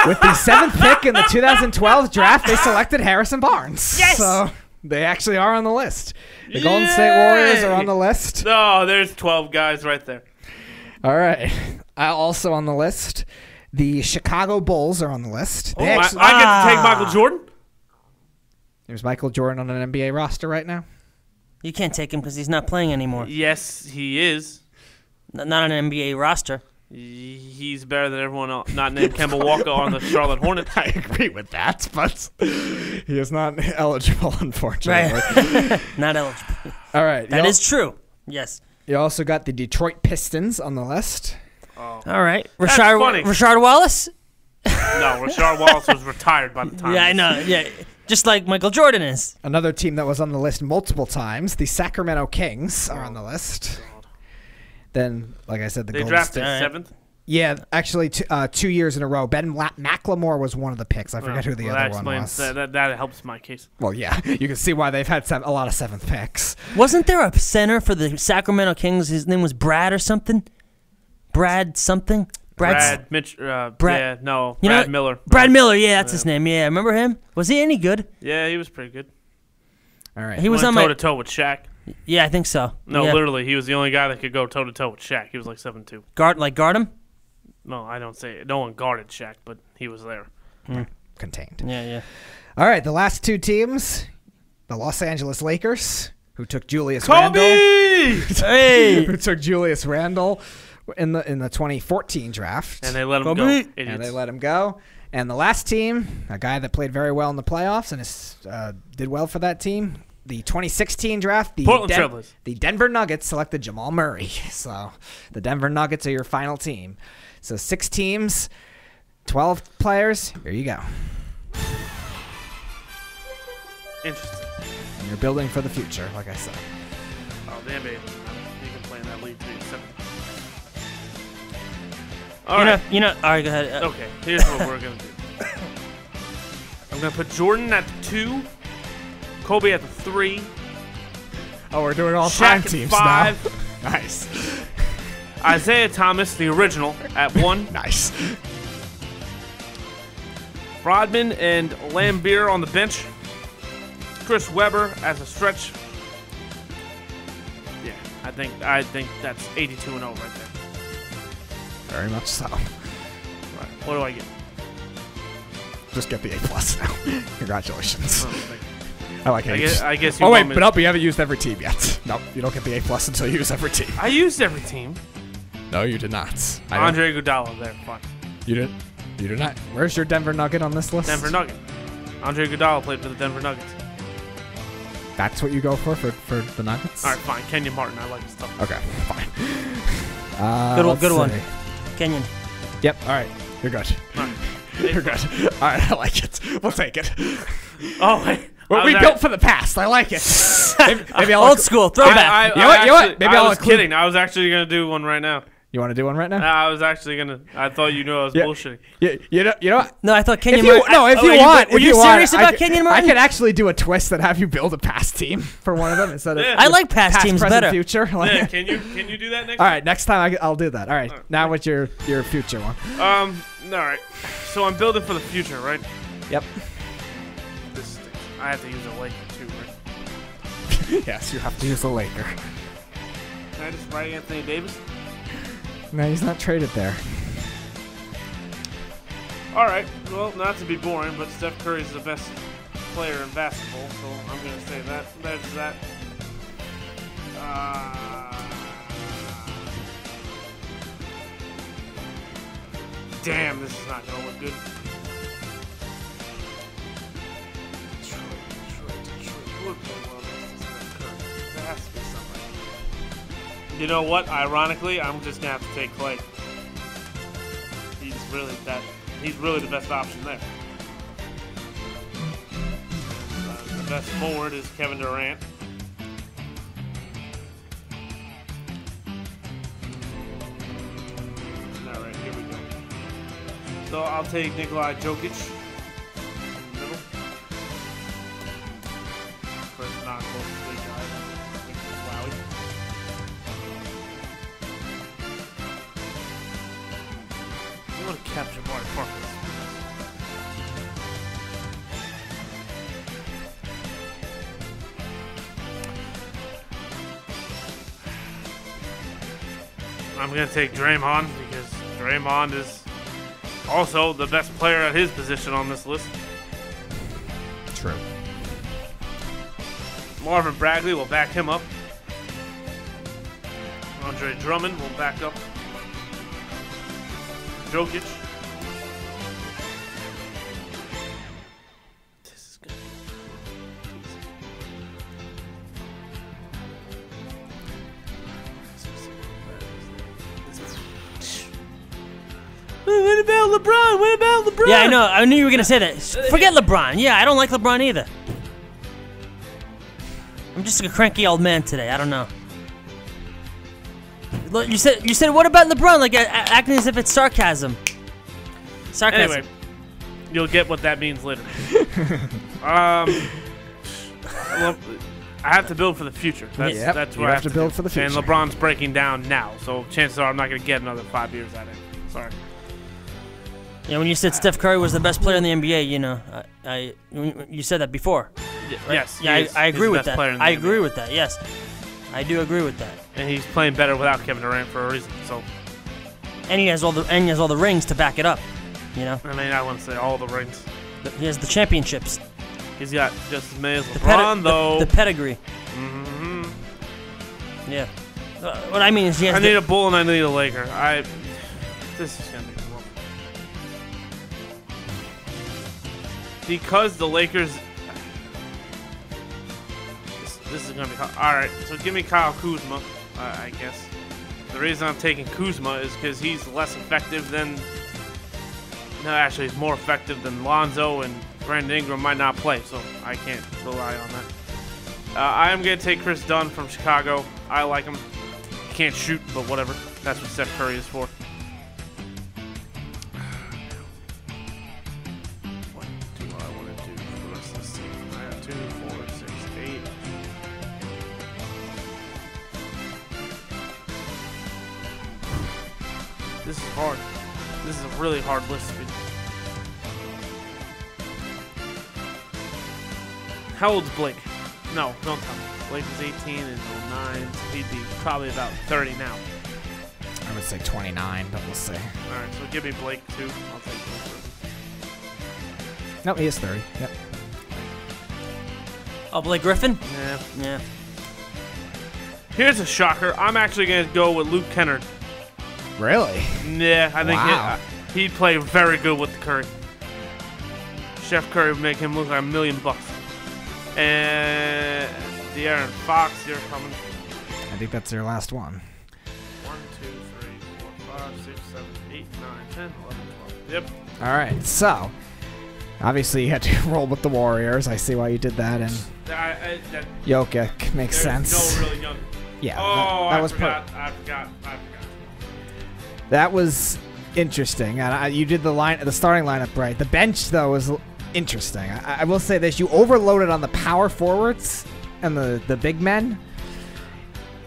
Speaker 5: With the seventh pick in the 2012 draft, they selected Harrison Barnes. Yes! So they actually are on the list. The Golden State Warriors are on the list.
Speaker 4: No, there's 12 guys right there.
Speaker 5: All right. Uh, Also on the list, the Chicago Bulls are on the list. They
Speaker 4: I,
Speaker 5: actually-
Speaker 4: I get
Speaker 5: ah.
Speaker 4: to take Michael Jordan?
Speaker 5: There's Michael Jordan on an NBA roster right now.
Speaker 6: You can't take him because he's not playing anymore.
Speaker 4: Yes, he is.
Speaker 6: N- not on an NBA roster.
Speaker 4: He's better than everyone else. Not named Kemba Walker on the Charlotte Hornets.
Speaker 5: I agree with that, but he is not eligible, unfortunately.
Speaker 6: Not eligible.
Speaker 5: All right.
Speaker 6: That
Speaker 5: you, al-
Speaker 6: is true. Yes.
Speaker 5: you also got the Detroit Pistons on the list.
Speaker 6: All right. Rashard,
Speaker 4: funny.
Speaker 6: Rashard Wallace?
Speaker 4: No, Rashard Wallace was retired by the time.
Speaker 6: Yeah, I
Speaker 4: this-
Speaker 6: know. Yeah. Just like Michael Jordan is.
Speaker 5: Another team that was on the list multiple times, the Sacramento Kings are on the list. Then, like I said, the
Speaker 4: They
Speaker 5: Golden
Speaker 4: drafted
Speaker 5: State.
Speaker 4: seventh.
Speaker 5: Yeah, actually, t- uh, two years in a row. Ben La- McLemore was one of the picks. I forget who the
Speaker 4: Well, that
Speaker 5: other one
Speaker 4: explains
Speaker 5: was.
Speaker 4: That, that, that helps my case.
Speaker 5: Well, yeah, you can see why they've had sev- a lot of seventh picks.
Speaker 6: Wasn't there a center for the Sacramento Kings? His name was Brad or something? Brad something?
Speaker 4: Brad
Speaker 6: S-
Speaker 4: Mitch. Uh,
Speaker 6: Brad-
Speaker 4: yeah, no.
Speaker 6: You know
Speaker 4: Brad
Speaker 6: what?
Speaker 4: Miller.
Speaker 6: Brad Miller, yeah, that's his name. Yeah, remember him? Was he any good?
Speaker 4: Yeah, he was pretty good.
Speaker 5: All right.
Speaker 6: He was
Speaker 4: Went
Speaker 6: on
Speaker 4: toe
Speaker 6: my.
Speaker 4: to toe with Shaq.
Speaker 6: yeah, I think so.
Speaker 4: No,
Speaker 6: yeah.
Speaker 4: literally, he was the only guy that could go toe to toe with Shaq. He was like seven two.
Speaker 6: Guard, like guard him?
Speaker 4: No, I don't say it. No one guarded Shaq, but he was there.
Speaker 5: contained.
Speaker 6: Yeah, yeah.
Speaker 5: All right, the last two teams, the Los Angeles Lakers, who took Julius Randle,
Speaker 4: Kobe.
Speaker 6: Hey!
Speaker 5: who took Julius Randle in the in the 2014 draft,
Speaker 4: And they let him go.
Speaker 6: Kobe.
Speaker 4: Idiots.
Speaker 5: and they let him go. And the last team, a guy that played very well in the playoffs and is, uh, did well for that team, the 2016 draft, the
Speaker 4: Portland Trail Blazers.
Speaker 5: the Denver Nuggets selected Jamal Murray. So the Denver Nuggets are your final team. So six teams, 12 players. Here you go.
Speaker 4: Interesting.
Speaker 5: And you're building for the future, like I said.
Speaker 4: Oh, the NBA. You can play in that league too. Except... All
Speaker 6: you,
Speaker 4: right.
Speaker 6: know, you know, all right, go ahead. Uh,
Speaker 4: Okay, here's what we're gonna do. I'm gonna put Jordan at the two, Kobe at the three,
Speaker 5: Oh, we're doing all
Speaker 4: Shaq at five,
Speaker 5: Nice.
Speaker 4: Isaiah Thomas, the original, at one,
Speaker 5: Nice.
Speaker 4: Rodman and Lambeer on the bench, Chris Webber as a stretch. Yeah, I think I think that's 82 and 0 right there.
Speaker 5: Very much so.
Speaker 4: What do I get?
Speaker 5: Just get the A plus now. Congratulations.
Speaker 4: Oh, thank you.
Speaker 7: I like A.
Speaker 4: I guess, I guess you
Speaker 7: oh wait,
Speaker 4: want me-
Speaker 7: but up, you haven't used every team yet. Nope, you don't get the A plus until you use every team.
Speaker 4: I used every team.
Speaker 7: No, you did not. I don't-
Speaker 4: Andre Iguodala there. Fine.
Speaker 7: you didn't. You did not.
Speaker 5: Where's your Denver Nugget on this list?
Speaker 4: Denver Nugget. Andre Iguodala played for the Denver Nuggets.
Speaker 5: That's what you go for for, for the Nuggets.
Speaker 4: All right, fine. Kenyon Martin. I like his stuff.
Speaker 5: Okay, fine.
Speaker 7: Uh,
Speaker 6: Good one.
Speaker 5: let's
Speaker 6: Good one.
Speaker 5: see.
Speaker 6: Kenyon.
Speaker 5: Yep. All right.
Speaker 7: You're good. You're good. All right, I like it. We'll take it.
Speaker 4: Oh wait.
Speaker 7: What
Speaker 4: I
Speaker 7: we
Speaker 4: was
Speaker 7: built
Speaker 4: act-
Speaker 7: for the past. I like it. maybe, maybe I'll.
Speaker 6: Old school. Throwback.
Speaker 4: I, I,
Speaker 7: You know what,
Speaker 4: I
Speaker 7: you know what?
Speaker 4: actually-
Speaker 7: Maybe
Speaker 4: I
Speaker 7: I'll
Speaker 4: was
Speaker 7: include-
Speaker 4: kidding. I was actually gonna do one right now.
Speaker 7: You want to do one right now?
Speaker 4: I was actually gonna. I thought you knew I was
Speaker 7: Yeah.
Speaker 4: bullshitting.
Speaker 7: you, you know. You know. What?
Speaker 6: no, I thought
Speaker 7: If
Speaker 6: Kenyon.
Speaker 7: you,
Speaker 6: Martin-
Speaker 7: no,
Speaker 6: I-
Speaker 7: if
Speaker 6: oh,
Speaker 7: you
Speaker 6: wait,
Speaker 7: want,
Speaker 6: were
Speaker 7: if
Speaker 6: you
Speaker 7: you want,
Speaker 6: serious
Speaker 7: I
Speaker 6: about
Speaker 7: could-
Speaker 6: Kenyon
Speaker 7: I
Speaker 6: Martin?
Speaker 7: could actually do a twist that have you build a past team for one of them instead of.
Speaker 6: I like past,
Speaker 7: past
Speaker 6: teams
Speaker 7: present,
Speaker 6: better.
Speaker 7: future. Like,
Speaker 4: Yeah, can you can you do that next?
Speaker 7: All right, next time I, will do that. All right, now what's your your future one?
Speaker 4: Um. All right. So I'm building for the future, right?
Speaker 7: Yep.
Speaker 4: This stinks. I have to use a Laker too, right?
Speaker 7: Yes, you have to use the Laker.
Speaker 4: Can I just write Anthony Davis?
Speaker 7: No, he's not traded there.
Speaker 4: All right. Well, not to be boring, but Steph Curry's the best player in basketball, so I'm gonna say that. That's that. Uh, damn, this is not gonna look good. Detroit, Detroit, Detroit. Who would play well next to Steph Curry? There has to be somebody. You know what? Ironically, I'm just gonna have to take Clay he's really that he's really the best option there. Uh, the best forward is Kevin Durant. All right, here we go. So I'll take Nikolai Jokic. in the Middle. First not close to the guy. I think it's Lowry. You want to capture Mark Parker. I'm going to take Draymond because Draymond is also the best player at his position on this list.
Speaker 7: True.
Speaker 4: Marvin Bagley will back him up. Andre Drummond will back up. Jokic. This is good. What about LeBron? What about LeBron?
Speaker 6: Yeah, I know. I knew you were gonna say that. S- Forget LeBron. Yeah, I don't like LeBron either. I'm just a cranky old man today. I don't know. Look, You said you said what about LeBron? Like a- a- acting as if it's sarcasm. Sarcasm.
Speaker 4: Anyway, you'll get what that means later. um, well, I have to build for the future. That's,
Speaker 7: Yep,
Speaker 4: that's
Speaker 7: you
Speaker 4: what I
Speaker 7: have
Speaker 4: have
Speaker 7: to
Speaker 4: to
Speaker 7: build
Speaker 4: do.
Speaker 7: for the future.
Speaker 4: And LeBron's breaking down now, so chances are I'm not going to get another five years out of him. Sorry.
Speaker 6: Yeah, when you said Steph Curry was the best player in the NBA, you know, I, I when you said that before.
Speaker 4: Yes.
Speaker 6: Yeah,
Speaker 4: he
Speaker 6: I,
Speaker 4: is.
Speaker 6: I
Speaker 4: He's
Speaker 6: agree
Speaker 4: the
Speaker 6: with
Speaker 4: best
Speaker 6: that.
Speaker 4: player in
Speaker 6: I
Speaker 4: the
Speaker 6: agree
Speaker 4: NBA.
Speaker 6: with that. Yes, I do agree with that.
Speaker 4: And he's playing better without Kevin Durant for a reason. So
Speaker 6: And he has all the and he has all the rings to back it up. You know,
Speaker 4: I mean, I wouldn't say all the rings.
Speaker 6: he has the championships.
Speaker 4: He's got just as many as LeBron,
Speaker 6: The pedi- the-
Speaker 4: though.
Speaker 6: The, pedigree. Mm-hmm. Yeah. Uh, what I mean is, he has
Speaker 4: I need
Speaker 6: the-
Speaker 4: a bull and I need a Laker. I. This is gonna be rough. Because the Lakers. This, this is gonna be hard. All right, so give me Kyle Kuzma, uh, I guess. The reason I'm taking Kuzma is because he's less effective than. No, actually, he's more effective than Lonzo, and Brandon Ingram might not play, so I can't rely on that. Uh, I am gonna take Chris Dunn from Chicago. I like him can't shoot, but whatever. That's what Steph Curry is for. What do I want to do for the rest of this team? I got two, four, six, eight. This is hard. This is a really hard list. to be- How old's Blake? No, don't tell me. Blake was 18 and 09, so he'd be probably about 30 now.
Speaker 5: I would say 29, but we'll see.
Speaker 4: All right, so give me Blake too. I'll take Blake.
Speaker 5: No, he is 30. Yep.
Speaker 6: Oh, Blake Griffin?
Speaker 4: Yeah.
Speaker 6: Yeah.
Speaker 4: Here's a shocker. I'm actually going to go with Luke Kennard.
Speaker 7: Really?
Speaker 4: Yeah, I think
Speaker 5: Wow.
Speaker 4: he, uh, he'd play very good with the Curry. Chef Curry would make him look like a million bucks. And De'Aaron Fox, you're coming.
Speaker 5: I think that's their last one.
Speaker 4: One, two, three, four, five, six, seven, eight, nine, ten, eleven, twelve. Yep.
Speaker 5: All right, so obviously you had to roll with the Warriors. I see why you did that, and
Speaker 4: I, I, that,
Speaker 5: Jokic makes
Speaker 4: there's
Speaker 5: sense.
Speaker 4: No really young.
Speaker 5: yeah,
Speaker 4: Oh,
Speaker 5: that, that
Speaker 4: I,
Speaker 5: was per-
Speaker 4: forgot, I forgot. I forgot.
Speaker 5: that was interesting. And I, you did the line, the starting lineup right. The bench though was l- interesting. I, I will say this: you overloaded on the power forwards and the the big men.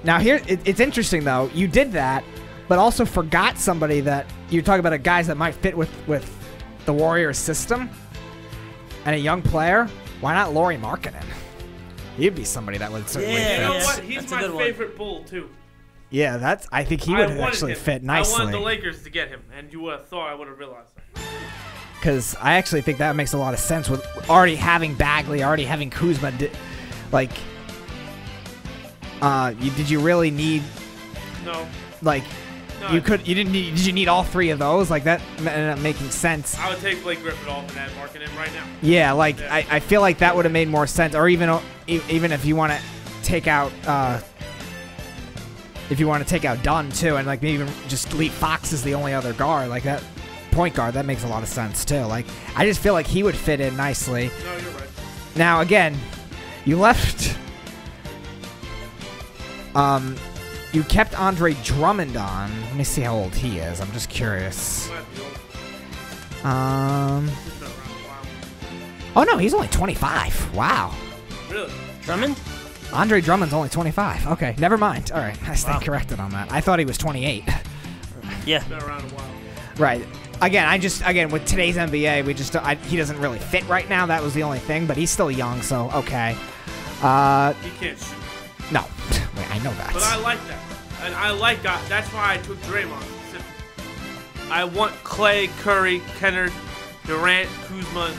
Speaker 5: Now here, it, it's interesting though. You did that, but also forgot somebody that you talk about a guys that might fit with with the Warriors system and a young player. Why not Laurie Markkinen? He'd be somebody that would certainly
Speaker 6: Yeah.
Speaker 5: fit.
Speaker 4: You know
Speaker 6: Yes.
Speaker 4: what? He's
Speaker 6: That's a
Speaker 4: my
Speaker 6: good one.
Speaker 4: favorite bull too.
Speaker 5: Yeah, that's. I think he
Speaker 4: I
Speaker 5: would
Speaker 4: wanted
Speaker 5: actually
Speaker 4: him.
Speaker 5: fit nicely.
Speaker 4: I wanted the Lakers to get him, and you would have thought I would have realized that.
Speaker 5: because I actually think that makes a lot of sense with already having Bagley, already having Kuzma. Di- like, uh, you, did you really need
Speaker 4: No,
Speaker 5: like
Speaker 4: No, I-
Speaker 5: you could you didn't need did you need all three of those? Like that m- ended up making sense.
Speaker 4: I would take Blake Griffin off and add Markkinen right now.
Speaker 5: Yeah, like
Speaker 4: Yeah.
Speaker 5: I, I feel like that would have made more sense. Or even o- e- even if you want to take out uh, if you want to take out Dunn too, and like maybe even just leave Fox as the only other guard like that. Point guard, that makes a lot of sense too. Like, I just feel like he would fit in nicely.
Speaker 4: No, you're right.
Speaker 5: Now again, you left. Um, you kept Andre Drummond on. Let me see how old he is. I'm just curious.
Speaker 4: Might be old.
Speaker 5: Um.
Speaker 4: He's been around a while.
Speaker 5: Oh no, he's only 25. Wow.
Speaker 4: Really?
Speaker 6: Drummond?
Speaker 5: Andre Drummond's only 25. Okay, never mind. All right, I stand corrected on that. I thought he was 28.
Speaker 6: Yeah.
Speaker 4: Been around a while.
Speaker 5: right. Again, I just again with today's NBA, we just I, he doesn't really fit right now. That was the only thing, but he's still young, so okay. Uh,
Speaker 4: He can't shoot,
Speaker 5: no, Wait, I know that.
Speaker 4: but I like that, and I like that. That's why I took Draymond. specifically. I want Clay, Curry, Kennard, Durant, Kuzma.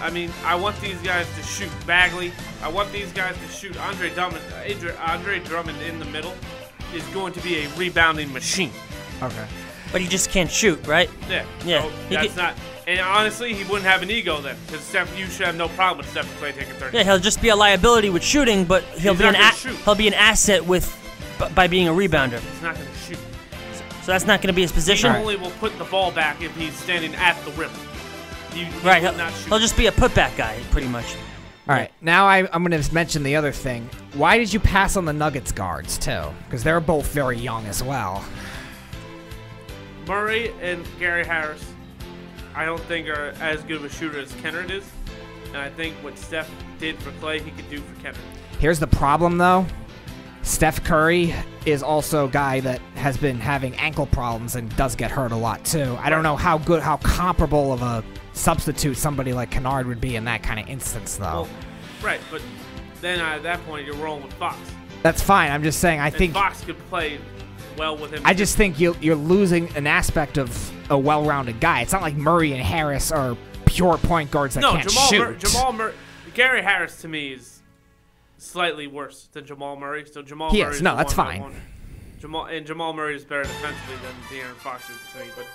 Speaker 4: I mean, I want these guys to shoot Bagley. I want these guys to shoot Andre Drummond. uh, Andre- Andre Drummond in the middle is going to be a rebounding machine.
Speaker 5: okay.
Speaker 6: But he just can't shoot, right?
Speaker 4: Yeah.
Speaker 6: Yeah,
Speaker 4: So
Speaker 6: he
Speaker 4: that's
Speaker 6: could-
Speaker 4: not. And honestly, he wouldn't have an ego then, because Steph, you should have no problem with Stephen Clay taking 30.
Speaker 6: Yeah, he'll just be a liability with shooting, but he'll
Speaker 4: He's
Speaker 6: be
Speaker 4: not
Speaker 6: an
Speaker 4: gonna
Speaker 6: a-
Speaker 4: shoot.
Speaker 6: he'll be an asset with b- by being a rebounder.
Speaker 4: He's not going to shoot.
Speaker 6: So that's not going to be his
Speaker 4: He
Speaker 6: position.
Speaker 4: only will put the ball back if he's standing at the rim. He, he
Speaker 6: Right.
Speaker 4: will
Speaker 6: He'll,
Speaker 4: not shoot.
Speaker 6: he'll just be a putback guy, pretty much.
Speaker 5: All right, now I, I'm going to mention the other thing. Why did you pass on the Nuggets guards too? Because they're both very young as well.
Speaker 4: Murray and Gary Harris, I don't think are as good of a shooter as Kennard is. And I think what Steph did for Clay, he could do for Kennard.
Speaker 5: Here's the problem though. Steph Curry is also a guy that has been having ankle problems and does get hurt a lot too. I don't know how good, how comparable of a substitute somebody like Kennard would be in that kind of instance though.
Speaker 4: Well, right, but then at that point, you're rolling with Fox.
Speaker 5: That's fine. I'm just saying. I
Speaker 4: And
Speaker 5: think
Speaker 4: Fox could play well with him.
Speaker 5: I just think you you're losing an aspect of a well-rounded guy. It's not like Murray and Harris are pure point guards that
Speaker 4: no,
Speaker 5: can't
Speaker 4: Jamal
Speaker 5: shoot.
Speaker 4: Mur- Jamal Murray. Gary Harris to me is slightly worse than Jamal Murray. So Jamal
Speaker 5: He
Speaker 4: Murray
Speaker 5: is.
Speaker 4: is
Speaker 5: No,
Speaker 4: the
Speaker 5: that's
Speaker 4: one I
Speaker 5: fine.
Speaker 4: want. Jamal and Jamal Murray is better defensively than De'Aaron Fox is to me. But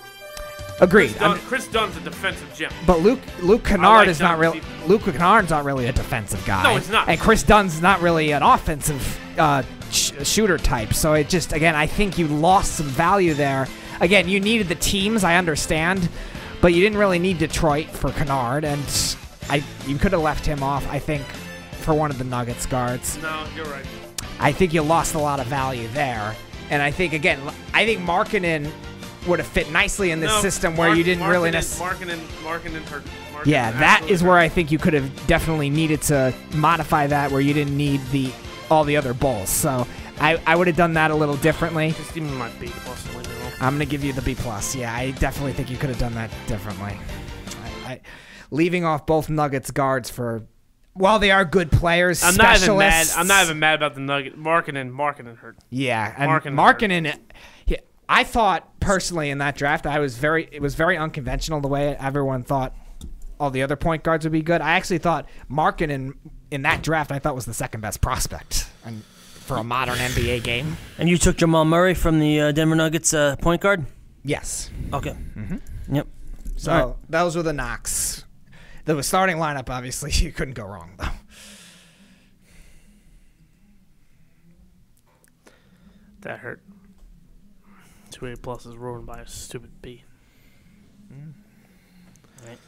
Speaker 5: Agreed.
Speaker 4: Chris,
Speaker 5: I'm-
Speaker 4: Dunn, Chris Dunn's a defensive gem.
Speaker 5: But Luke Luke
Speaker 4: I
Speaker 5: Kennard
Speaker 4: like
Speaker 5: is not
Speaker 4: Dunn's
Speaker 5: really
Speaker 4: defense.
Speaker 5: Luke Kennard's not really a defensive guy.
Speaker 4: No, he's not.
Speaker 5: And Chris Dunn's not really an offensive uh, sh- shooter type. So it just again, I think you lost some value there. Again, you needed the teams, I understand, but you didn't really need Detroit for Kennard, and I you could have left him off. I think for one of the Nuggets guards.
Speaker 4: No, you're right.
Speaker 5: I think you lost a lot of value there. And I think again, I think Markkinen would have fit nicely in this
Speaker 4: No,
Speaker 5: system where
Speaker 4: Mark-
Speaker 5: you didn't really
Speaker 4: Markkanen-
Speaker 5: necessarily.
Speaker 4: Markkanen, Markkanen hurt. Markkanen
Speaker 5: Yeah, that
Speaker 4: absolutely
Speaker 5: is where
Speaker 4: hurt.
Speaker 5: I think you could have definitely needed to modify that where you didn't need the all the other bulls. So I, I would have done that a little differently.
Speaker 4: Just give me my B plus. and leave me alone.
Speaker 5: I'm gonna give you the B plus. Yeah, I definitely think you could have done that differently. I, I, leaving off both Nuggets guards for while they are good players,
Speaker 4: I'm not even mad.
Speaker 5: specialists-
Speaker 4: I'm not even mad about the Nugget. Markkinen, Markkinen hurt.
Speaker 5: yeah, and
Speaker 4: Markkinen.
Speaker 5: Markkinen. he- I thought personally in that draft, I was very it was very unconventional the way everyone thought all the other point guards would be good. I actually thought Markkinen in that draft I thought was the second best prospect and for a modern NBA game.
Speaker 6: And you took Jamal Murray from the uh, Denver Nuggets uh, point guard.
Speaker 5: Yes.
Speaker 6: Okay. Mm-hmm. Yep.
Speaker 5: So those were the knocks. The starting lineup, obviously, you couldn't go wrong though.
Speaker 4: That hurt. Two A plus is ruined by a stupid B.
Speaker 5: Hmm.
Speaker 6: Right.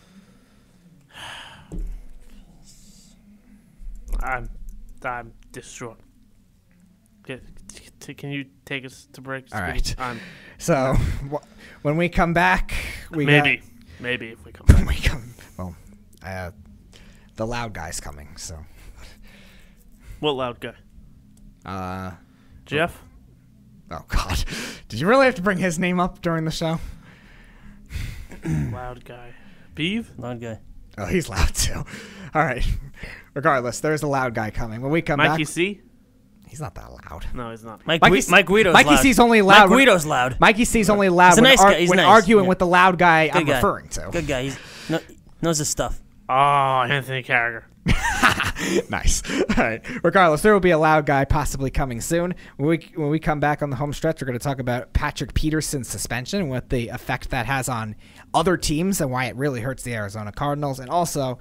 Speaker 4: I'm, I'm distraught. Get- t- Can you take us to break?
Speaker 5: All
Speaker 4: Speedy?
Speaker 5: right.
Speaker 4: I'm,
Speaker 5: So wh- when we come back, we got-
Speaker 4: maybe, maybe if we come back.
Speaker 5: when we come, well, uh, the loud guy's coming. So
Speaker 4: What loud guy?
Speaker 5: uh,
Speaker 4: Jeff?
Speaker 5: oh god, did you really have to bring his name up during the show?
Speaker 4: loud guy. Beeve?
Speaker 6: Loud guy.
Speaker 5: Oh, he's loud too. All right. Regardless, there's a loud guy coming. When we come
Speaker 4: Mikey
Speaker 5: back,
Speaker 4: C?
Speaker 5: he's not that loud.
Speaker 4: No, he's not.
Speaker 6: Mike,
Speaker 5: Mikey
Speaker 6: Mikey,
Speaker 5: S-
Speaker 6: Mike Guido's
Speaker 5: Mikey
Speaker 6: loud.
Speaker 5: C's only loud
Speaker 6: Mike
Speaker 5: when-
Speaker 6: Guido's loud.
Speaker 5: Mikey C's only loud
Speaker 6: He's a
Speaker 5: when,
Speaker 6: nice
Speaker 5: ar-
Speaker 6: guy, he's
Speaker 5: when
Speaker 6: nice,
Speaker 5: arguing
Speaker 6: yeah.
Speaker 5: with the loud guy I'm
Speaker 6: Good guy.
Speaker 5: referring to.
Speaker 6: Good guy. He's kno- knows his stuff.
Speaker 4: Oh, Anthony Carragher.
Speaker 5: Nice. All right. Regardless, there will be a loud guy possibly coming soon. When we when we come back on the home stretch, we're going to talk about Patrick Peterson's suspension and what the effect that has on other teams and why it really hurts the Arizona Cardinals, and also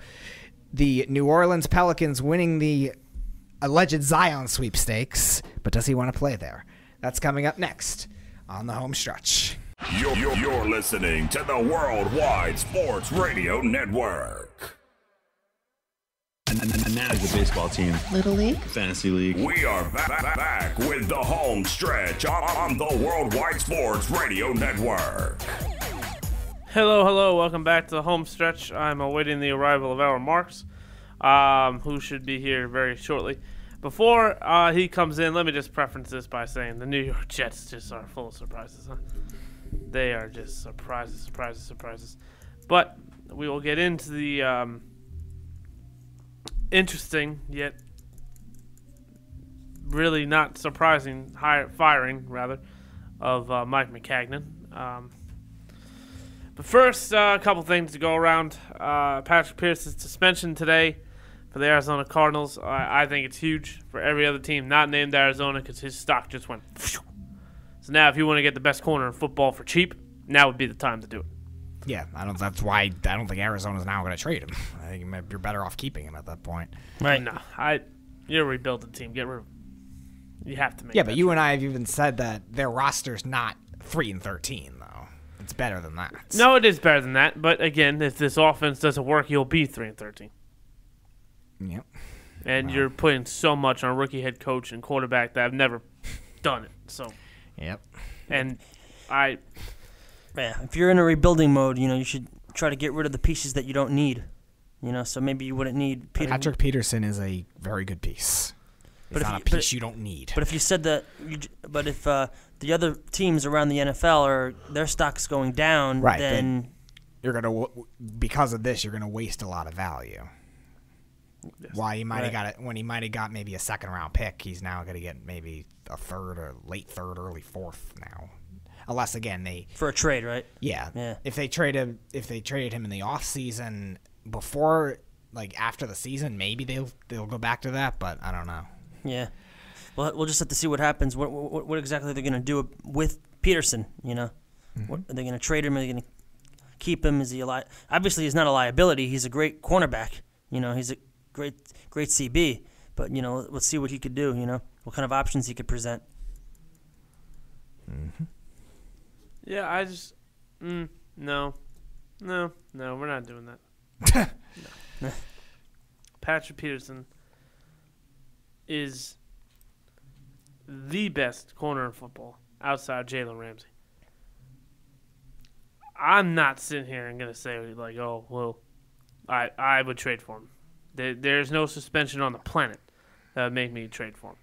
Speaker 5: the New Orleans Pelicans winning the alleged Zion sweepstakes. But does he want to play there? That's coming up next on the home stretch.
Speaker 1: You're, you're, you're listening to the Worldwide Sports Radio Network.
Speaker 8: I manage a baseball team,
Speaker 9: Little League.
Speaker 8: fantasy league.
Speaker 1: We are back, back, back with the home stretch on, on the Worldwide Sports Radio Network.
Speaker 4: Hello, hello. Welcome back to the home stretch. I'm awaiting the arrival of our Marks, um, who should be here very shortly. Before uh, he comes in, let me just preference this by saying the New York Jets just are full of surprises. Huh? They are just surprises, surprises, surprises. But we will get into the um, interesting yet really not surprising hire, firing, rather, of uh, Mike McCagnon. Um, but first, uh, a couple things to go around. Uh, Patrick Pierce's suspension today for the Arizona Cardinals. I, I think it's huge for every other team not named Arizona because his stock just went. phew. So now, if you want to get the best corner in football for cheap, now would be the time to do it.
Speaker 5: Yeah, I don't. That's why I don't think Arizona's now going to trade him. I think you're better off keeping him at that point.
Speaker 6: Right.
Speaker 4: No, I, you're rebuilding team. Get rid of. You have to make.
Speaker 5: Yeah, but
Speaker 4: that
Speaker 6: uh,
Speaker 5: you and I have even said that their roster's not three and thirteen though. It's better than that.
Speaker 4: trade. No, it is better than that. But again, if this offense doesn't work, you'll be three and thirteen.
Speaker 5: Yep.
Speaker 4: And you're putting so much on a rookie head coach and quarterback that I've never done it. So,
Speaker 5: Yep.
Speaker 4: and I
Speaker 6: Yeah. If you're in a rebuilding mode, you know you should try to get rid of the pieces that you don't need. You know, so maybe you wouldn't need Peter.
Speaker 5: Patrick Peterson is a very good piece. But
Speaker 6: But if
Speaker 5: it's not
Speaker 6: you-
Speaker 5: a
Speaker 6: but-
Speaker 5: piece you don't need.
Speaker 6: But if you said that, you, j- but if uh, the other teams around the NFL are their stocks going down,
Speaker 5: Right,
Speaker 6: then,
Speaker 5: you're gonna w- w- because of this, you're gonna waste a lot of value. Why he might have got it when he might have got maybe a second round pick, he's now gonna get maybe a third or late third, early fourth now. Unless again they
Speaker 6: for a trade, right?
Speaker 5: Yeah.
Speaker 6: Yeah.
Speaker 5: If they trade him, if they traded him in the off season before, like after the season, maybe they'll they'll go back to that. But I don't know.
Speaker 6: Yeah. Well, we'll just have to see what happens. What what, what exactly they're going to do with Peterson? You know, what, are they going to trade him? Are they going to keep him? Is he a li- Obviously, he's not a liability. He's a great cornerback. You know, he's a great great CB. But you know, let's see what he could do. You know, what kind of options he could present.
Speaker 4: Yeah, I just mm, no, no, no. We're not doing that. No. Patrick Peterson is the best corner in football outside Jalen Ramsey. I'm not sitting here and gonna say like, oh well, I I would trade for him. There, there's no suspension on the planet that would make me trade for him.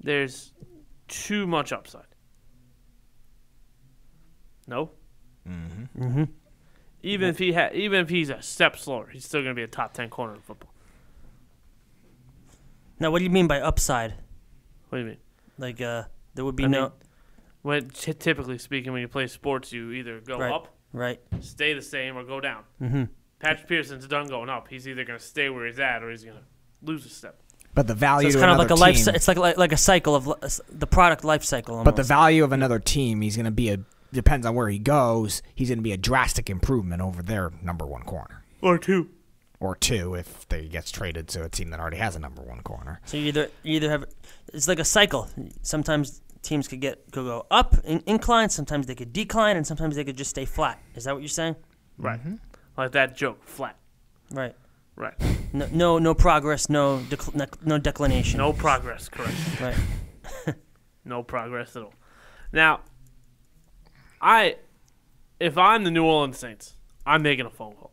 Speaker 4: There's too much upside. No. Mm-hmm. Even if he ha- even if he's a step slower, he's still going to be a top ten corner in football.
Speaker 6: Now, what do you mean by upside?
Speaker 4: What do you mean?
Speaker 6: Like, uh, there would be
Speaker 4: I
Speaker 6: no
Speaker 4: mean, When ty- typically speaking, when you play sports, you either go
Speaker 6: right,
Speaker 4: up,
Speaker 6: right.
Speaker 4: stay the same, or go down. Mm-hmm. Patrick Peterson's done going up. He's either going to stay where he's at, or he's going to lose a step.
Speaker 5: But the
Speaker 6: So
Speaker 5: value
Speaker 6: it's
Speaker 5: of
Speaker 6: kind of
Speaker 5: another
Speaker 6: like a life.
Speaker 5: team,
Speaker 6: cy- It's like, like like a cycle of li- s- the product life cycle. Almost.
Speaker 5: but the value of another team, he's going to be a depends on where he goes. He's going to be a drastic improvement over their number one corner
Speaker 4: Or two.
Speaker 5: or two if they gets traded to a team that already has a number one corner.
Speaker 6: so you either you either have it's like a cycle. Sometimes teams could get could go up in incline. Sometimes they could decline, and sometimes they could just stay flat. Is that what you're saying?
Speaker 4: Right. Like that joke, flat.
Speaker 6: Right.
Speaker 4: Right.
Speaker 6: No no, no progress. No decl- nec- no declination.
Speaker 4: No progress, correct.
Speaker 6: Right.
Speaker 4: No progress at all. Now, I, if I'm the New Orleans Saints, I'm making a phone call.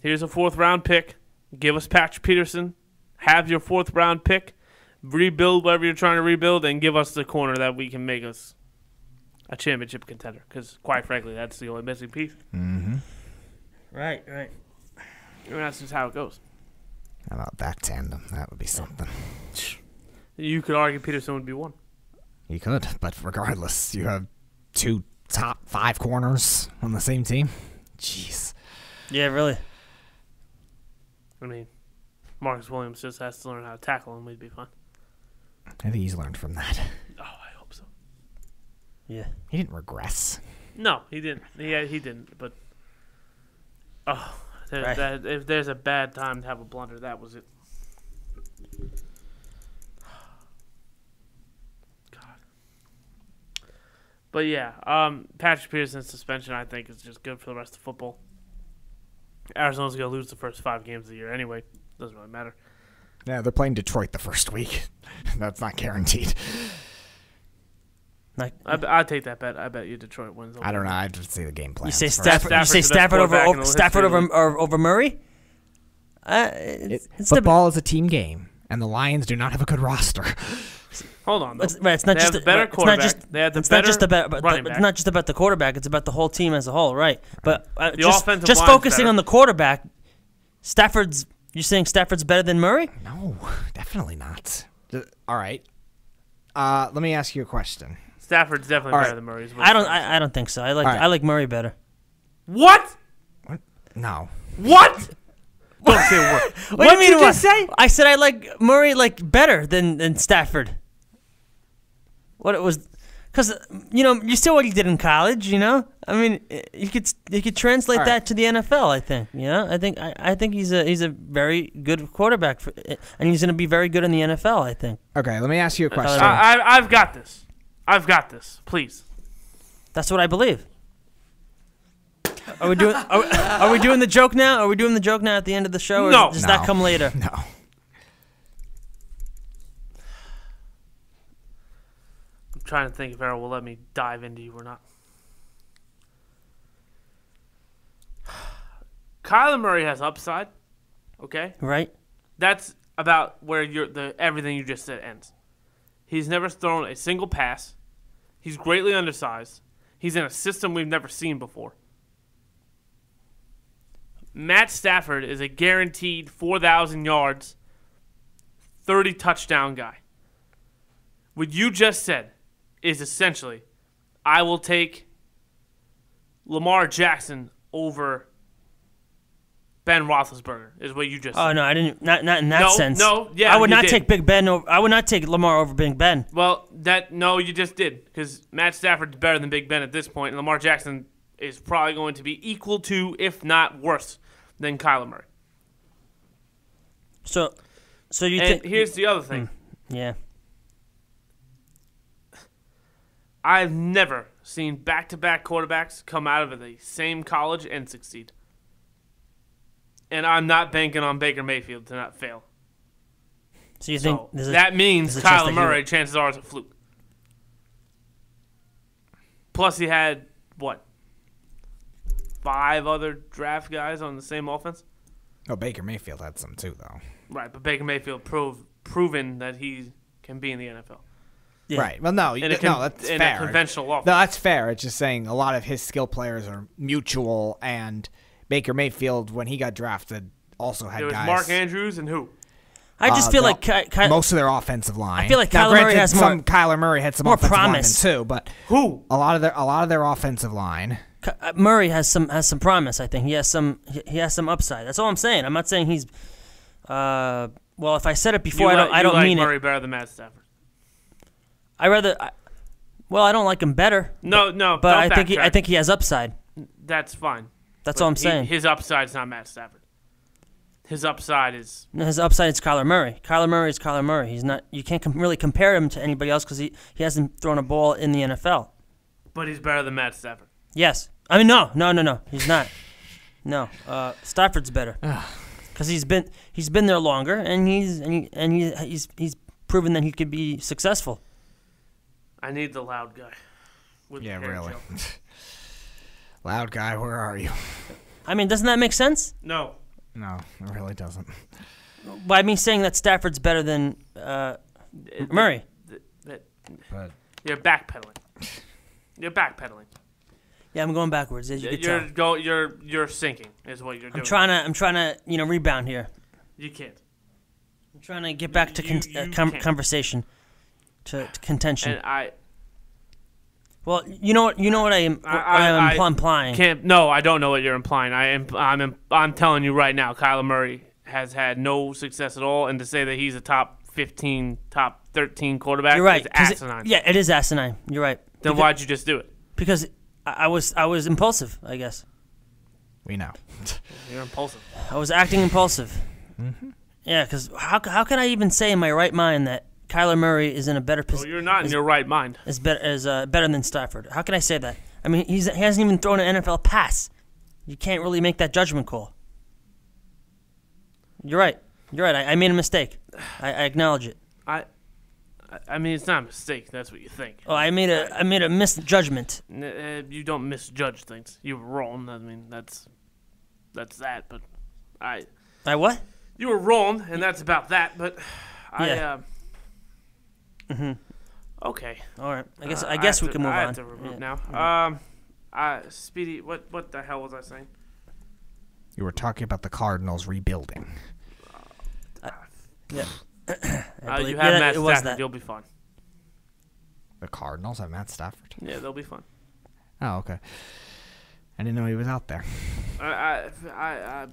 Speaker 4: Here's a fourth round pick. Give us Patrick Peterson. Have your fourth round pick. Rebuild whatever you're trying to rebuild, and give us the corner that we can make us a championship contender. Because quite frankly, that's the only missing piece.
Speaker 6: Right. Right.
Speaker 4: And that's just how it goes.
Speaker 5: How about that tandem? That would be something.
Speaker 4: You could argue Peterson would be one.
Speaker 5: You could, but regardless, you have two top five corners on the same team. Jeez.
Speaker 6: Yeah. Really.
Speaker 4: I mean, Marcus Williams just has to learn how to tackle, and we'd be fine.
Speaker 5: I think he's learned from that.
Speaker 4: Oh, I hope so.
Speaker 6: Yeah.
Speaker 5: He didn't regress.
Speaker 4: No, he didn't. Yeah, he didn't. But oh, there,
Speaker 6: Right.
Speaker 4: that, if there's a bad time to have a blunder, that was it. God. But yeah, um, Patrick Peterson's suspension I think is just good for the rest of football. Arizona's gonna lose the first five games of the year anyway. Doesn't really matter.
Speaker 5: Yeah, they're playing Detroit the first week. That's not guaranteed.
Speaker 6: Like,
Speaker 4: I, I take that bet. I bet you Detroit wins.
Speaker 5: I don't know. I'd just see the game plan.
Speaker 6: You say
Speaker 5: first.
Speaker 6: Stafford. You
Speaker 4: Stafford's the
Speaker 6: say
Speaker 4: best
Speaker 6: Stafford over
Speaker 4: quarterback in
Speaker 6: over
Speaker 4: the
Speaker 6: Stafford
Speaker 4: history
Speaker 6: over
Speaker 4: of
Speaker 6: or, over Murray. Uh, it's,
Speaker 5: It-
Speaker 6: it's the-
Speaker 5: football is a team game, and the Lions do not have a good roster.
Speaker 4: Hold on. though.
Speaker 6: it's, right, it's not
Speaker 4: They have
Speaker 6: just
Speaker 4: the
Speaker 6: right,
Speaker 4: better quarterback.
Speaker 6: It's not just,
Speaker 4: they have the
Speaker 6: it's
Speaker 4: better
Speaker 6: not just about but
Speaker 4: running
Speaker 6: the-
Speaker 4: back.
Speaker 6: it's not just about the quarterback. It's about the whole team as a whole, right? But uh,
Speaker 4: The
Speaker 6: just,
Speaker 4: offensive
Speaker 6: just
Speaker 4: line's
Speaker 6: focusing
Speaker 4: better.
Speaker 6: on the quarterback, Stafford's. You're saying Stafford's better than Murray?
Speaker 5: No, definitely not. Th- All right. Uh, let me ask you a question.
Speaker 4: Stafford's definitely
Speaker 5: All
Speaker 4: better
Speaker 5: right.
Speaker 4: than Murray's.
Speaker 6: I don't. I, I don't think so. I like.
Speaker 5: All right.
Speaker 6: I like Murray better.
Speaker 4: what?
Speaker 5: What? No.
Speaker 4: What? don't say a word.
Speaker 6: What,
Speaker 4: What'd you just say?
Speaker 6: I said I like Murray like better than than Stafford. What it was, because you know you still what he did in college. You know, I mean, eh, you could you could translate
Speaker 5: All right.
Speaker 6: that to the NFL. I think. You know, I think I, I think he's a he's a very good quarterback, for, eh, and he's going to be very good in the NFL. I think
Speaker 5: Okay, let me ask you a question.
Speaker 6: Uh,
Speaker 4: I, I, I've got this. I've got this. Please.
Speaker 6: that's what I believe. Are we doing are, we- are we doing the joke now? Are we doing the joke now at the end of the show? Or
Speaker 4: No.
Speaker 6: does
Speaker 5: No.
Speaker 6: that come later?
Speaker 5: no.
Speaker 4: I'm trying to think if Errol will let me dive into you or not. Kyler Murray has upside. Okay,
Speaker 6: Right?
Speaker 4: that's about where your the everything you just said ends. He's never thrown a single pass. He's greatly undersized. He's in a system we've never seen before. Matt Stafford is a guaranteed 4,000 yards, 30 touchdown guy. What you just said is essentially I will take Lamar Jackson over Ben Roethlisberger, is what you just said.
Speaker 6: Oh no, I didn't. Not not in that
Speaker 4: No,
Speaker 6: sense.
Speaker 4: no, yeah,
Speaker 6: I would
Speaker 4: you
Speaker 6: not
Speaker 4: did.
Speaker 6: take Big Ben. Over, I would not take Lamar over Big Ben.
Speaker 4: Well, that no, you just did because Matt Stafford's better than Big Ben at this point, and Lamar Jackson is probably going to be equal to, if not worse, than Kyler Murray.
Speaker 6: So, so you
Speaker 4: And
Speaker 6: think? Hmm.
Speaker 4: here's the other thing:
Speaker 6: yeah,
Speaker 4: I've never seen back-to-back quarterbacks come out of the same college and succeed. And I'm not banking on Baker Mayfield to not fail.
Speaker 6: so you think
Speaker 4: So
Speaker 6: there's a-
Speaker 4: that means
Speaker 6: there's a chance that
Speaker 4: Kyler
Speaker 6: he
Speaker 4: Murray, chances are, is a fluke. Plus, he had what five other draft guys on the same offense,
Speaker 5: Oh, Baker Mayfield had some too, though.
Speaker 4: right? But Baker Mayfield proved proven that he can be in the NFL.
Speaker 6: Yeah.
Speaker 5: Right. Well, no, you,
Speaker 4: In a con-
Speaker 5: no, that's
Speaker 4: in a
Speaker 5: fair.
Speaker 4: conventional
Speaker 5: no,
Speaker 4: offense.
Speaker 5: that's fair. It's just saying a lot of his skill players are mutual, and Baker Mayfield, when he got drafted, also had
Speaker 4: There was
Speaker 5: guys.
Speaker 4: Mark Andrews and who?
Speaker 6: I just
Speaker 5: uh,
Speaker 6: feel
Speaker 5: the-
Speaker 6: like Ky- Ky-
Speaker 5: most of their offensive line.
Speaker 6: feel like
Speaker 5: now,
Speaker 6: Kyler Murray
Speaker 5: granted,
Speaker 6: has
Speaker 5: some,
Speaker 6: more-
Speaker 5: Kyler Murray had some
Speaker 6: more
Speaker 5: offensive linemen
Speaker 6: promise.
Speaker 5: too, but
Speaker 4: Who?
Speaker 5: a lot of their a lot of their offensive line.
Speaker 6: Ky- uh, Murray has some has some promise. I think he has some he- he has some upside. That's all I'm saying. I'm not saying he's uh, Well, if I said it
Speaker 4: You
Speaker 6: before, I don't.
Speaker 4: like-
Speaker 6: I
Speaker 4: you
Speaker 6: don't
Speaker 4: like
Speaker 6: mean
Speaker 4: Murray
Speaker 6: it.
Speaker 4: better than Matt Stafford.
Speaker 6: I rather. I, well, I don't like him better.
Speaker 4: No, no,
Speaker 6: But
Speaker 4: don't
Speaker 6: I think he, I
Speaker 4: backtrack.
Speaker 6: think he has upside.
Speaker 4: that's fine.
Speaker 6: That's
Speaker 4: But
Speaker 6: all I'm
Speaker 4: he-
Speaker 6: saying.
Speaker 4: his upside's not Matt Stafford. His upside is
Speaker 6: No, His upside is Kyler Murray. Kyler Murray is Kyler Murray. He's not. You can't com- really compare him to anybody else because he, he hasn't thrown a ball in the NFL.
Speaker 4: but he's better than Matt Stafford.
Speaker 6: Yes. I mean, no, no, no, no. He's not. No. Uh, Stafford's better because he's been he's been there longer and he's and he, and he, he's he's proven that he could be successful.
Speaker 4: I need the loud guy. with the
Speaker 5: Yeah,
Speaker 4: hair
Speaker 5: really.
Speaker 4: gel.
Speaker 5: Loud guy, where are you?
Speaker 6: I mean, doesn't that make sense?
Speaker 4: No.
Speaker 5: No, it really doesn't.
Speaker 6: By me saying that Stafford's better than uh, Murray.
Speaker 4: That-
Speaker 5: But
Speaker 4: You're backpedaling. You're backpedaling.
Speaker 6: Yeah, I'm going backwards as you can
Speaker 4: You're
Speaker 6: tell.
Speaker 4: go. You're you're sinking. Is what you're doing.
Speaker 6: uh, I'm trying to I'm trying to you know rebound here.
Speaker 4: You can't.
Speaker 6: I'm trying to get back to
Speaker 4: You-
Speaker 6: con-
Speaker 4: you
Speaker 6: uh, com-
Speaker 4: can't.
Speaker 6: conversation, to, to contention.
Speaker 4: And I
Speaker 6: well, you know what you know what I am
Speaker 4: I-
Speaker 6: what
Speaker 4: I-
Speaker 6: I, am
Speaker 4: I
Speaker 6: implying.
Speaker 4: can't. No, I don't know what you're implying. I am. I'm. im- I'm telling you right now. Kyler Murray has had no success at all, and to say that he's a top 15, top 13 quarterback
Speaker 6: You're right.
Speaker 4: is
Speaker 6: 'cause it-
Speaker 4: asinine.
Speaker 6: yeah, it is asinine. You're right.
Speaker 4: Then why'd you just do it?
Speaker 6: Because I, I was I was impulsive. I guess
Speaker 5: we know.
Speaker 4: You're impulsive.
Speaker 6: I was acting impulsive. Yeah, because how c- how can I even say in my right mind that Kyler Murray is in a better
Speaker 4: Well,
Speaker 6: position?
Speaker 4: you're not in your right mind.
Speaker 6: is better is uh, better than Stafford. How can I say that? I mean, he's, he hasn't even thrown an NFL pass. You can't really make that judgment call. You're right. You're right. I, I made a mistake. I, I acknowledge it.
Speaker 4: I. I- I mean, it's not a mistake. That's what you think.
Speaker 6: Oh, I made a I made a misjudgment.
Speaker 4: N- uh, you don't misjudge things. You were wrong. I mean, that's that's that. But I,
Speaker 6: I what?
Speaker 4: you were wrong, and that's about that. But I,
Speaker 6: Yeah.
Speaker 4: uh, okay.
Speaker 6: All right. I guess
Speaker 4: Uh,
Speaker 6: I guess
Speaker 4: have to-
Speaker 6: we can move
Speaker 4: I
Speaker 6: on.
Speaker 4: Have to remove
Speaker 6: Yeah. Mm-hmm.
Speaker 4: now. Um, uh, Speedy, what what the hell was I saying?
Speaker 5: You were talking about the Cardinals rebuilding.
Speaker 6: I
Speaker 4: Uh,
Speaker 6: believe-
Speaker 4: you
Speaker 6: yeah,
Speaker 4: have
Speaker 6: that-
Speaker 4: Matt
Speaker 6: it was
Speaker 4: Stafford.
Speaker 6: that.
Speaker 4: You'll be fine.
Speaker 5: The Cardinals? I Matt Stafford.
Speaker 4: Yeah, they'll be fine.
Speaker 5: Oh, okay. I didn't know he was out there.
Speaker 4: I, Uh, I, I, I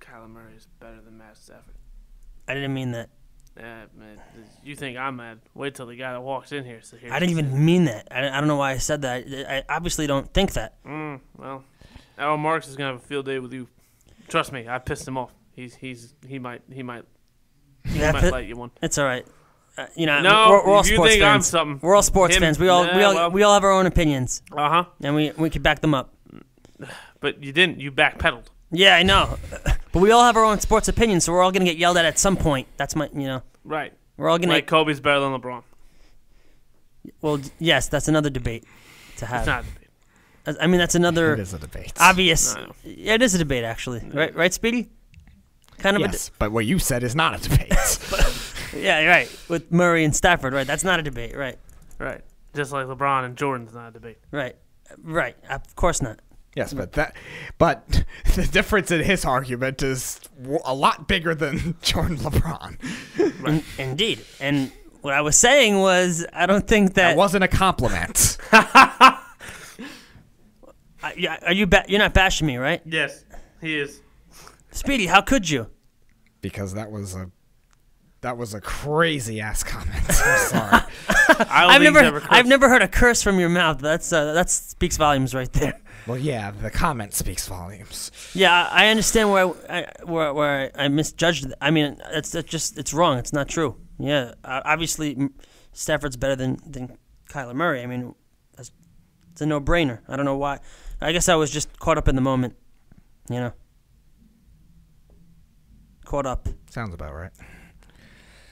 Speaker 4: Kyler Murray is better than Matt Stafford.
Speaker 6: I didn't mean that.
Speaker 4: Uh, man, you think I'm mad? Wait till the guy that walks in here. So here
Speaker 6: I didn't even mean that. I, I don't know why I said that. I, I obviously don't think that.
Speaker 4: Mm, well, Errol Oh, Marks is gonna have a field day with you. Trust me, I pissed him off. He's he's he might he might he
Speaker 6: Yeah,
Speaker 4: might
Speaker 6: but-
Speaker 4: light you one.
Speaker 6: It's all right. Uh, you know,
Speaker 4: No,
Speaker 6: we're, we're all
Speaker 4: if you
Speaker 6: sports
Speaker 4: think
Speaker 6: fans.
Speaker 4: I'm something,
Speaker 6: We're all sports
Speaker 4: him-
Speaker 6: fans. We all we
Speaker 4: Yeah,
Speaker 6: all
Speaker 4: well.
Speaker 6: we all have our own opinions,
Speaker 4: Uh huh.
Speaker 6: and we we can back them up.
Speaker 4: But you didn't. You backpedaled.
Speaker 6: Yeah, I know. but we all have our own sports opinions, so we're all gonna get yelled at at some point. That's my, you know,
Speaker 4: Right.
Speaker 6: we're all gonna.
Speaker 4: Like Kobe's better than LeBron.
Speaker 6: well, d- yes, that's another debate to have.
Speaker 4: It's not. a debate.
Speaker 6: I- I mean, that's
Speaker 5: It
Speaker 6: another
Speaker 5: is a debate.
Speaker 6: obvious.
Speaker 4: No, I know.
Speaker 6: Yeah, it is a debate, actually. Right, right, Speedy. Kind of.
Speaker 5: Yes, but what you said is not a debate.
Speaker 6: A de- yeah, right. With Murray and Stafford, right? That's not a debate, right?
Speaker 4: Right. Just like LeBron and Jordan's not a debate.
Speaker 6: Right, right. Of course not.
Speaker 5: Yes, but that, but the difference in his argument is w- a lot bigger than Jordan LeBron.
Speaker 6: In- indeed. And what I was saying was, I don't think that.
Speaker 5: That wasn't a compliment.
Speaker 6: I- yeah, are you? Ba- you're not bashing me, right?
Speaker 4: Yes, he is.
Speaker 6: Speedy, how could you?
Speaker 5: because that was a, that was a crazy ass comment. I'm sorry.
Speaker 4: I don't
Speaker 6: I've
Speaker 4: think
Speaker 6: never,
Speaker 4: he's ever cursed.
Speaker 6: I've never heard a curse from your mouth. That's uh, that speaks volumes right there.
Speaker 5: well, yeah, the comment speaks volumes.
Speaker 6: Yeah, I I understand where I, I where, where I, I misjudged. th- I mean, it's it's just it's wrong. It's not true. Yeah, uh, obviously M- Stafford's better than than Kyler Murray. I mean, that's, it's a no brainer. I don't know why. I guess I was just caught up in the moment. You know, caught up,
Speaker 5: Sounds about right.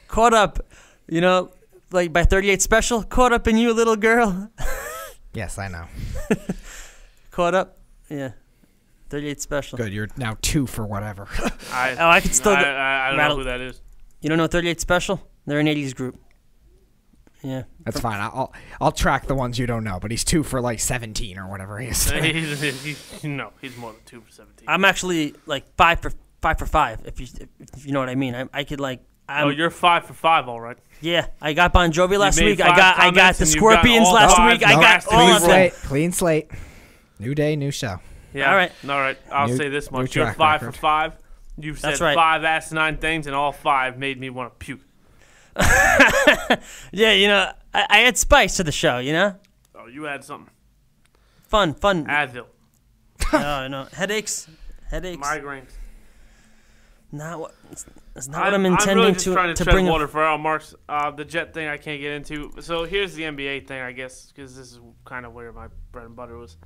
Speaker 6: caught up. You know, like by thirty eight special, caught up in you, little girl.
Speaker 5: Yes, I know.
Speaker 6: caught up. Yeah, thirty eight special.
Speaker 5: Good, you're now two for whatever.
Speaker 4: I,
Speaker 6: Oh, I could still
Speaker 4: I,
Speaker 6: go-
Speaker 4: I, I don't
Speaker 6: rattle-
Speaker 4: know who that is.
Speaker 6: You don't know 38 Special? They're an 80s group. Yeah.
Speaker 5: That's fine. I'll I'll- I'll track the ones you don't know. But he's two for like 17 or whatever he is.
Speaker 4: he's, he's- no, he's more than two for seventeen.
Speaker 6: I'm actually like five for five for five. If you if you know what I mean, I, I could like. I'm,
Speaker 4: oh, you're five for five, all right.
Speaker 6: yeah, I got Bon Jovi last
Speaker 4: made
Speaker 6: week. I
Speaker 4: five
Speaker 6: got I got
Speaker 4: comments
Speaker 6: the
Speaker 4: and you've got
Speaker 6: Scorpions
Speaker 4: all
Speaker 6: last
Speaker 4: five
Speaker 6: week. I got
Speaker 4: nasty
Speaker 6: all
Speaker 5: Clean
Speaker 6: of them.
Speaker 5: slate. Clean slate. New day, new show.
Speaker 4: Yeah.
Speaker 6: All right.
Speaker 4: All right. I'll
Speaker 5: New-
Speaker 4: say this
Speaker 5: new
Speaker 4: much: you're
Speaker 5: track
Speaker 4: five
Speaker 5: record.
Speaker 4: for five. You've
Speaker 6: That's
Speaker 4: said
Speaker 6: right.
Speaker 4: five asinine things, and all five made me want to puke.
Speaker 6: Yeah, you know, I, I add spice to the show. You know,
Speaker 4: Oh, you had something.
Speaker 6: fun, fun.
Speaker 4: Advil,
Speaker 6: no, no, headaches, headaches.
Speaker 4: migraines.
Speaker 6: not what. It's, it's not what I'm
Speaker 4: I'm
Speaker 6: intending
Speaker 4: really just
Speaker 6: to
Speaker 4: trying to,
Speaker 6: to
Speaker 4: tread
Speaker 6: bring. up.
Speaker 4: water for Al Marks. Uh, the Jet thing I can't get into. So here's the NBA thing, I guess, because this is kind of where my bread and butter was.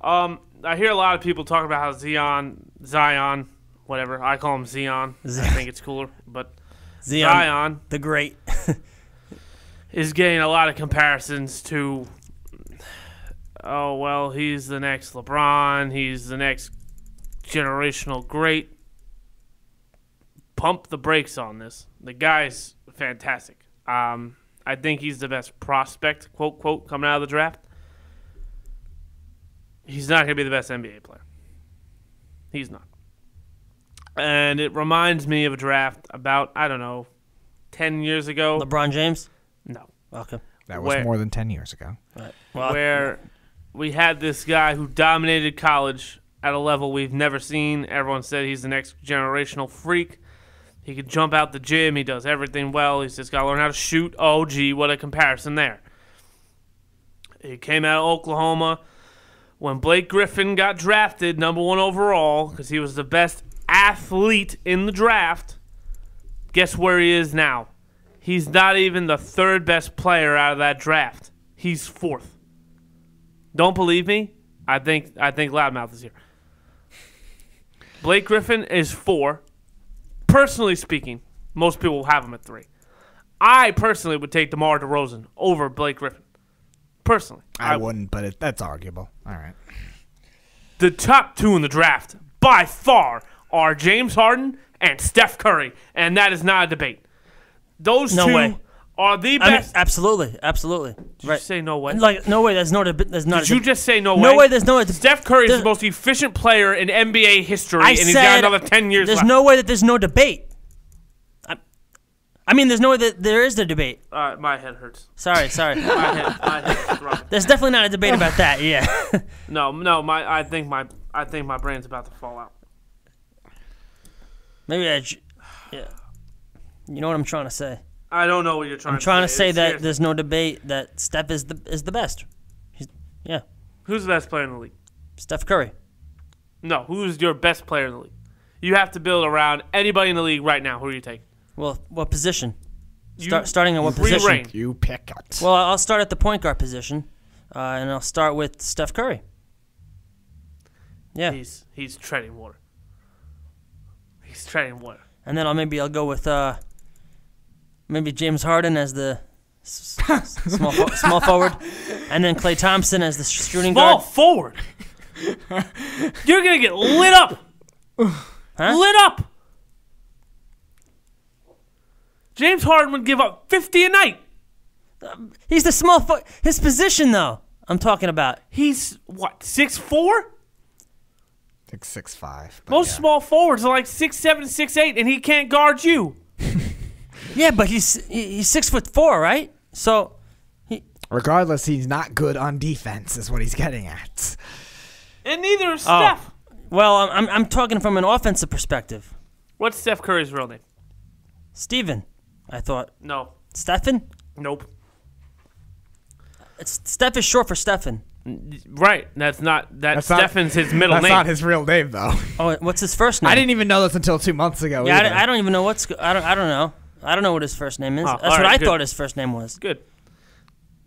Speaker 4: Um, I hear a lot of people talking about how Zion, Zion, whatever. I call him Zion. I think it's cooler, but
Speaker 6: Zion,
Speaker 4: Zion
Speaker 6: the great.
Speaker 4: is getting a lot of comparisons to. Oh well, he's the next LeBron. He's the next generational great. Pump the brakes on this. The guy's fantastic. Um, I think he's the best prospect, quote quote, coming out of the draft. He's not going to be the best NBA player. He's not. And it reminds me of a draft about I don't know, ten years ago.
Speaker 6: LeBron James.
Speaker 4: no,
Speaker 6: Welcome.
Speaker 5: That was
Speaker 4: Where-
Speaker 5: more than 10 years ago.
Speaker 6: Well,
Speaker 4: where we had this guy who dominated college at a level we've never seen. Everyone said he's the next generational freak. He could jump out the gym. He does everything well. He's just got to learn how to shoot. Oh, gee, what a comparison there. He came out of Oklahoma when Blake Griffin got drafted number one overall because he was the best athlete in the draft. Guess where he is now? He's not even the third best player out of that draft. He's fourth. Don't believe me? I think I think Loudmouth is here. Blake Griffin is four. Personally speaking, most people have him at three. I personally would take DeMar DeRozan over Blake Griffin. Personally,
Speaker 5: I, wouldn't, but it, that's arguable. All right.
Speaker 4: the top two in the draft by far are James Harden and Steph Curry, and that is not a debate. Those
Speaker 6: No
Speaker 4: two
Speaker 6: way.
Speaker 4: are the
Speaker 6: I mean,
Speaker 4: best.
Speaker 6: absolutely, absolutely. right.
Speaker 4: say no way?
Speaker 6: Like no way. There's no. deb- There's not.
Speaker 4: Did
Speaker 6: a
Speaker 4: you
Speaker 6: deb-
Speaker 4: just say no way?
Speaker 6: No way. There's no.
Speaker 4: Steph Curry is
Speaker 6: there's-
Speaker 4: the most efficient player in NBA history,
Speaker 6: I
Speaker 4: and
Speaker 6: said,
Speaker 4: he's got another ten years
Speaker 6: There's
Speaker 4: left.
Speaker 6: no way that there's no debate. I, I mean, there's no way that there is the debate.
Speaker 4: Uh, my head hurts.
Speaker 6: Sorry, sorry.
Speaker 4: My head, my head is throbbing.
Speaker 6: there's definitely not a debate about that. Yeah.
Speaker 4: No, no, my I think my I think my brain's about to fall out.
Speaker 6: Maybe I. j- Yeah. You know what I'm trying to say.
Speaker 4: I don't know what you're trying.
Speaker 6: I'm trying to
Speaker 4: to
Speaker 6: say
Speaker 4: It's-
Speaker 6: that
Speaker 4: seriously.
Speaker 6: there's no debate that Steph is the is the best. He's, yeah,
Speaker 4: who's the best player in the league?
Speaker 6: Steph Curry.
Speaker 4: No, who's your best player in the league? You have to build around anybody in the league right now. Who are you taking?
Speaker 6: Well, what position?
Speaker 4: You-
Speaker 6: Start, starting at what
Speaker 4: free
Speaker 6: position?
Speaker 4: reign.
Speaker 5: You pick it.
Speaker 6: Well, I'll start at the point guard position, uh, and I'll start with Steph Curry. Yeah,
Speaker 4: He's he's treading water. He's treading water.
Speaker 6: and then I'll maybe I'll go with uh, maybe James Harden as the s- s- small fo- small forward, and then Clay Thompson as the sh- shooting
Speaker 4: Ball
Speaker 6: guard.
Speaker 4: forward. you're gonna get lit up.
Speaker 6: Huh?
Speaker 4: Lit up. James Harden would give up 50 a night.
Speaker 6: He's the small fo- his position though. I'm talking about.
Speaker 4: He's what six four?
Speaker 5: Like six five. but
Speaker 4: Most
Speaker 5: yeah.
Speaker 4: small forwards are like six seven, six eight, and he can't guard you.
Speaker 6: Yeah, but he's he- he's six foot four, right? So
Speaker 5: Regardless, he's not good on defense, is what he's getting at.
Speaker 4: And neither is Steph.
Speaker 6: Well, I'm, I'm, I'm talking from an offensive perspective.
Speaker 4: What's Steph Curry's real name?
Speaker 6: Steven, I thought.
Speaker 4: No.
Speaker 6: Stefan?
Speaker 4: Nope.
Speaker 6: It's, Steph is short for Stefan.
Speaker 4: Right. That's not that.
Speaker 5: That's not-
Speaker 4: Stefan's his middle
Speaker 5: That's
Speaker 4: name.
Speaker 5: not his real name, though.
Speaker 6: Oh, what's his first name?
Speaker 5: I didn't even know this until two months ago.
Speaker 6: Yeah, I,
Speaker 5: either.
Speaker 6: don't- I don't even know what's. go- I don't. I don't know. I don't know what his first name is.
Speaker 4: Oh,
Speaker 6: That's
Speaker 4: all
Speaker 6: what
Speaker 4: right,
Speaker 6: I
Speaker 4: good.
Speaker 6: thought his first name was.
Speaker 4: Good.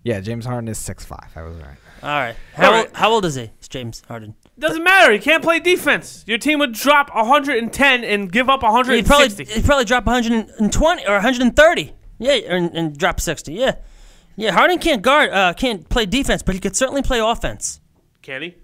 Speaker 5: yeah, James Harden is six five. I was right.
Speaker 6: All right. How,
Speaker 4: All
Speaker 6: old-
Speaker 4: right.
Speaker 6: how old is he? It's James Harden.
Speaker 4: Doesn't matter. He can't play defense. Your team would drop 110 and give up
Speaker 6: He probably
Speaker 4: 160.
Speaker 6: he probably dropped 120 or 130. Yeah, and, and drop 60. Yeah, yeah. Harden can't guard. Uh, can't play defense, but he could certainly play offense.
Speaker 4: Can he?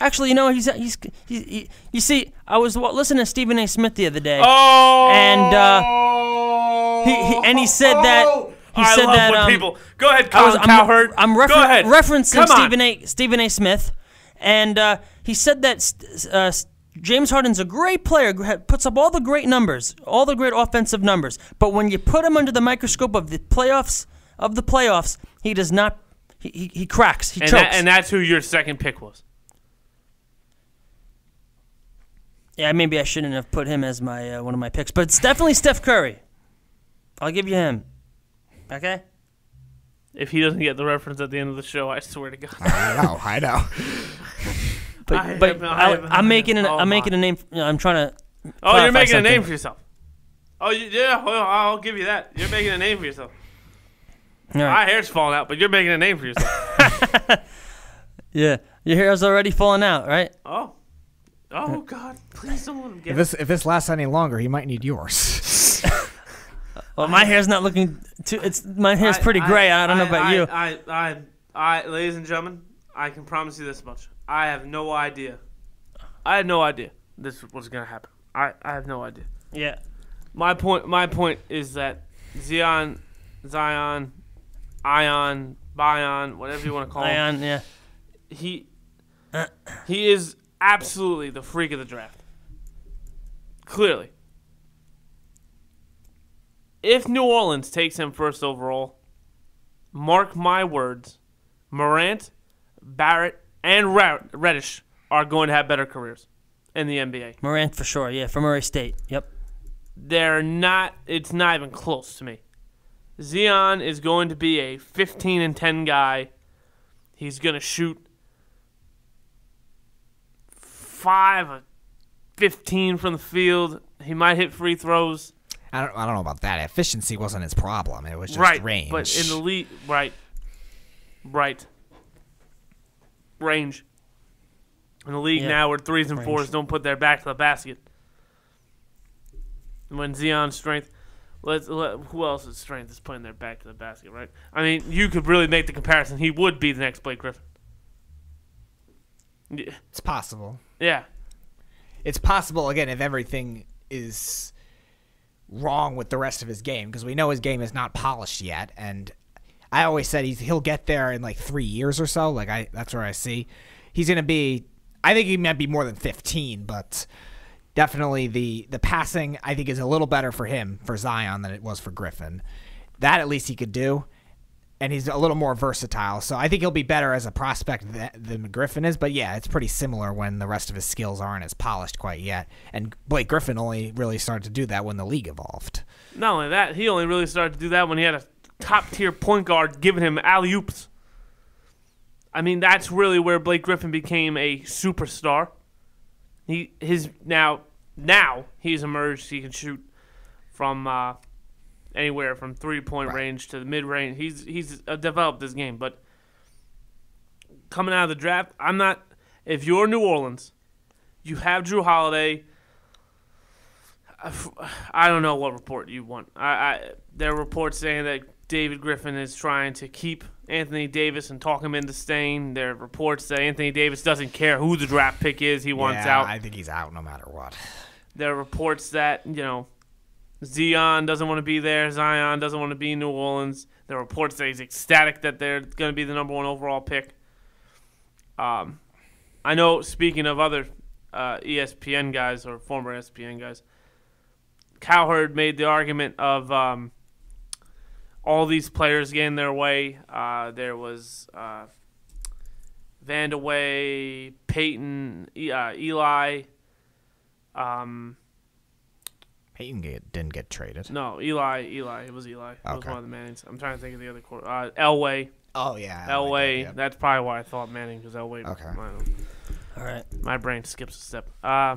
Speaker 6: Actually, you know, he's uh, he's, he's he, you see, I was wa- listening to Stephen A. Smith the other day.
Speaker 4: Oh.
Speaker 6: and uh, he, he and he said that he
Speaker 4: oh. I
Speaker 6: said
Speaker 4: love
Speaker 6: that
Speaker 4: when
Speaker 6: um,
Speaker 4: people go ahead.
Speaker 6: I
Speaker 4: Colin
Speaker 6: was I'm,
Speaker 4: Cowherd.
Speaker 6: I'm
Speaker 4: go
Speaker 6: refer-
Speaker 4: ahead.
Speaker 6: referencing
Speaker 4: Come on.
Speaker 6: Stephen A. Stephen A. Smith, and uh, he said that st- uh, s- James Harden's a great player, gr- ha- puts up all the great numbers, all the great offensive numbers, but when you put him under the microscope of the playoffs of the playoffs, he does not. He, he, he cracks. He
Speaker 4: And,
Speaker 6: chokes.
Speaker 4: that, and that's who your second pick was.
Speaker 6: Yeah, maybe I shouldn't have put him as my uh, one of my picks, but it's definitely Steph Curry. I'll give you him. Okay.
Speaker 4: If he doesn't get the reference at the end of the show, I swear to God. Oh,
Speaker 5: I know. I know.
Speaker 6: But,
Speaker 4: I
Speaker 6: but
Speaker 4: am- I
Speaker 6: I,
Speaker 4: am-
Speaker 6: am making an,
Speaker 4: oh
Speaker 6: I'm making
Speaker 4: my.
Speaker 6: a name. You know, I'm trying to.
Speaker 4: Oh,
Speaker 6: clarify
Speaker 4: you're making a
Speaker 6: something.
Speaker 4: name for yourself. Oh, you, yeah. Well, I'll give you that. You're making a name for yourself.
Speaker 6: All
Speaker 4: My
Speaker 6: right.
Speaker 4: hair's falling out, but you're making a name for yourself.
Speaker 6: Yeah, your hair's already falling out, right?
Speaker 4: oh. Oh God! Please don't let him get
Speaker 5: If this if this lasts any longer, he might need yours.
Speaker 6: Well, my hair's not looking too. It's my hair's
Speaker 4: I-
Speaker 6: pretty gray. I, don't know about
Speaker 4: I-
Speaker 6: you.
Speaker 4: I, I, I, I, ladies and gentlemen, I can promise you this much. I have no idea. I had no idea this was gonna happen. I, I have no idea.
Speaker 6: yeah.
Speaker 4: My point, my point is that Zion, Zion, Ion, Bion, whatever you want to call him,
Speaker 6: Ion, yeah.
Speaker 4: he, he is absolutely the freak of the draft. Clearly. If New Orleans takes him first overall, mark my words, Morant, Barrett, and Ra- Reddish are going to have better careers in the NBA.
Speaker 6: Morant for sure. Yeah, from Murray State. Yep.
Speaker 4: They're not. It's not even close to me. Zion is going to be a 15 and 10 guy. He's going to shoot five or 15 from the field. He might hit free throws.
Speaker 5: I don't. I don't know about that. Efficiency wasn't his problem. It was just
Speaker 4: right,
Speaker 5: range.
Speaker 4: but in the league, right, right, range. In the league
Speaker 6: Yeah,
Speaker 4: now, where threes and
Speaker 6: range.
Speaker 4: fours don't put their back to the basket. When Zion's strength, let's let, who else's strength is putting their back to the basket, right? I mean, you could really make the comparison. He would be the next Blake Griffin. Y-
Speaker 5: it's possible.
Speaker 4: Yeah,
Speaker 5: It's possible again if everything is wrong with the rest of his game because we know his game is not polished yet. And I always said he's he'll get there in like three years or so. Like I, that's where I see he's gonna be. I think he might be more than fifteen, but definitely the the passing I think is a little better for him for Zion than it was for Griffin. That at least he could do. And he's a little more versatile, so I think he'll be better as a prospect th- than Griffin is. But yeah, it's pretty similar when the rest of his skills aren't as polished quite yet. And Blake Griffin only really started to do that when the league evolved.
Speaker 4: not only that, he only really started to do that when he had a top tier point guard giving him alley oops. I mean, that's really where Blake Griffin became a superstar. He his now now he's emerged. He can shoot from uh, anywhere from three point range to the mid range. He's he's uh, developed this game, but coming out of the draft, I'm not. If you're New Orleans, you have Drew Holiday. uh, I don't know what report you want. I, I there are reports saying that David Griffin is trying to keep Anthony Davis and talk him into staying. There are reports that Anthony Davis doesn't care who the draft pick is; he wants
Speaker 5: yeah,
Speaker 4: out.
Speaker 5: I think he's out no matter what.
Speaker 4: there are reports that you know Zion doesn't want to be there. Zion doesn't want to be in New Orleans. There are reports that he's ecstatic that they're going to be the number one overall pick. Um, I know. Speaking of other uh, ESPN guys or former E ESPN guys, Cowherd made the argument of um, all these players getting their way. Uh, there was uh, Vandaway, Peyton, E- uh, Eli. Um,
Speaker 5: Peyton get, didn't get traded.
Speaker 4: No, Eli, Eli. It was Eli. It was
Speaker 5: Okay.
Speaker 4: one of the Mannings. I'm trying to think of the other court. Uh, Elway,
Speaker 5: Oh yeah, I like
Speaker 4: Elway.
Speaker 5: that, yeah.
Speaker 4: That's probably why I thought Manning because Elway.
Speaker 5: Okay.
Speaker 4: I don't know.
Speaker 6: All right.
Speaker 4: my brain skips a step. Uh,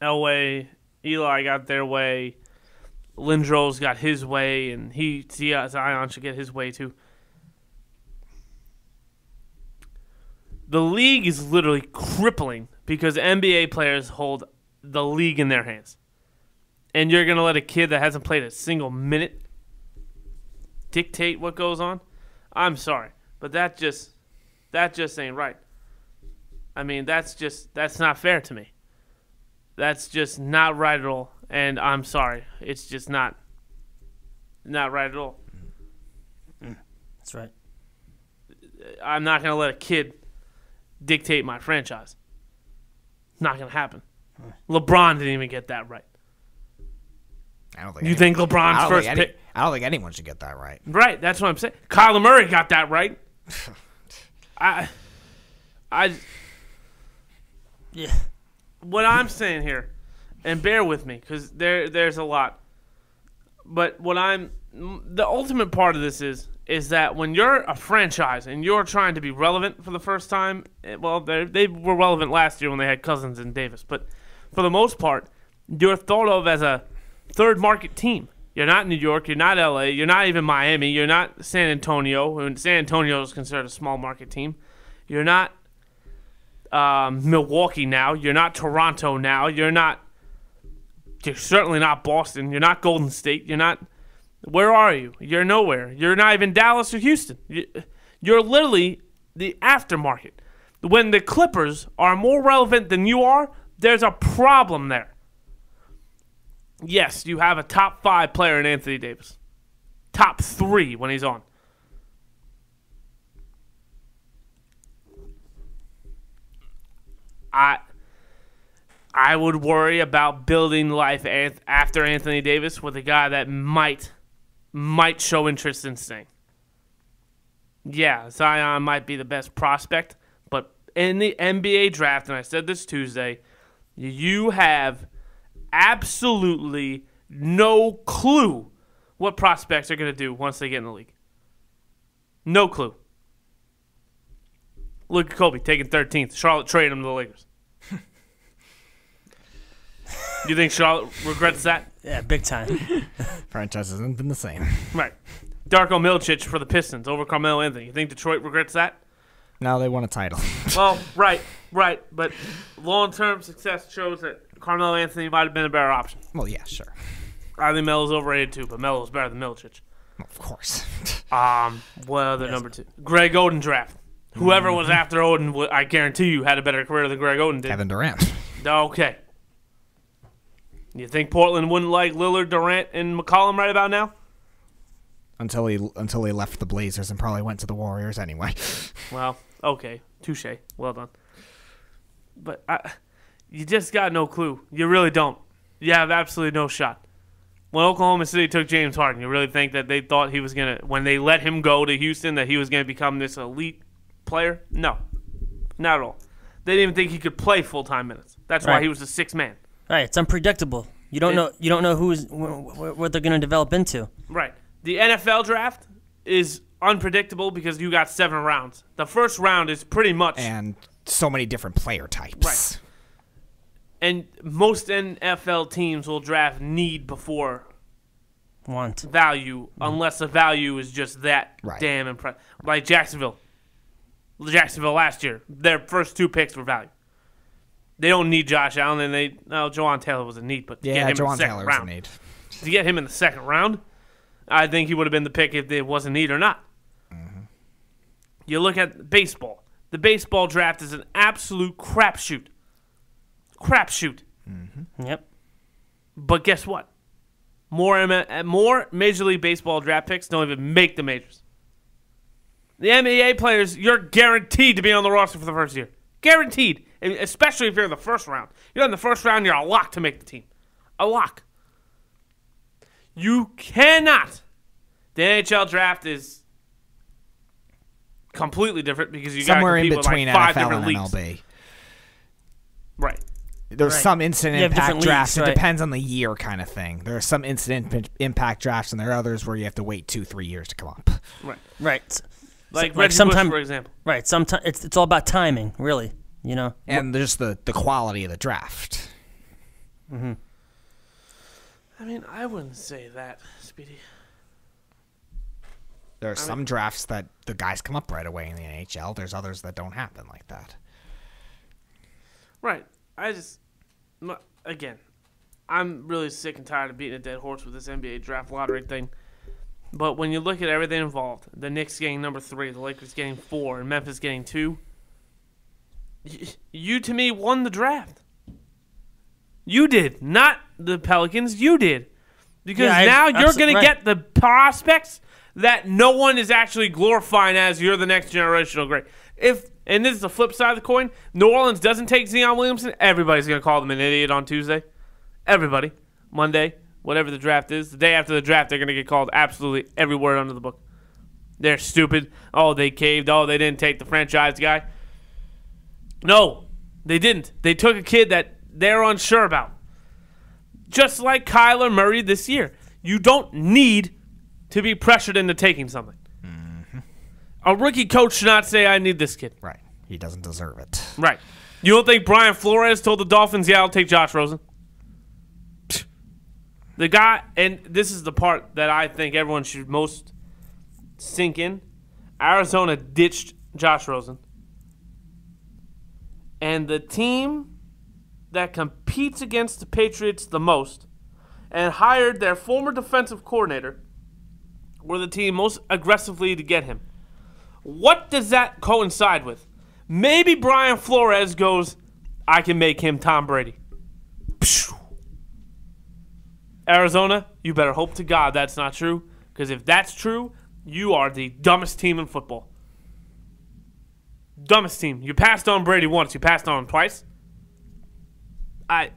Speaker 4: Elway, Eli got their way. Lindros got his way, and he Zi- Zion should get his way too. The league is literally crippling because NBA players hold the league in their hands, and you're gonna let a kid that hasn't played a single minute dictate what goes on. I'm sorry, but that just that just ain't right. I mean, that's just that's not fair to me. That's just not right at all. And I'm sorry, it's just not not right at all.
Speaker 6: That's right.
Speaker 4: I'm not gonna let a kid dictate my franchise. Not gonna happen. LeBron didn't even get that right.
Speaker 5: I don't think
Speaker 4: You
Speaker 5: anyone-
Speaker 4: think
Speaker 5: I
Speaker 4: LeBron's
Speaker 5: don't
Speaker 4: first
Speaker 5: think any-
Speaker 4: pick?
Speaker 5: I don't think anyone should get that right.
Speaker 4: Right, that's what I'm saying. Kyler Murray got that right. I, I,
Speaker 6: Yeah.
Speaker 4: what I'm saying here, and bear with me because there there's a lot. But what I'm m- the ultimate part of this is is that when you're a franchise and you're trying to be relevant for the first time, eh, well, they they were relevant last year when they had Cousins and Davis, but for the most part, you're thought of as a third market team. You're not New York. You're not LA. You're not even Miami. You're not San Antonio. And San Antonio is considered a small market team. You're not um, Milwaukee now. You're not Toronto now. You're not. You're certainly not Boston. You're not Golden State. You're not. Where are you? You're nowhere. You're not even Dallas or Houston. You- You're literally the aftermarket. When the Clippers are more relevant than you are, there's a problem there. Yes, you have a top five player in Anthony Davis, top three when he's on. I I would worry about building life anth- after Anthony Davis with a guy that might might show interest in staying. Yeah, Zion might be the best prospect, but in the NBA draft, and I said this Tuesday, you have absolutely no clue what prospects are going to do once they get in the league. No clue. Luka Kobe taking 13th. Charlotte traded him to the Lakers. you think Charlotte regrets that?
Speaker 6: Yeah, big time.
Speaker 5: Franchise hasn't been the same.
Speaker 4: Right. Darko Milicic for the Pistons over Carmelo Anthony. You think Detroit regrets that?
Speaker 5: Now they won a title.
Speaker 4: Well, right, right. But long term success shows that Carmelo Anthony might have been a better option.
Speaker 5: well, yeah, sure.
Speaker 4: I think Melo's overrated too, but Melo's better than Milicic.
Speaker 5: Of course.
Speaker 4: Um, what other number two? Greg Oden draft. Whoever was after Oden, wa- I guarantee you, had a better career than Greg Oden did.
Speaker 5: Kevin Durant.
Speaker 4: Okay. You think Portland wouldn't like Lillard, Durant, and McCollum right about now?
Speaker 5: Until he until he left the Blazers and probably went to the Warriors anyway.
Speaker 4: Well, okay, touche. Well done. But I, you just got no clue. You really don't. You have absolutely no shot. When Oklahoma City took James Harden, you really think that they thought he was gonna when they let him go to Houston that he was gonna become this elite player? No, not at all. They didn't even think he could play full time minutes. That's why
Speaker 6: Right.
Speaker 4: he was the sixth man.
Speaker 6: Right, it's unpredictable. You don't know. You don't know who's wh- wh- what they're going to develop into.
Speaker 4: Right. The NFL draft is unpredictable because you got seven rounds. The first round is pretty much
Speaker 5: and so many different player types.
Speaker 4: Right. and most NFL teams will draft need before
Speaker 6: Want
Speaker 4: value unless the value is just that
Speaker 5: Mm-hmm. Right.
Speaker 4: damn impressive. Like Jacksonville. Jacksonville last year, their first two picks were value. They don't need Josh Allen, and they no Jawan Taylor was a need, but to get
Speaker 5: Yeah,
Speaker 4: him
Speaker 5: Jawan
Speaker 4: in the second
Speaker 5: Taylor's
Speaker 4: round,
Speaker 5: a need.
Speaker 4: to get him in the second round, I think he would have been the pick if it was a need or not. You look at baseball. The baseball draft is an absolute crapshoot. Crapshoot.
Speaker 6: Yep.
Speaker 4: But guess what? More M- more Major League Baseball draft picks don't even make the majors. The NBA players, you're guaranteed to be on the roster for the first year. Guaranteed. And especially if you're in the first round. You're in the first round, you're a lock to make the team. A lock. You cannot. The NHL draft is completely different because you
Speaker 5: Somewhere
Speaker 4: gotta
Speaker 5: in
Speaker 4: compete with, like,
Speaker 5: between
Speaker 4: five
Speaker 5: NFL
Speaker 4: different
Speaker 5: and
Speaker 4: leagues.
Speaker 5: MLB.
Speaker 4: Right.
Speaker 5: There's
Speaker 6: Right.
Speaker 5: some instant
Speaker 6: You have
Speaker 5: impact
Speaker 6: different
Speaker 5: drafts.
Speaker 6: leagues,
Speaker 5: It
Speaker 6: right.
Speaker 5: depends on the year kind of thing. There are some instant p- impact drafts and there are others where you have to wait two, three years to come up.
Speaker 6: Right. S-
Speaker 4: Like,
Speaker 6: like
Speaker 4: Reggie
Speaker 6: sometime-
Speaker 4: Bush, for example.
Speaker 6: Right. Sometimes it's it's all about timing, really. You know.
Speaker 5: And there's the, the quality of the draft.
Speaker 4: I mean, I wouldn't say that, Speedy.
Speaker 5: There are some drafts that the guys come up right away in the NHL. There's others that don't happen like that.
Speaker 4: Right. I just, m- again, I'm really sick and tired of beating a dead horse with this NBA draft lottery thing. But when you look at everything involved, the Knicks getting number three, the Lakers getting four, and Memphis getting two, y- you to me won the draft. You did, not the Pelicans. You did. Because
Speaker 6: Yeah, I-
Speaker 4: now you're
Speaker 6: abso-
Speaker 4: going
Speaker 6: right.
Speaker 4: to get the prospects that no one is actually glorifying as you're the next generational great. If and this is the flip side of the coin, New Orleans doesn't take Zion Williamson, everybody's going to call them an idiot on Tuesday. Everybody, Monday, whatever the draft is, the day after the draft, they're going to get called absolutely every word under the book. They're stupid. Oh, they caved. Oh, they didn't take the franchise guy. No, they didn't. They took a kid that they're unsure about. Just like Kyler Murray this year, you don't need to be pressured into taking something. A rookie coach should not say, "I need this kid."
Speaker 5: Right. He doesn't deserve it.
Speaker 4: Right. You don't think Brian Flores told the Dolphins, yeah, I'll take Josh Rosen? Psh. The guy, and this is the part that I think everyone should most sink in. Arizona ditched Josh Rosen. And the team that competes against the Patriots the most and hired their former defensive coordinator were the team most aggressively to get him. What does that coincide with? Maybe Brian Flores goes, I can make him Tom Brady. Pshh. Arizona, you better hope to God that's not true, because if that's true, you are the dumbest team in football. Dumbest team. You passed on Brady once, you passed on him twice. I.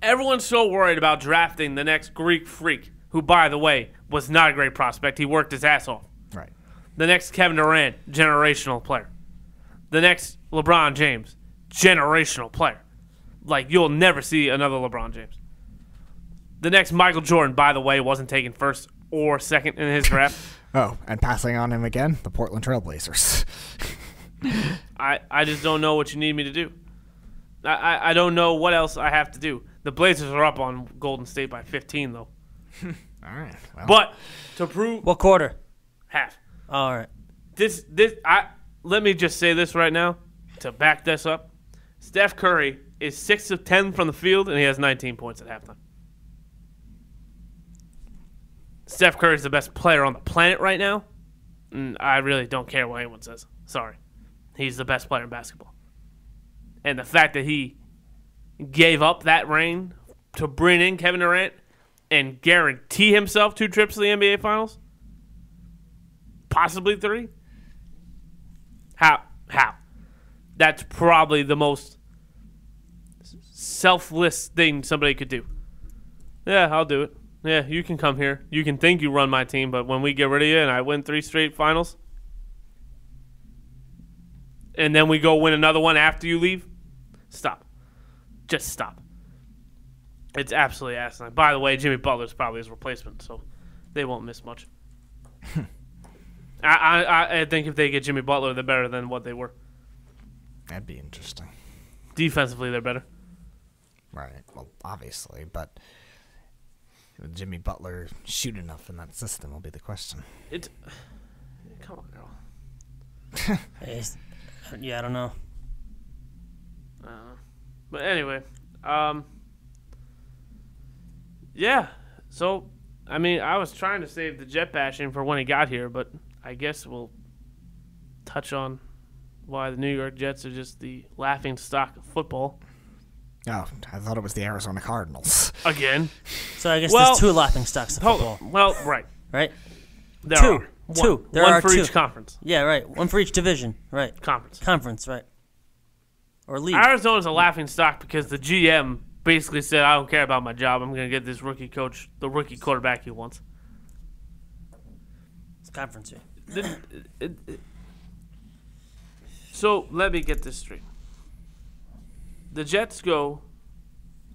Speaker 4: Everyone's so worried about drafting the next Greek freak, who, by the way, was not a great prospect. He worked his ass off
Speaker 5: Right.
Speaker 4: the next Kevin Durant, generational player. The next LeBron James, generational player. Like you'll never see another LeBron James. The next Michael Jordan, by the way, wasn't taken first or second in his draft.
Speaker 5: Oh, and passing on him again, the Portland Trailblazers.
Speaker 4: I, I just don't know what you need me to do. I, I, I don't know what else I have to do. The Blazers are up on Golden State by 15, though.
Speaker 5: All right. Well,
Speaker 4: But to prove
Speaker 6: What quarter?
Speaker 4: half.
Speaker 6: All right.
Speaker 4: this this I let me just say this right now to back this up. Steph Curry is six of ten from the field and he has 19 points at halftime. Steph Curry is the best player on the planet right now, and I really don't care what anyone says. Sorry, he's the best player in basketball, and the fact that he gave up that reign to bring in Kevin Durant and guarantee himself two trips to the NBA Finals, possibly three. How? How? That's probably the most selfless thing somebody could do. Yeah, I'll do it. Yeah, you can come here. You can think you run my team, but when we get rid of you and I win three straight finals, and then we go win another one after you leave, stop. Just stop. It's absolutely asinine. By the way, Jimmy Butler's probably his replacement, so they won't miss much. I, I, I- I think if they get Jimmy Butler, they're better than what they were.
Speaker 5: that'd be interesting.
Speaker 4: Defensively, they're better.
Speaker 5: Right. Well, obviously, but would Jimmy Butler shoot enough in that system will be the question.
Speaker 4: It's come on, girl.
Speaker 6: It's- yeah, I don't know.
Speaker 4: But anyway, um, yeah. So, I mean, I was trying to save the jet bashing for when he got here, but I guess we'll touch on why the New York Jets are just the laughing stock of football
Speaker 5: Oh, I thought it was the Arizona Cardinals.
Speaker 4: again.
Speaker 6: So I guess
Speaker 4: Well-
Speaker 6: there's two laughing stocks of
Speaker 4: Hold
Speaker 6: football,
Speaker 4: on. Well, right.
Speaker 6: right?
Speaker 4: There
Speaker 6: Two.
Speaker 4: are. One.
Speaker 6: Two. There
Speaker 4: One
Speaker 6: are
Speaker 4: for
Speaker 6: two.
Speaker 4: each conference.
Speaker 6: Yeah, right. One for each division, right?
Speaker 4: Conference.
Speaker 6: Conference, right? Or league.
Speaker 4: Arizona's a laughing stock because the GM basically said, "I don't care about my job. I'm going to get this rookie coach, the rookie quarterback he wants."
Speaker 6: It's conference. Yeah.
Speaker 4: Th- it- it- so let me get this straight. The Jets go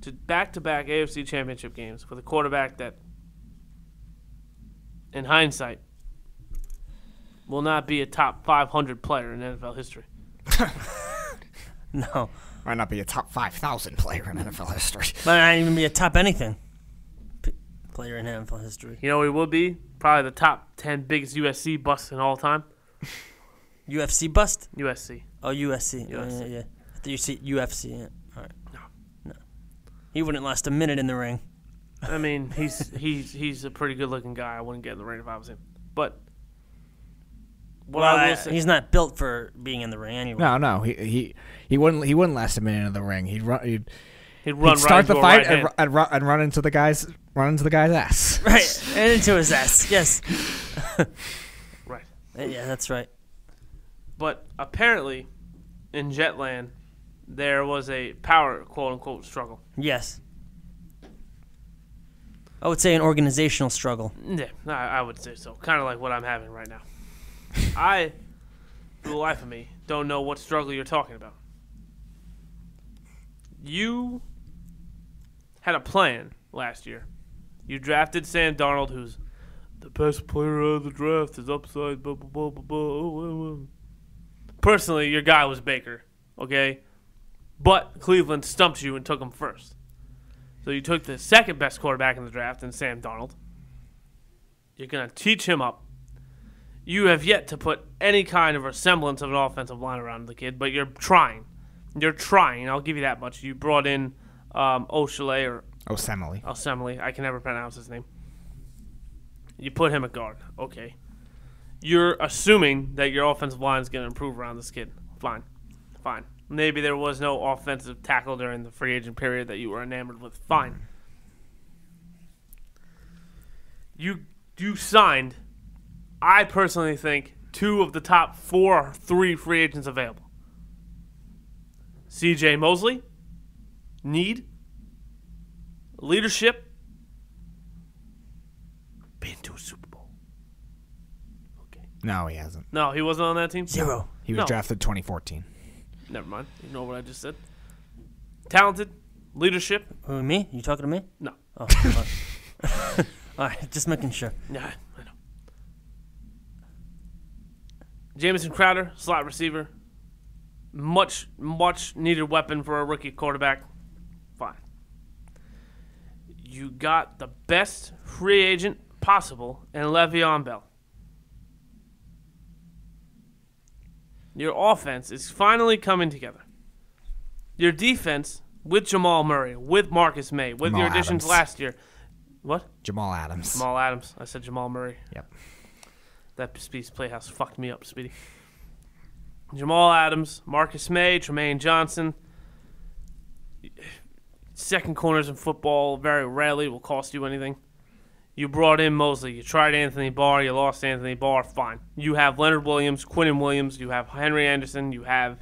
Speaker 4: to back-to-back AFC Championship games with a quarterback that, in hindsight, will not be a top 500 player in NFL history.
Speaker 6: No,
Speaker 5: Might not be a top 5,000 player in NFL history.
Speaker 6: might not even be a top anything P- player in NFL history.
Speaker 4: You know, he will be probably the top 10 biggest USC busts in all time.
Speaker 6: UFC bust.
Speaker 4: USC.
Speaker 6: Oh, USC. Yeah,
Speaker 4: USC.
Speaker 6: Yeah, yeah. I thought you see UFC. Yeah. All right. No. He wouldn't last a minute in the ring.
Speaker 4: I mean, he's he's he's a pretty good looking guy. I wouldn't get in the ring if I was him. But what
Speaker 6: Well,
Speaker 4: I
Speaker 6: I-
Speaker 4: will say,
Speaker 6: he's not built for being in the ring anyway.
Speaker 5: No, no, he he he wouldn't he wouldn't last a minute in the ring. He'd run, he'd,
Speaker 4: he'd
Speaker 5: he'd
Speaker 4: run right
Speaker 5: start
Speaker 4: into
Speaker 5: the
Speaker 4: a
Speaker 5: fight
Speaker 4: right
Speaker 5: and,
Speaker 4: hand.
Speaker 5: ru- and, run, and run into the guy's run into the guy's ass.
Speaker 6: Right, and into his ass. Yes.
Speaker 4: Right.
Speaker 6: Yeah, that's right.
Speaker 4: But apparently, in Jetland, there was a power quote unquote struggle.
Speaker 6: Yes. I would say an organizational struggle.
Speaker 4: Yeah, I, I would say so. Kind of like what I'm having right now. I, for the life of me, don't know what struggle you're talking about. you had a plan last year. You drafted Sam Darnold, who's the best player of the draft, is upside, blah, blah, blah, blah, blah. oh, oh, oh. Personally, your guy was Baker, okay? But Cleveland stumped you and took him first. So you took the second best quarterback in the draft in Sam Darnold. You're going to teach him up. You have yet to put any kind of resemblance of an offensive line around the kid, but you're trying. You're trying. I'll give you that much. You brought in um, Oshale or
Speaker 5: Osemele.
Speaker 4: Osemele. I can never pronounce his name. You put him at guard. Okay. You're assuming that your offensive line is going to improve around this kid. Fine. Fine. Maybe there was no offensive tackle during the free agent period that you were enamored with. Fine. You you signed I personally think two of the top four or three free agents available. CJ Mosley, need, leadership, been to a Super Bowl. Okay.
Speaker 5: No, he hasn't.
Speaker 4: No, he wasn't on that team?
Speaker 6: Zero.
Speaker 5: He was
Speaker 4: No.
Speaker 5: drafted 2014.
Speaker 4: Never mind. Ignore what I just said. Talented, leadership,
Speaker 6: Who, me? You talking to me?
Speaker 4: no.
Speaker 6: Oh, all right. all right. Just making sure.
Speaker 4: Yeah, I know. Jamison Crowder, slot receiver. Much, much needed weapon for a rookie quarterback. Fine. You got the best free agent possible in Le'Veon Bell. Your offense is finally coming together. Your defense with Jamal Murray, with Marcus May, with your
Speaker 5: Jamal
Speaker 4: additions
Speaker 5: Adams.
Speaker 4: last year. What?
Speaker 5: Jamal Adams.
Speaker 4: Jamal Adams. I said Jamal Murray.
Speaker 5: Yep.
Speaker 4: That Speed's Playhouse fucked me up, Speedy. Jamal Adams, Marcus May, Tremaine Johnson. Second corners in football very rarely will cost you anything. You brought in Mosley. You tried Anthony Barr. You lost Anthony Barr. Fine. You have Leonard Williams, Quinnen Williams. You have Henry Anderson. You have,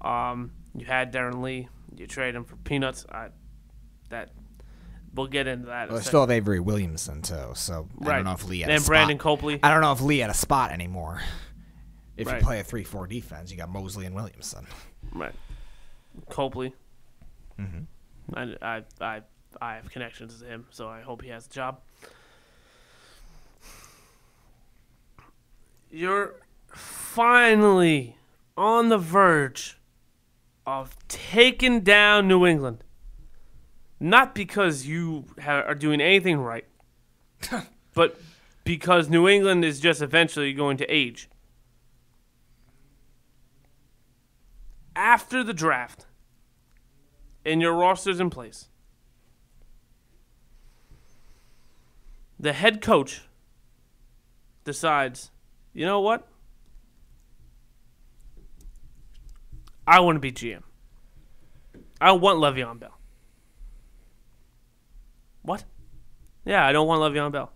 Speaker 4: um, you had Darren Lee. You trade him for peanuts. I, that, we'll get into that. in a
Speaker 5: Well, they
Speaker 4: second.
Speaker 5: still have Avery Williamson too, so I don't know if Lee had a
Speaker 4: and
Speaker 5: spot.
Speaker 4: Brandon Copley.
Speaker 5: I don't know if Lee had a spot anymore. If
Speaker 4: Right.
Speaker 5: you play a three-four defense, you got Mosley and Williamson.
Speaker 4: Right. Copley. Mm-hmm. I, I, I, I have connections to him, so I hope he has a job. You're finally on the verge of taking down New England. Not because you ha- are doing anything right, but because New England is just eventually going to age. after the draft and your roster's in place, the head coach decides, you know what? I want to be GM. I want Le'Veon Bell. What? Yeah, I don't want Le'Veon Bell.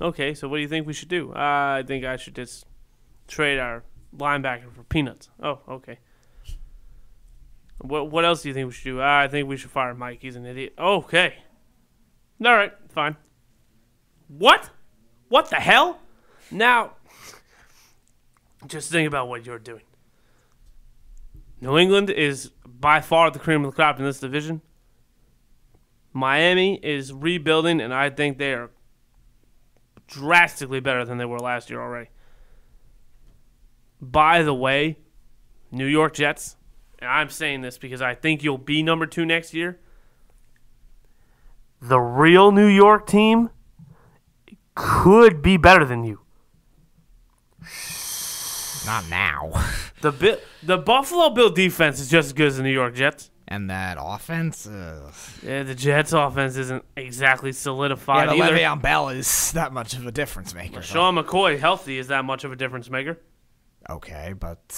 Speaker 4: Okay, so what do you think we should do? Uh, I think I should just trade our linebacker for peanuts. Oh, okay. What what else do you think we should do? Ah, I think we should fire Mike. He's an idiot. Okay. All right, fine. What? What the hell? Now, just think about what you're doing. New England is by far the cream of the crop in this division. Miami is rebuilding, and I think they are drastically better than they were last year already. By the way, New York Jets, and I'm saying this because I think you'll be number two next year. The real New York team could be better than you.
Speaker 5: Not now.
Speaker 4: The Bi- the Buffalo Bill defense is just as good as the New York Jets.
Speaker 5: And that offense, ugh.
Speaker 4: Yeah, the Jets offense isn't exactly
Speaker 5: yeah,
Speaker 4: solidified
Speaker 5: the
Speaker 4: either.
Speaker 5: Le'Veon Bell is that much of a difference maker.
Speaker 4: Sean McCoy healthy is that much of a difference maker.
Speaker 5: Okay, but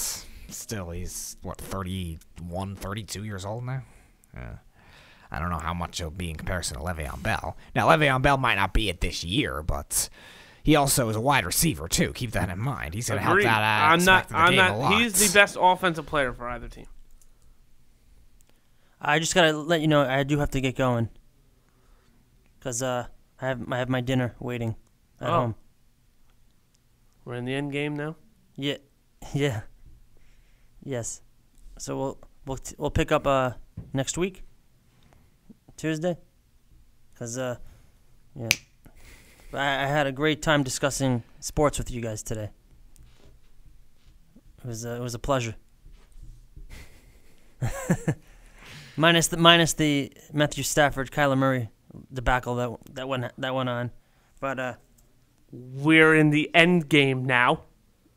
Speaker 5: still, he's what 31, 32 years old now. Yeah. I don't know how much he'll be in comparison to Le'Veon Bell. Now, Le'Veon Bell might not be it this year, but he also is a wide receiver too. Keep that in mind. He's going to help
Speaker 4: Agreed.
Speaker 5: that out.
Speaker 4: I'm not.
Speaker 5: aspect of the
Speaker 4: I'm
Speaker 5: game a
Speaker 4: not.
Speaker 5: lot.
Speaker 4: He's the best offensive player for either team.
Speaker 6: I just gotta let you know I do have to get going. Cause uh, I have I have my dinner waiting at
Speaker 4: Oh.
Speaker 6: home.
Speaker 4: We're in the end game now.
Speaker 6: Yeah, yeah, yes. So we'll we'll t- we'll pick up uh next week, Tuesday, because uh, yeah, I, I had a great time discussing sports with you guys today. It was uh, it was a pleasure. minus the minus the Matthew Stafford Kyler Murray debacle that that went that went on, but uh,
Speaker 4: We're in the end game now.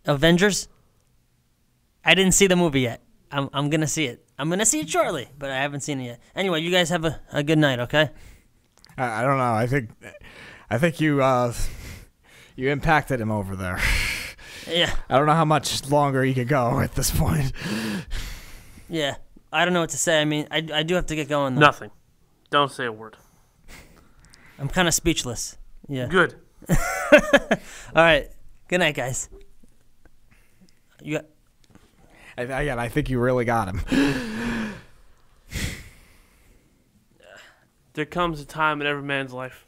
Speaker 6: Avengers. I didn't see the movie yet. I'm I'm gonna see it. I'm gonna see it shortly, but I haven't seen it yet. Anyway, you guys have a, a good night, okay?
Speaker 5: I, I don't know. I think, I think you, uh, you impacted him over there.
Speaker 6: Yeah,
Speaker 5: I don't know how much longer you could go at this point.
Speaker 6: yeah. I don't know what to say. I mean, I, I do have to get going. Though.
Speaker 4: Nothing. Don't say a word.
Speaker 6: I'm kind of speechless. Yeah.
Speaker 4: Good.
Speaker 6: All right. Good night, guys. You got,
Speaker 5: I, again, I think you really got him.
Speaker 4: There comes a time in every man's life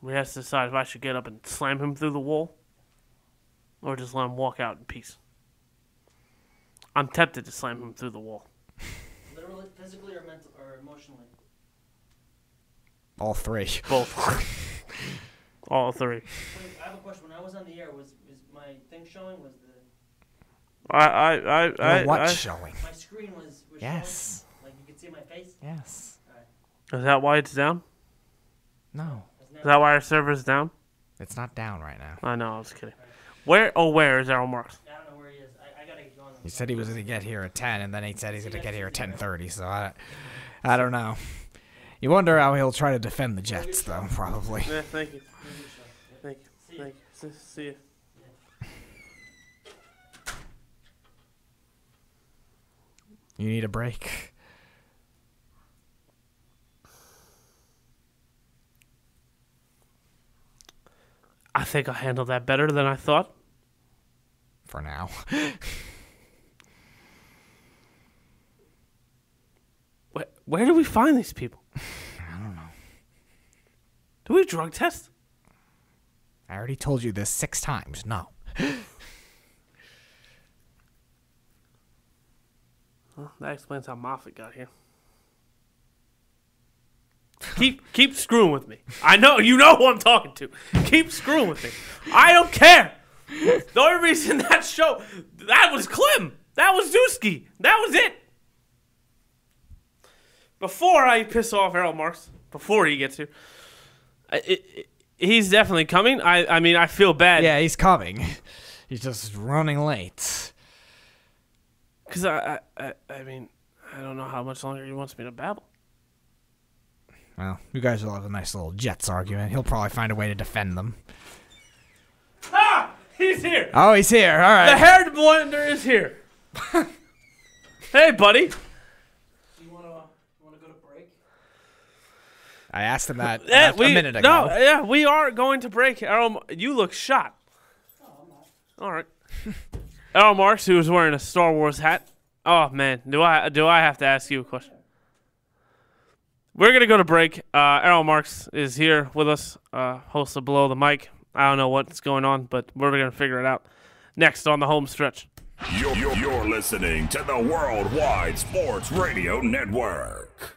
Speaker 4: where he has to decide if I should get up and slam him through the wall or just let him walk out in peace. I'm tempted to slam him through the wall.
Speaker 6: literally, physically, or mentally, or emotionally.
Speaker 5: All three.
Speaker 4: Both. All three.
Speaker 6: I have a question. When I was on the air, was was my thing showing? Was the
Speaker 4: I, I, I, I,
Speaker 5: what
Speaker 4: I-
Speaker 5: showing?
Speaker 6: my screen was, was
Speaker 5: Yes.
Speaker 6: Like you could see my face.
Speaker 5: Yes.
Speaker 4: Is that why it's down?
Speaker 5: No.
Speaker 4: Is that why our server's down?
Speaker 5: It's not down right now.
Speaker 4: I know, I was kidding. Where, oh, where is Errol Marks?
Speaker 6: I don't know where he is. I, I gotta get going.
Speaker 5: He said he was gonna get here at ten, and then he said he's gonna get here at ten thirty. So I, I don't know. You wonder how he'll try to defend the Jets, though. Probably.
Speaker 4: Yeah, thank you. Thank you. Thank you. See you.
Speaker 5: You need a break.
Speaker 4: I think I handled that better than I thought.
Speaker 5: for now.
Speaker 4: Where, where do we find these people? I don't know. Do we drug test?
Speaker 5: I already told you this six times. No.
Speaker 4: Well, that explains how Moffat got here. keep keep screwing with me. I know you know who I'm talking to. Keep screwing with me. I don't care. The only reason that show that was Clem. That was Zewski. That was it. Before I piss off Errol Marks, before he gets here, I- it, it, he's definitely coming. I I mean I feel bad.
Speaker 5: Yeah, he's coming. He's just running late.
Speaker 4: Because I, I, I, I mean, I don't know how much longer he wants me to babble.
Speaker 5: Well, you guys will have a nice little Jets argument. He'll probably find a way to defend them.
Speaker 4: Ah! He's here!
Speaker 5: Oh, he's here. All
Speaker 4: The
Speaker 5: right.
Speaker 4: hair blender is here! hey, buddy!
Speaker 6: You wanna you wanna go to break?
Speaker 5: I asked him that
Speaker 4: Eh,
Speaker 5: about
Speaker 4: we,
Speaker 5: a minute
Speaker 4: No,
Speaker 5: ago.
Speaker 4: yeah, we are going to break. Errol, you look shot. All right. Errol Marks, who is wearing a Star Wars hat. Oh, man. Do I, do I have to ask you a question? We're going to go to break. Uh, Errol Marks is here with us, uh, host of Below the Mic. I don't know what's going on, but we're going to figure it out. Next on the home stretch.
Speaker 1: You're, you're, you're listening to the Worldwide Sports Radio Network.